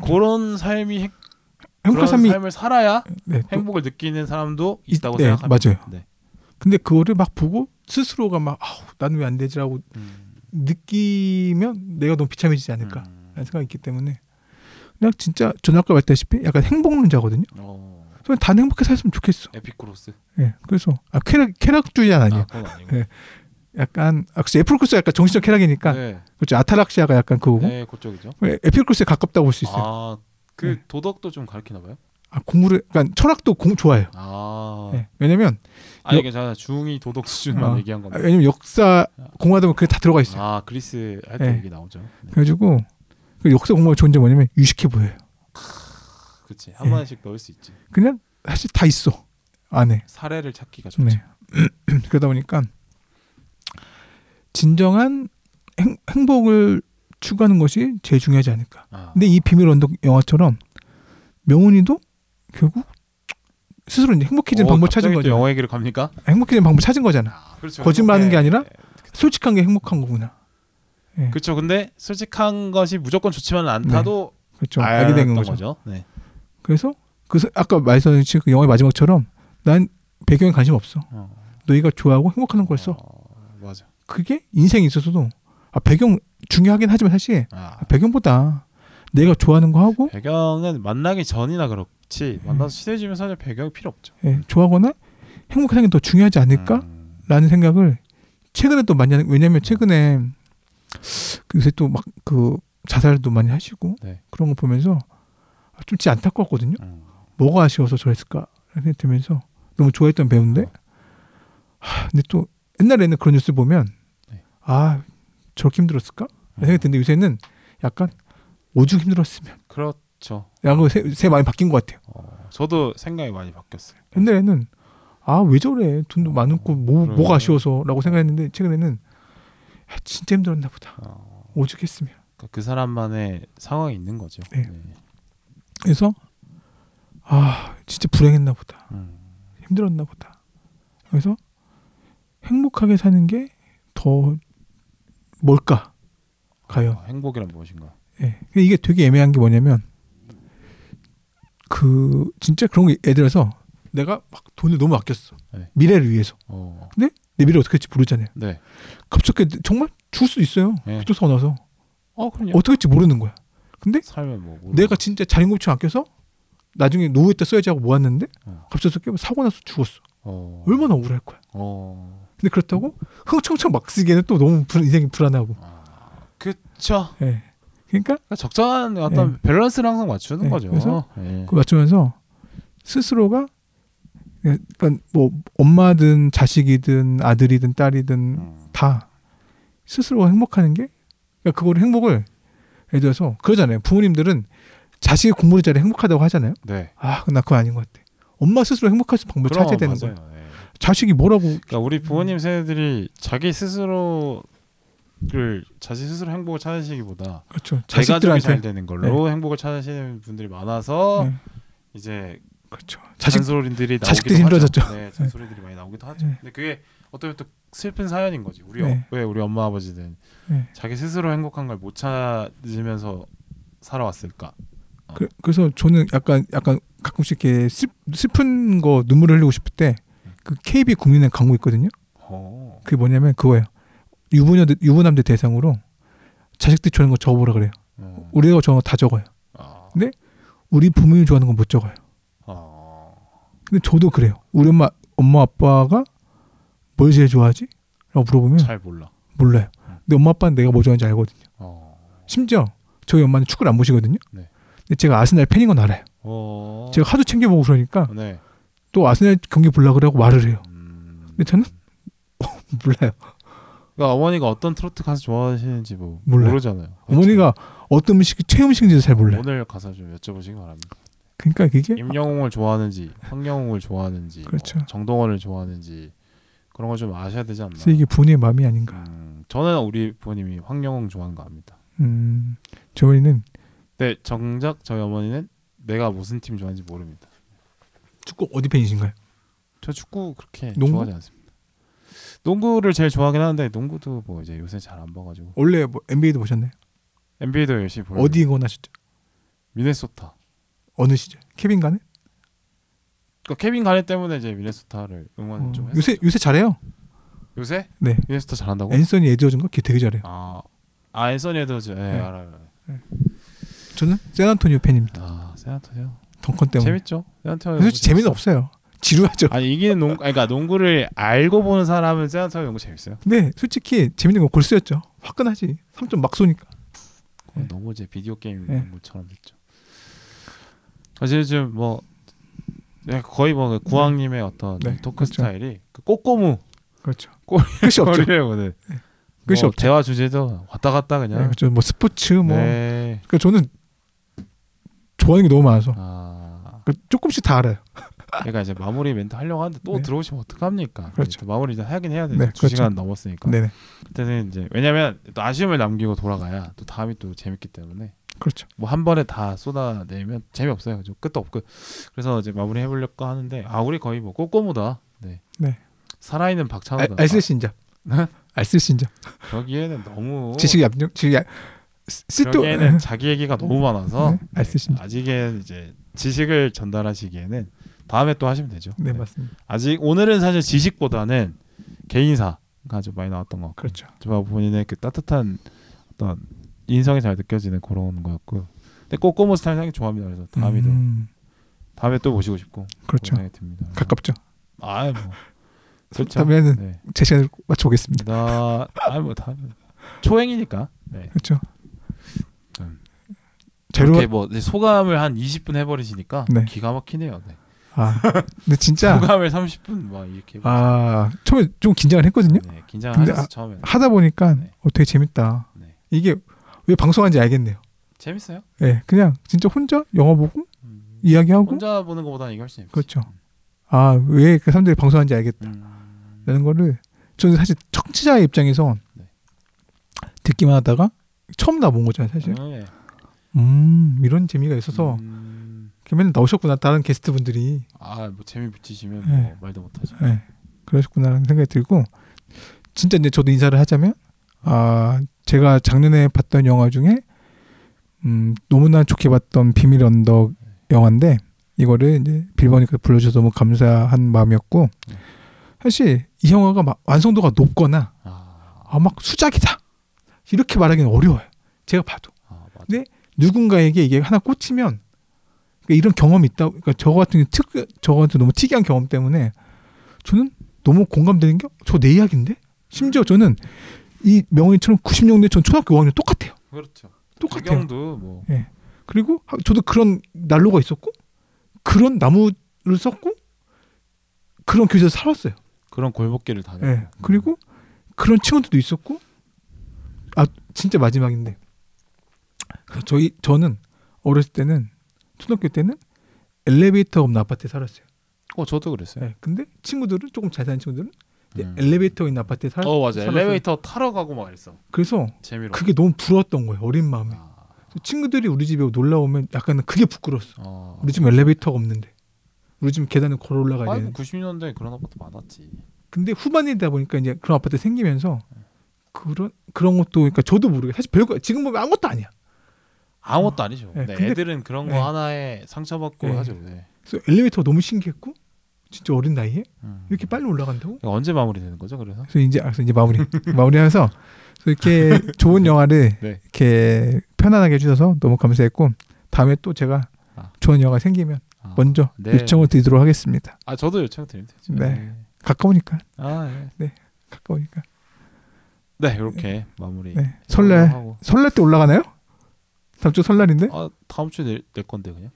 Speaker 1: 그런 삶이 행-
Speaker 2: 행복한
Speaker 1: 그런
Speaker 2: 그렇죠. 삶이
Speaker 1: 삶을 살아야
Speaker 2: 네, 또
Speaker 1: 행복을 느끼는 사람도
Speaker 2: 있-
Speaker 1: 있다고
Speaker 2: 네,
Speaker 1: 생각합니다.
Speaker 2: 맞아요.
Speaker 1: 네.
Speaker 2: 근데 그거를 막 보고 스스로가 막 아우 나는 왜 안 되지라고
Speaker 1: 음,
Speaker 2: 느끼면 내가 너무 비참해지지 않을까.
Speaker 1: 음.
Speaker 2: 라는 생각이 있기 때문에 그냥 진짜 전에 아까 말했다시피 약간 행복론자거든요.
Speaker 1: 어,
Speaker 2: 그냥 다 행복해 살았으면 좋겠어.
Speaker 1: 에피쿠로스.
Speaker 2: 예. 그래서 아 쾌락 쾌락주의자는 아니에요.
Speaker 1: 아, 그건 아니고.
Speaker 2: 예. 약간 아, 글쎄 에프로크스 약간 정신적 쾌락이니까
Speaker 1: 네,
Speaker 2: 그렇죠 아타락시아가 약간 그거고
Speaker 1: 네 그쪽이죠.
Speaker 2: 에피크로스에 가깝다고 볼 수 있어요.
Speaker 1: 아그
Speaker 2: 네.
Speaker 1: 도덕도 좀 가르치나 봐요.
Speaker 2: 아, 공부를 그러니까 철학도 공 좋아해요.
Speaker 1: 아
Speaker 2: 예, 왜냐면
Speaker 1: 아니
Speaker 2: 역-
Speaker 1: 이게 제가 중이 도덕 수준만
Speaker 2: 아,
Speaker 1: 얘기한
Speaker 2: 아,
Speaker 1: 겁니다.
Speaker 2: 왜냐면 역사 공부하다 보면 그게 다 들어가 있어요.
Speaker 1: 아 그리스 할 때
Speaker 2: 네.
Speaker 1: 얘기 나오죠. 네.
Speaker 2: 그래가지고 그 역사 공부가 좋은 점이 뭐냐면 유식해 보여요.
Speaker 1: 그렇지 한
Speaker 2: 예.
Speaker 1: 번씩 넣을 수 있지.
Speaker 2: 그냥 사실 다 있어 안에.
Speaker 1: 사례를 찾기가 좋죠.
Speaker 2: 네. 그러다 보니까 진정한 행, 행복을 추구하는 것이 제일 중요하지 않을까.
Speaker 1: 아,
Speaker 2: 근데 이 비밀 언덕 영화처럼 명훈이도 결국 스스로 이제 행복해지는
Speaker 1: 어,
Speaker 2: 방법
Speaker 1: 갑자기
Speaker 2: 찾은
Speaker 1: 또
Speaker 2: 거죠.
Speaker 1: 영어 얘기를 갑니까?
Speaker 2: 행복해지는 방법 찾은 거잖아.
Speaker 1: 아, 그렇죠.
Speaker 2: 거짓말하는
Speaker 1: 행복해.
Speaker 2: 게 아니라 솔직한 게 행복한 거구나.
Speaker 1: 그렇죠. 근데 솔직한 것이 무조건 좋지만 않다도
Speaker 2: 그렇죠. 알게
Speaker 1: 알게
Speaker 2: 된
Speaker 1: 된
Speaker 2: 거죠.
Speaker 1: 거죠. 네.
Speaker 2: 그래서 그 서- 아까 말씀하신 그 영화의 마지막처럼 난 배경에 관심 없어.
Speaker 1: 어.
Speaker 2: 너희가 좋아하고 행복하는 걸 써.
Speaker 1: 어, 맞아.
Speaker 2: 그게 인생에 있어서도 아, 배경 중요하긴 하지만 사실
Speaker 1: 아,
Speaker 2: 아, 배경보다 내가 좋아하는 거 하고
Speaker 1: 배경은 만나기 전이나 그렇지 만나서 친해지면 사실 배경이 필요 없죠.
Speaker 2: 예, 좋아하거나 행복하는 게 더 중요하지 않을까라는
Speaker 1: 음,
Speaker 2: 생각을 최근에 또 많이 하는 왜냐하면 최근에 요새 또 막 그 자살도 많이 하시고
Speaker 1: 네.
Speaker 2: 그런 거 보면서 아, 좀 진짜 안타까웠거든요.
Speaker 1: 음.
Speaker 2: 뭐가 아쉬워서 저랬을까 생각이 들면서 너무 좋아했던 배우인데
Speaker 1: 어.
Speaker 2: 하, 근데 또 옛날에는 그런 뉴스 보면
Speaker 1: 네. 음.
Speaker 2: 아 저렇게 힘들었을까 네, 생각이 드는데 요새는 약간 오죽 힘들었으면
Speaker 1: 그렇죠.
Speaker 2: 라고 새, 새 많이 바뀐 것 같아요
Speaker 1: 어, 저도 생각이 많이 바뀌었어요.
Speaker 2: 옛날에는 아 왜 저래 돈도 많고 뭐,
Speaker 1: 어. 그러네.
Speaker 2: 뭐가 아쉬워서라고 생각했는데 최근에는 아, 진짜 힘들었나 보다
Speaker 1: 어,
Speaker 2: 오죽 했으면
Speaker 1: 그러니까 그 사람만의 상황이 있는 거죠.
Speaker 2: 네. 그래서 아 진짜 불행했나 보다
Speaker 1: 음,
Speaker 2: 힘들었나 보다. 그래서 행복하게 사는 게 더 뭘까? 가요.
Speaker 1: 어, 행복이란 무엇인가?
Speaker 2: 예. 근데 이게 되게 애매한 게 뭐냐면 그 진짜 그런 게 예를 들어서 내가 막 돈을 너무 아꼈어.
Speaker 1: 네.
Speaker 2: 미래를 위해서.
Speaker 1: 어,
Speaker 2: 내 미래 어떻게 할지 모르잖아요.
Speaker 1: 네.
Speaker 2: 갑자기 정말 죽을 수도 있어요.
Speaker 1: 네.
Speaker 2: 교통사고 나서.
Speaker 1: 어, 그럼요.
Speaker 2: 어떻게 할지 모르는 거야. 근데
Speaker 1: 삶에 뭐 모르는
Speaker 2: 내가 진짜 자린고비층 아껴서 나중에 노후 때 써야지 하고 모았는데
Speaker 1: 어.
Speaker 2: 갑자기 사고 나서 죽었어.
Speaker 1: 어,
Speaker 2: 얼마나 억울할 거야.
Speaker 1: 어,
Speaker 2: 근데 그렇다고 흥청청 막 쓰기에는 또 너무 불, 인생이 불안하고.
Speaker 1: 그쵸.
Speaker 2: 예. 그러니까
Speaker 1: 그러니까 적절한 어떤 밸런스를 항상 맞추는
Speaker 2: 네,
Speaker 1: 거죠.
Speaker 2: 그래서
Speaker 1: 예.
Speaker 2: 그 맞추면서 스스로가 그러니까 뭐 엄마든 자식이든 아들이든 딸이든
Speaker 1: 음,
Speaker 2: 다 스스로가 행복하는 게 그러니까 그거를 행복을 예를 들어서 그러잖아요. 부모님들은 자식이 공부를 잘해 행복하다고 하잖아요.
Speaker 1: 네.
Speaker 2: 아, 나 그거 아닌 것 같아. 엄마 스스로 행복할 수 있는 방법을
Speaker 1: 그럼,
Speaker 2: 찾아야 되는 뭐 거예요. 음.
Speaker 1: 맞아요. 예.
Speaker 2: 자식이 뭐라고
Speaker 1: 그러니까 우리 부모님 세대들이 자기 스스로를 자기 스스로 행복을 찾으시기보다
Speaker 2: 그렇죠.
Speaker 1: 자식들한테 잘
Speaker 2: 자식들한테
Speaker 1: 되는 걸로 행복을 찾으시는 분들이 많아서
Speaker 2: 네.
Speaker 1: 이제
Speaker 2: 그렇죠. 자식
Speaker 1: 잔소리들이 나오기도
Speaker 2: 자식들이
Speaker 1: 하죠.
Speaker 2: 힘들어졌죠.
Speaker 1: 네, 잔소리들이 많이 나오기도 하죠.
Speaker 2: 네.
Speaker 1: 근데 그게 어떻게 보면 또 슬픈 사연인 거지. 우리
Speaker 2: 네.
Speaker 1: 어- 왜 우리 엄마 아버지는
Speaker 2: 네.
Speaker 1: 자기 스스로 행복한 걸 못 찾으면서 살아왔을까?
Speaker 2: 그, 그래서 저는 약간 약간 가끔씩 이렇게 슬, 슬픈 거 눈물을 흘리고 싶을 때 그 KB 국민의 광고 있거든요.
Speaker 1: 어.
Speaker 2: 그게 뭐냐면 그거예요. 유부녀 유부남들 대상으로 자식들 좋아하는 거 적어보라 그래요.
Speaker 1: 음.
Speaker 2: 우리가 좋아하는 거 다 적어요.
Speaker 1: 아.
Speaker 2: 네? 우리 부모님 좋아하는 건 못 적어요.
Speaker 1: 아.
Speaker 2: 근데 저도 그래요. 우리 엄마 엄마 아빠가 뭘 제일 좋아하지?라고 물어보면
Speaker 1: 잘 음. 몰라.
Speaker 2: 몰라요. 근데 엄마 아빠는 내가 뭐 좋아하는지 알거든요.
Speaker 1: 어.
Speaker 2: 심지어 저희 엄마는 축구를 안 보시거든요.
Speaker 1: 네.
Speaker 2: 근데 제가 아스날 팬인 건 알아요.
Speaker 1: 어.
Speaker 2: 제가 하도 챙겨보고 그러니까
Speaker 1: 네.
Speaker 2: 또 아스날 경기 보려고 그러고 말을 해요.
Speaker 1: 음.
Speaker 2: 근데 저는 몰라요.
Speaker 1: 그러니까 어머니가 어떤 트로트 가수 좋아하시는지 뭐
Speaker 2: 몰라요.
Speaker 1: 모르잖아요. 그렇죠?
Speaker 2: 어머니가 어떤 음식 최 음식인지도 잘 몰라요.
Speaker 1: 오늘 가서 좀 여쭤보시기 바랍니다.
Speaker 2: 그러니까 그게
Speaker 1: 임영웅을 좋아하는지 황영웅을 좋아하는지
Speaker 2: 그렇죠.
Speaker 1: 뭐 정동원을 좋아하는지 그런 걸 좀 아셔야 되지 않나.
Speaker 2: 그래서 이게 부모의 마음이 아닌가.
Speaker 1: 음, 저는 우리 부모님이 황영웅 좋아하는 거 압니다.
Speaker 2: 음, 저희는
Speaker 1: 근데 정작 저희 어머니는 내가 무슨 팀 좋아하는지 모릅니다.
Speaker 2: 축구 어디 팬이신가요?
Speaker 1: 저 축구 그렇게
Speaker 2: 농구?
Speaker 1: 좋아하지 않습니다. 농구를 제일 좋아하긴 하는데 농구도 뭐 이제 요새 잘 안 봐가지고
Speaker 2: 원래 뭐 NBA도 보셨나요?
Speaker 1: NBA도 열심히 보고
Speaker 2: 어디 응원하셨죠?
Speaker 1: 미네소타.
Speaker 2: 어느 시절? 케빈 가네?
Speaker 1: 그러니까 케빈 가넷 때문에 이제 미네소타를 응원
Speaker 2: 어,
Speaker 1: 좀 했어요.
Speaker 2: 요새 요새 잘해요.
Speaker 1: 요새
Speaker 2: 네.
Speaker 1: 미네소타 잘한다고?
Speaker 2: 앤서니 에드워즈인가? 걔 되게 잘해요.
Speaker 1: 아, 아 앤서니 에드워즈. 예,
Speaker 2: 네.
Speaker 1: 알아요.
Speaker 2: 저는 샌안토니오 팬입니다.
Speaker 1: 아, 세안토요.
Speaker 2: 덩컨 때문에.
Speaker 1: 재밌죠. 세안토.
Speaker 2: 사실 네. 재미는 없어요. 지루하죠.
Speaker 1: 아니 이기는 농, 아니, 그러니까 농구를 알고 보는 사람은 생각하면 농구 재밌어요.
Speaker 2: 근데 솔직히 재밌는 건 골스였죠. 화끈하지. 3점 막 쏘니까. 네.
Speaker 1: 그건 어, 너무 이제 비디오 게임
Speaker 2: 예.
Speaker 1: 농구처럼 됐죠. 사실 지금 뭐 예, 거의 뭐 구왕님의 어떤
Speaker 2: 네,
Speaker 1: 토크
Speaker 2: 그렇죠.
Speaker 1: 스타일이 그 꼬꼬무
Speaker 2: 그렇죠.
Speaker 1: 골-
Speaker 2: 끝이 없죠. 네.
Speaker 1: 거리예요 오늘.
Speaker 2: 끝이
Speaker 1: 뭐
Speaker 2: 없죠.
Speaker 1: 대화 주제도 왔다 갔다
Speaker 2: 네,
Speaker 1: 그냥.
Speaker 2: 그렇죠. 뭐 스포츠 뭐.
Speaker 1: 네.
Speaker 2: 그러니까 저는 좋아하는 게 너무 많아서
Speaker 1: 아,
Speaker 2: 그러니까 조금씩 다 알아요.
Speaker 1: 그러니까 이제 마무리 멘트 하려고 하는데 또
Speaker 2: 네.
Speaker 1: 들어오시면 어떡합니까?
Speaker 2: 그렇죠.
Speaker 1: 또 마무리 이제 하긴 해야 돼.
Speaker 2: 네,
Speaker 1: 네, 두
Speaker 2: 그렇죠.
Speaker 1: 시간 넘었으니까.
Speaker 2: 네네.
Speaker 1: 그때는 이제 왜냐면 또 아쉬움을 남기고 돌아가야 또 다음이 또 재밌기 때문에
Speaker 2: 그렇죠.
Speaker 1: 뭐 한 번에 다 쏟아내면 재미없어요. 좀 끝도 없고 그래서 이제 마무리 해보려고 하는데 아 우리 거의 뭐 꼬꼬무다. 네.
Speaker 2: 네.
Speaker 1: 살아있는
Speaker 2: 알-
Speaker 1: 박찬호다.
Speaker 2: 알쓸 신잡.
Speaker 1: 네?
Speaker 2: 알쓸 신잡.
Speaker 1: 아, 여기에는 너무
Speaker 2: 지식이 압력. 지식이 아- 쓰- 쓸도.
Speaker 1: 여기에는 자기 얘기가 너무 많아서
Speaker 2: 네, 알쓰신
Speaker 1: 아직은 이제 지식을 전달하시기에는 다음에 또 하시면 되죠.
Speaker 2: 네
Speaker 1: 네.
Speaker 2: 맞습니다.
Speaker 1: 아직 오늘은 사실 지식보다는 개인사가 좀 많이 나왔던 것 같고
Speaker 2: 그렇죠.
Speaker 1: 좀 본인의 그 따뜻한 어떤 인성이 잘 느껴지는 그런 것 같고 근데 꼬꼬모 스타일 상당히 좋아합니다 그래서 다음에도 네.
Speaker 2: 음,
Speaker 1: 다음에 또 모시고 싶고
Speaker 2: 그렇죠.
Speaker 1: 그런 생각이 듭니다
Speaker 2: 가깝죠.
Speaker 1: 아뭐 그렇죠
Speaker 2: 다음에는
Speaker 1: 네.
Speaker 2: 제 시간을 맞춰 오겠습니다.
Speaker 1: 나 아니 뭐 다음 초행이니까 네.
Speaker 2: 그렇죠.
Speaker 1: 음.
Speaker 2: 제로
Speaker 1: 이렇게 뭐 이제 소감을 한 20분 해버리시니까
Speaker 2: 네.
Speaker 1: 기가 막히네요 네.
Speaker 2: 아 근데 진짜
Speaker 1: 소감을 30분 막 이렇게 해버리시니까.
Speaker 2: 아 처음에 좀 긴장을 했거든요.
Speaker 1: 네,
Speaker 2: 근데
Speaker 1: 긴장하셨어
Speaker 2: 아-
Speaker 1: 처음에 는
Speaker 2: 하다 보니까
Speaker 1: 네.
Speaker 2: 어, 되게 재밌다.
Speaker 1: 네.
Speaker 2: 이게 왜 방송하는지 알겠네요.
Speaker 1: 재밌어요
Speaker 2: 예, 그냥 진짜 혼자 영화 보고
Speaker 1: 음.
Speaker 2: 이야기하고
Speaker 1: 혼자 보는 것보다는 이게 훨씬 재밌지
Speaker 2: 그렇죠. 아 왜 그 사람들이 방송하는지 알겠다라는
Speaker 1: 음.
Speaker 2: 거를 저는 사실 청취자의 입장에서
Speaker 1: 네.
Speaker 2: 듣기만 하다가 처음 나본 거잖아요, 사실.
Speaker 1: 네.
Speaker 2: 음 이런 재미가 있어서
Speaker 1: 음.
Speaker 2: 그 맨날 나오셨구나 다른 게스트 분들이
Speaker 1: 아 뭐 재미 붙이시면
Speaker 2: 네.
Speaker 1: 뭐 말도 못하죠.
Speaker 2: 예, 그러셨구나라는 생각이 들고 진짜 이제 저도 인사를 하자면 아 제가 작년에 봤던 영화 중에 음 너무나 좋게 봤던 비밀 언덕 영화인데 이거를 이제 빌버니까 불러주셔서 너무 감사한 마음이었고
Speaker 1: 네.
Speaker 2: 사실 이 영화가 막 완성도가 높거나
Speaker 1: 아,
Speaker 2: 아 막 수작이다 이렇게 말하기는 어려워요 제가 봐도
Speaker 1: 아 맞아.
Speaker 2: 네. 누군가에게 이게 하나 꽂히면 그러니까 이런 경험이 있다. 그러니까 저 같은 특 저거 같은 너무 특이한 경험 때문에 저는 너무 공감되는 게 저 내 이야기인데 심지어 저는 이 명언처럼 90년대 전 초등학교 5학년 똑같아요.
Speaker 1: 그렇죠.
Speaker 2: 네. 똑같아요.
Speaker 1: 배경도 뭐
Speaker 2: 그리고 하- 저도 그런 난로가 있었고 그런 나무를 썼고 그런 교실에서 살았어요.
Speaker 1: 그런 골목길을 다녀.
Speaker 2: 예. 그리고 그런 친구들도 있었고 아 진짜 마지막인데 그래서 저희 저는 어렸을 때는 초등학교 때는 엘리베이터 없는 아파트에 살았어요.
Speaker 1: 어 저도 그랬어요.
Speaker 2: 예, 근데 친구들은 조금 잘 사는 친구들은 이제
Speaker 1: 음.
Speaker 2: 네. 엘리베이터 있는 아파트에 살.
Speaker 1: 어 맞아.
Speaker 2: 살았어요.
Speaker 1: 엘리베이터 타러 가고 막 그랬어.
Speaker 2: 그래서
Speaker 1: 재미로.
Speaker 2: 그게 너무 부러웠던 거예요. 어린 마음에.
Speaker 1: 아,
Speaker 2: 그래서 친구들이 우리 집에 놀러 오면 약간 그게 부끄러웠어.
Speaker 1: 어.
Speaker 2: 우리 집 엘리베이터가 없는데. 우리 집 계단을 걸어 올라가야
Speaker 1: 아니 뭐
Speaker 2: 되는.
Speaker 1: 90년대 그런 아파트 많았지.
Speaker 2: 근데 후반이다 보니까 이제 그런 아파트 생기면서 그런 그런 것도 그러니까 저도 모르게 사실 별거 지금 보면 아무것도 아니야.
Speaker 1: 아무것도 아니죠.
Speaker 2: 네,
Speaker 1: 네,
Speaker 2: 근데-
Speaker 1: 애들은 그런 거
Speaker 2: 네.
Speaker 1: 하나에 상처받고
Speaker 2: 네.
Speaker 1: 하죠. 네.
Speaker 2: 그래서 엘리베이터가 너무 신기했고 진짜 어린 나이에
Speaker 1: 음.
Speaker 2: 이렇게 빨리 올라간다고?
Speaker 1: 이거 언제 마무리되는 거죠? 그래서
Speaker 2: 그래서 이제 아, 그래서 이제 마무리 마무리하면서 그래서 이렇게 좋은 영화를
Speaker 1: 네.
Speaker 2: 이렇게 편안하게 해주셔서 너무 감사했고 다음에 또 제가
Speaker 1: 아.
Speaker 2: 좋은 영화 생기면
Speaker 1: 아,
Speaker 2: 먼저
Speaker 1: 네.
Speaker 2: 요청을 드리도록 하겠습니다.
Speaker 1: 아 저도 요청 드리면 되죠.
Speaker 2: 네. 가까우니까
Speaker 1: 아 네.
Speaker 2: 가까우니까
Speaker 1: 네 이렇게 마무리.
Speaker 2: 네. 설날
Speaker 1: 하고.
Speaker 2: 설날 때 올라가나요? 다음 주 설날인데 어,
Speaker 1: 아 다음 주에 낼, 낼 건데 그냥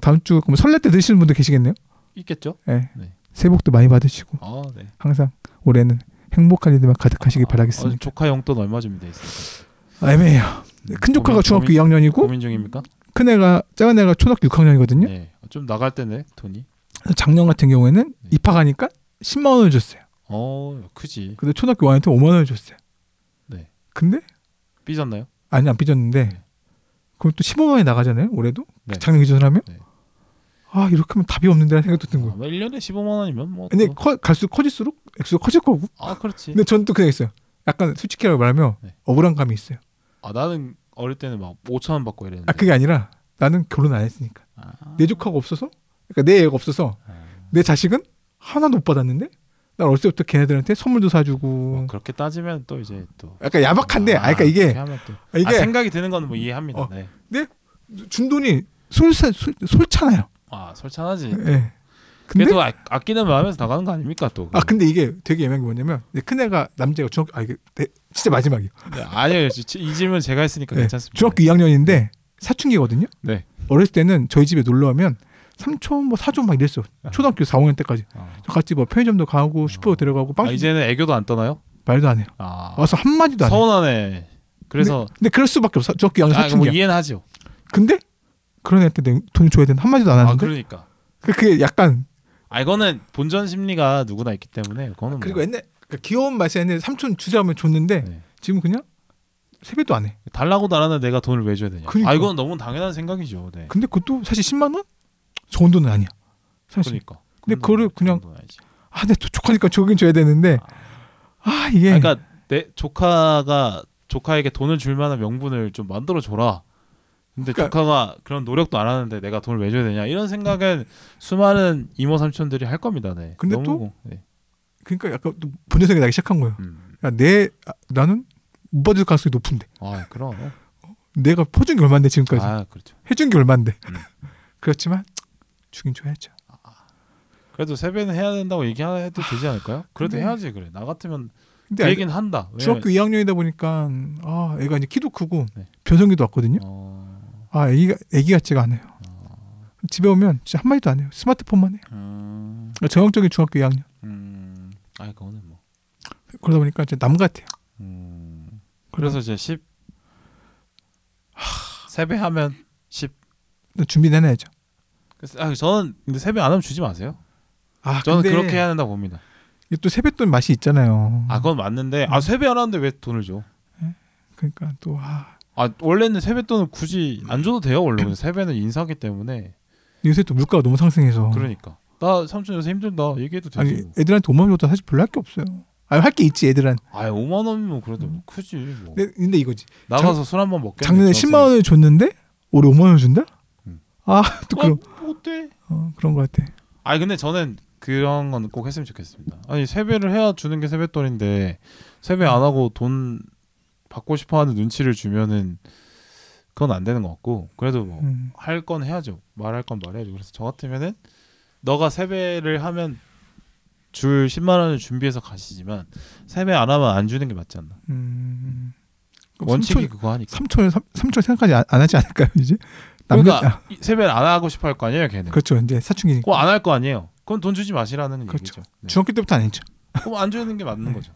Speaker 2: 다음 주 그럼 설날 때 드시는 분들 계시겠네요.
Speaker 1: 있겠죠?
Speaker 2: 네.
Speaker 1: 네.
Speaker 2: 새해 복도 많이 받으시고
Speaker 1: 아 네.
Speaker 2: 항상 올해는 행복한 일들만 가득하시길
Speaker 1: 아, 어,
Speaker 2: 바라겠습니다.
Speaker 1: 조카 용돈 얼마 준비돼 있어요?
Speaker 2: 아, 애매해요. 큰 조카가
Speaker 1: 네, 고민-
Speaker 2: 중학교
Speaker 1: 고민-
Speaker 2: 2학년이고
Speaker 1: 고민 중입니까?
Speaker 2: 큰 애가 작은 애가 초등학교 6학년이거든요.
Speaker 1: 네. 좀 나갈 때네 돈이.
Speaker 2: 작년 같은 경우에는
Speaker 1: 네.
Speaker 2: 입학하니까 10만 원을 줬어요.
Speaker 1: 어 크지.
Speaker 2: 근데 초등학교 5학년 때 5만 원을 줬어요.
Speaker 1: 네.
Speaker 2: 근데
Speaker 1: 삐졌나요?
Speaker 2: 아니 안 삐졌는데
Speaker 1: 네.
Speaker 2: 그럼 또 15만 원이 나가잖아요. 올해도
Speaker 1: 네.
Speaker 2: 작년 기준으로 하면
Speaker 1: 네.
Speaker 2: 아 이렇게 하면 답이 없는데라는 생각도 든
Speaker 1: 아,
Speaker 2: 거예요.
Speaker 1: 뭐 1년에 15만 원이면 뭐.
Speaker 2: 근데
Speaker 1: 또-
Speaker 2: 커, 갈수록 커질수록 액수가 커질 거고.
Speaker 1: 아 그렇지.
Speaker 2: 근데 전 또 그냥 있어요. 약간 솔직히 말하면
Speaker 1: 네.
Speaker 2: 억울한 감이 있어요.
Speaker 1: 아 나는 어릴 때는 막 5천 원 받고 이랬는데.
Speaker 2: 아 그게 아니라 나는 결혼 안 했으니까
Speaker 1: 아,
Speaker 2: 내 조카가 없어서 그러니까 내 애가 없어서
Speaker 1: 아.
Speaker 2: 내 자식은 하나도 못 받았는데 난 어렸을 때부터 걔네들한테 선물도 사주고
Speaker 1: 뭐 그렇게 따지면 또 이제 또.
Speaker 2: 약간 야박한데 아, 그러니까
Speaker 1: 그렇게
Speaker 2: 이게
Speaker 1: 하면 또.
Speaker 2: 이게
Speaker 1: 아, 생각이 드는 건 뭐 이해합니다.
Speaker 2: 어.
Speaker 1: 네.
Speaker 2: 준돈이 솔, 솔, 솔잖아요.
Speaker 1: 아 솔찬하지.
Speaker 2: 예. 근데
Speaker 1: 그래도 아, 아끼는 마음에서 나가는 거 아닙니까 또?
Speaker 2: 아 근데 이게 되게 애매한 게 뭐냐면 이제 큰 애가 남자가 중학교 아 이게 대- 진짜 마지막이에요.
Speaker 1: 네, 아니에요. 지- 이 질문 제가 했으니까
Speaker 2: 네,
Speaker 1: 괜찮습니다.
Speaker 2: 중학교 2학년인데 사춘기거든요.
Speaker 1: 네.
Speaker 2: 어렸을 때는 저희 집에 놀러 오면 삼촌 뭐 사촌 막 이랬어.
Speaker 1: 아.
Speaker 2: 초등학교 4, 5학년 때까지
Speaker 1: 어.
Speaker 2: 같이 뭐 편의점도 가고 슈퍼 데려가고 빵
Speaker 1: 아, 이제는 애교도 안 떠나요?
Speaker 2: 말도 안 해요.
Speaker 1: 아,
Speaker 2: 와서 한 마디도 안 해. 요
Speaker 1: 서운하네. 그래서
Speaker 2: 근데 그럴 수밖에 없어. 중학교 2학년
Speaker 1: 아, 뭐
Speaker 2: 사춘기야.
Speaker 1: 이해는 하죠.
Speaker 2: 근데 그런 애한테 돈 줘야 되는 한 마디도 안
Speaker 1: 아,
Speaker 2: 하는데
Speaker 1: 그러니까.
Speaker 2: 그- 그게 약간
Speaker 1: 아, 이거는 본전 심리가 누구나 있기 때문에 그거는
Speaker 2: 그리고
Speaker 1: 뭐
Speaker 2: 옛날 그 귀여운 맛에 옛날 삼촌 주제하면 줬는데
Speaker 1: 네.
Speaker 2: 지금 그냥 세배도 안 해.
Speaker 1: 달라고 달하는 내가 돈을 왜 줘야 되냐.
Speaker 2: 그러니까.
Speaker 1: 아, 이건 너무 당연한 생각이죠. 네.
Speaker 2: 근데 그것도 사실 10만 원? 좋은 돈은 아니야. 사실.
Speaker 1: 그러니까.
Speaker 2: 근데
Speaker 1: 그건
Speaker 2: 그거를 그냥- 예.
Speaker 1: 그건 아니지.
Speaker 2: 아, 내 조카니까 조긴 줘야 되는데. 아, 이게
Speaker 1: 아, 그러니까 내 조카가 조카에게 돈을 줄 만한 명분을 좀 만들어 줘라. 근데
Speaker 2: 그러니까-
Speaker 1: 조카가 그런 노력도 안 하는데 내가 돈을 왜 줘야 되냐 이런 생각은 수많은 이모 삼촌들이 할 겁니다. 네.
Speaker 2: 근데
Speaker 1: 너무-
Speaker 2: 또-
Speaker 1: 네.
Speaker 2: 그러니까 약간 또 본연성이 나기 시작한 거예요.
Speaker 1: 음.
Speaker 2: 야, 내 아, 나는 못 받을 가능성이 높은데.
Speaker 1: 아 그럼
Speaker 2: 내가 퍼준 게 얼마인데 지금까지.
Speaker 1: 아 그렇죠.
Speaker 2: 해준 게 얼마인데.
Speaker 1: 음.
Speaker 2: 그렇지만 주긴 줘야죠.
Speaker 1: 그래도 세배는 해야 된다고 얘기해도 되지 않을까요? 그래도
Speaker 2: 근데-
Speaker 1: 해야지 그래. 나 같으면
Speaker 2: 네. 근데
Speaker 1: 그
Speaker 2: 아이-
Speaker 1: 얘기는 한다. 왜냐면-
Speaker 2: 중학교 2학년이다 보니까 아, 애가 이제 키도 크고
Speaker 1: 네.
Speaker 2: 변성기도 왔거든요.
Speaker 1: 어,
Speaker 2: 아, 애기가 애기 같지가 않아요. 집에 오면 진짜 한 마디도 안 해요. 스마트폰만 해요.
Speaker 1: 음,
Speaker 2: 그러니까 전형적인 중학교 2학년.
Speaker 1: 음, 아 그거는 뭐.
Speaker 2: 그러다 보니까 이제 남 같아요.
Speaker 1: 음, 그래서 이제 10 세배하면 10.
Speaker 2: 준비는 해놔야죠.
Speaker 1: 그래서- 아 저는 근데 세배 안 하면 주지 마세요.
Speaker 2: 아,
Speaker 1: 저는
Speaker 2: 근데
Speaker 1: 그렇게 해야 된다고 봅니다.
Speaker 2: 이게 또 세뱃돈 맛이 있잖아요.
Speaker 1: 아 그건 맞는데 아 세배 안 하는데 왜 돈을 줘?
Speaker 2: 그러니까 또 아,
Speaker 1: 아 원래는 세뱃돈은 굳이 안 줘도 돼요 원래 근데 세배는 인사기 때문에
Speaker 2: 요새 또 물가가 너무 상승해서
Speaker 1: 그러니까 나 삼촌 요새 힘들다 얘기해도 되지 뭐.
Speaker 2: 아니 애들한테 5만 원보다 사실 별로 할 게 없어요. 아니 할게 있지 애들한.
Speaker 1: 아예 5만 원이면 그래도 뭐 크지 뭐.
Speaker 2: 음. 근데, 근데 이거지.
Speaker 1: 나가서 술 한 번 먹겠네
Speaker 2: 작년에 10만 원을 줬는데 올해 5만 원을 준다?
Speaker 1: 음.
Speaker 2: 아, 또
Speaker 1: 어,
Speaker 2: 그런
Speaker 1: 뭐 어때?
Speaker 2: 어, 그런 거 같아.
Speaker 1: 아니 근데 저는 그런 건 꼭 했으면 좋겠습니다 아니 세배를 해야 주는 게 세뱃돈인데 세배 안 하고 돈 받고 싶어하는 눈치를 주면은 그건 안 되는 것 같고 그래도 뭐
Speaker 2: 음.
Speaker 1: 할 건 해야죠. 말할 건 말해야죠. 그래서 저 같으면은 너가 세배를 하면 줄 10만 원을 준비해서 가시지만 세배 안 하면 안 주는 게 맞지 않나?
Speaker 2: 음. 그럼
Speaker 1: 원칙이
Speaker 2: 삼촌-
Speaker 1: 그거 하니까.
Speaker 2: 삼촌 삼- 삼촌 생각까지 안, 안 하지 않을까요 이제? 아, 남자
Speaker 1: 그러니까 이- 세배를 안 하고 싶어 할 거 아니에요, 걔는.
Speaker 2: 아, 그렇죠 이제 사춘기니까
Speaker 1: 그거 안 할 거 아니에요. 그건 돈 주지 마시라는
Speaker 2: 그렇죠.
Speaker 1: 얘기죠. 네.
Speaker 2: 중학교 때부터 안 했죠.
Speaker 1: 그럼 안 주는 게 맞는 거죠.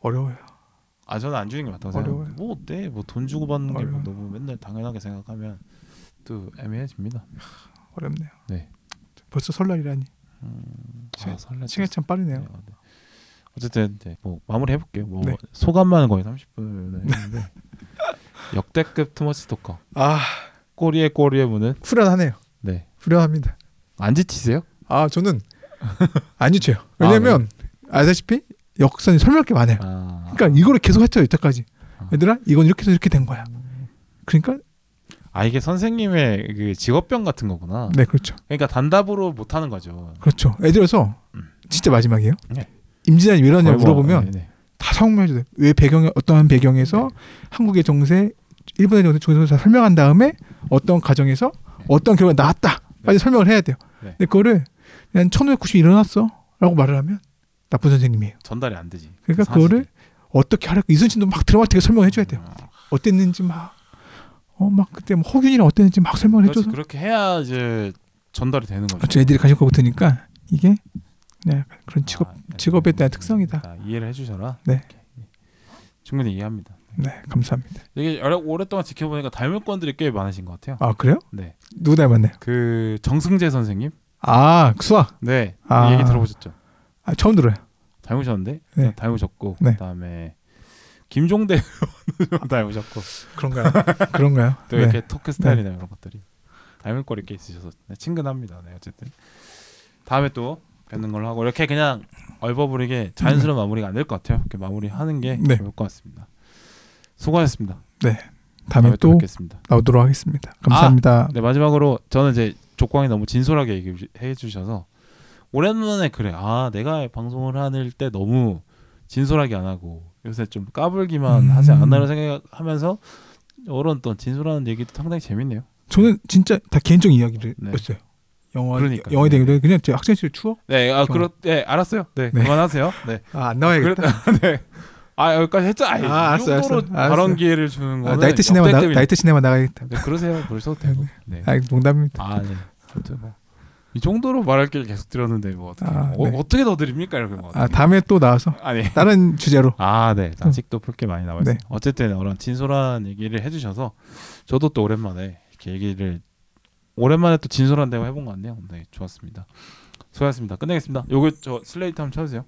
Speaker 2: 어려워요.
Speaker 1: 아 저는 안 주는 게 맞다고 생각합니다.
Speaker 2: 어려워요.
Speaker 1: 뭐 어때? 뭐 돈 주고 받는 게 뭐
Speaker 2: 어려워요.
Speaker 1: 너무 맨날 당연하게 생각하면 또 애매해집니다. 뭐
Speaker 2: 어렵네요.
Speaker 1: 네.
Speaker 2: 벌써 설날이라니
Speaker 1: 아, 설레.
Speaker 2: 시간 참 빠르네요.
Speaker 1: 네, 네. 어쨌든 네, 뭐 마무리 해볼게요. 뭐
Speaker 2: 네.
Speaker 1: 소감만은 거의 30분을 했는데 역대급 투머치 토커
Speaker 2: 아
Speaker 1: 꼬리에 꼬리에 무는
Speaker 2: 후련하네요.
Speaker 1: 네.
Speaker 2: 후련합니다.
Speaker 1: 안 지치세요?
Speaker 2: 아 저는 안 지쳐요.
Speaker 1: 아,
Speaker 2: 왜냐면 아, 아시다시피 역사는 설명할 게 많아요.
Speaker 1: 아,
Speaker 2: 그러니까 이거를 계속 했어요 여태까지.
Speaker 1: 아.
Speaker 2: 얘들아 이건 이렇게 해서 이렇게 된 거야. 그러니까
Speaker 1: 아 이게 선생님의 그 직업병 같은 거구나.
Speaker 2: 네 그렇죠,
Speaker 1: 그러니까 단답으로 못 하는 거죠.
Speaker 2: 그렇죠. 예를 들어서 진짜 마지막이에요.
Speaker 1: 음. 네.
Speaker 2: 임진환이 왜 나왔냐
Speaker 1: 거의 뭐,
Speaker 2: 물어보면
Speaker 1: 네, 네.
Speaker 2: 다 설명해 줘요. 왜 배경 어떠한 배경에서 한국의 정세, 일본의 정세 중에서 다 설명한 다음에 어떤 가정에서
Speaker 1: 네.
Speaker 2: 어떤 결과가 나왔다. 까지 설명을 해야 돼요.
Speaker 1: 네.
Speaker 2: 근데 그거를 그냥 1590 일어났어라고 말을 하면 나쁜 선생님이에요.
Speaker 1: 전달이 안 되지.
Speaker 2: 그러니까
Speaker 1: 사실이. 음. 아,
Speaker 2: 그거를 어떻게 하라고 이순신도 막 드라마틱하게 설명해 줘야 돼요. 어땠는지 막 어 막 그때 뭐 허균이랑 어땠는지 막 설명을
Speaker 1: 그렇지,
Speaker 2: 해줘서
Speaker 1: 그렇게 해야 이제 전달이 되는 거죠.
Speaker 2: 저 애들이 관심 갖고 드니까 이게 그냥 약간 그런 직업
Speaker 1: 아, 네.
Speaker 2: 직업에 대한 특성이다.
Speaker 1: 아, 이해를 해주셔라.
Speaker 2: 네.
Speaker 1: 오케이. 충분히 이해합니다.
Speaker 2: 네 감사합니다.
Speaker 1: 이게 오래- 오랫동안 지켜보니까 닮을 건들이 꽤 많으신 것 같아요.
Speaker 2: 아 그래요?
Speaker 1: 네.
Speaker 2: 누구 닮았나요?
Speaker 1: 그 정승재 선생님.
Speaker 2: 아 수학
Speaker 1: 네.
Speaker 2: 아.
Speaker 1: 얘기 들어보셨죠?
Speaker 2: 아, 처음 들어요.
Speaker 1: 닮으셨는데
Speaker 2: 네.
Speaker 1: 닮으셨고
Speaker 2: 네.
Speaker 1: 그다음에 김종대 의원 닮으셨고
Speaker 2: 그런가요? 그런가요? 네.
Speaker 1: 또 이렇게 토크 스타일이나 이런 것들이 닮을 거리 꽤 있으셔서 네, 친근합니다. 네, 어쨌든 다음에 또 뵙는 걸로 하고 이렇게 그냥 얼버무리게 자연스러운 마무리가 안 될 것 같아요. 이렇게 마무리하는 게
Speaker 2: 네.
Speaker 1: 좋을 것 같습니다. 수고하셨습니다.
Speaker 2: 다음에 아, 또
Speaker 1: 뵙겠습니다.
Speaker 2: 나오도록 하겠습니다. 감사합니다.
Speaker 1: 네 마지막으로 저는 이제 족광이 너무 진솔하게 얘기해 주셔서 오랜만에 그래 아 내가 방송을 하는 때 너무 진솔하게 안 하고 요새 좀 까불기만
Speaker 2: 음.
Speaker 1: 하지 않나라는 생각하면서 이런 또 진솔한 얘기도 상당히 재밌네요.
Speaker 2: 저는 진짜 다 개인적인
Speaker 1: 네.
Speaker 2: 이야기를였어요. 네. 영화
Speaker 1: 그러니까.
Speaker 2: 영화 되기도 그냥 제 학생 시절 추억
Speaker 1: 네, 아
Speaker 2: 저-
Speaker 1: 그렇, 네, 알았어요. 네,
Speaker 2: 네.
Speaker 1: 그만하세요. 네,
Speaker 2: 아 안 나와야겠다.
Speaker 1: 그렇- 네. 아 여기까지 했잖아요.
Speaker 2: 아,
Speaker 1: 아, 이
Speaker 2: 알았어, 알았어,
Speaker 1: 정도로
Speaker 2: 알았어.
Speaker 1: 발언 기회를 주는 거는
Speaker 2: 아, 나이트 시네마 나,
Speaker 1: 역대급입니다.
Speaker 2: 나이트 시네마 나가야겠다.
Speaker 1: 네, 그러세요. 벌써도 되고. 네.
Speaker 2: 아 농담입니다.
Speaker 1: 아, 네. 아무튼 뭐이 정도로 말할 길 계속 드렸는데 뭐 어떻게
Speaker 2: 아,
Speaker 1: 어,
Speaker 2: 네.
Speaker 1: 어떻게 더 드립니까 이렇게 뭐.
Speaker 2: 아 다음에 또 나와서
Speaker 1: 아니.
Speaker 2: 다른 주제로
Speaker 1: 아, 네. 아직도 풀 게 많이 남아 있어요.
Speaker 2: 네.
Speaker 1: 어쨌든 그런 진솔한 얘기를 해주셔서 저도 또 오랜만에 이렇게 얘기를 오랜만에 또 진솔한 대화 해본 것 같네요. 네, 좋았습니다. 수고하셨습니다. 끝내겠습니다. 요거 저 슬레이트 한번 쳐주세요.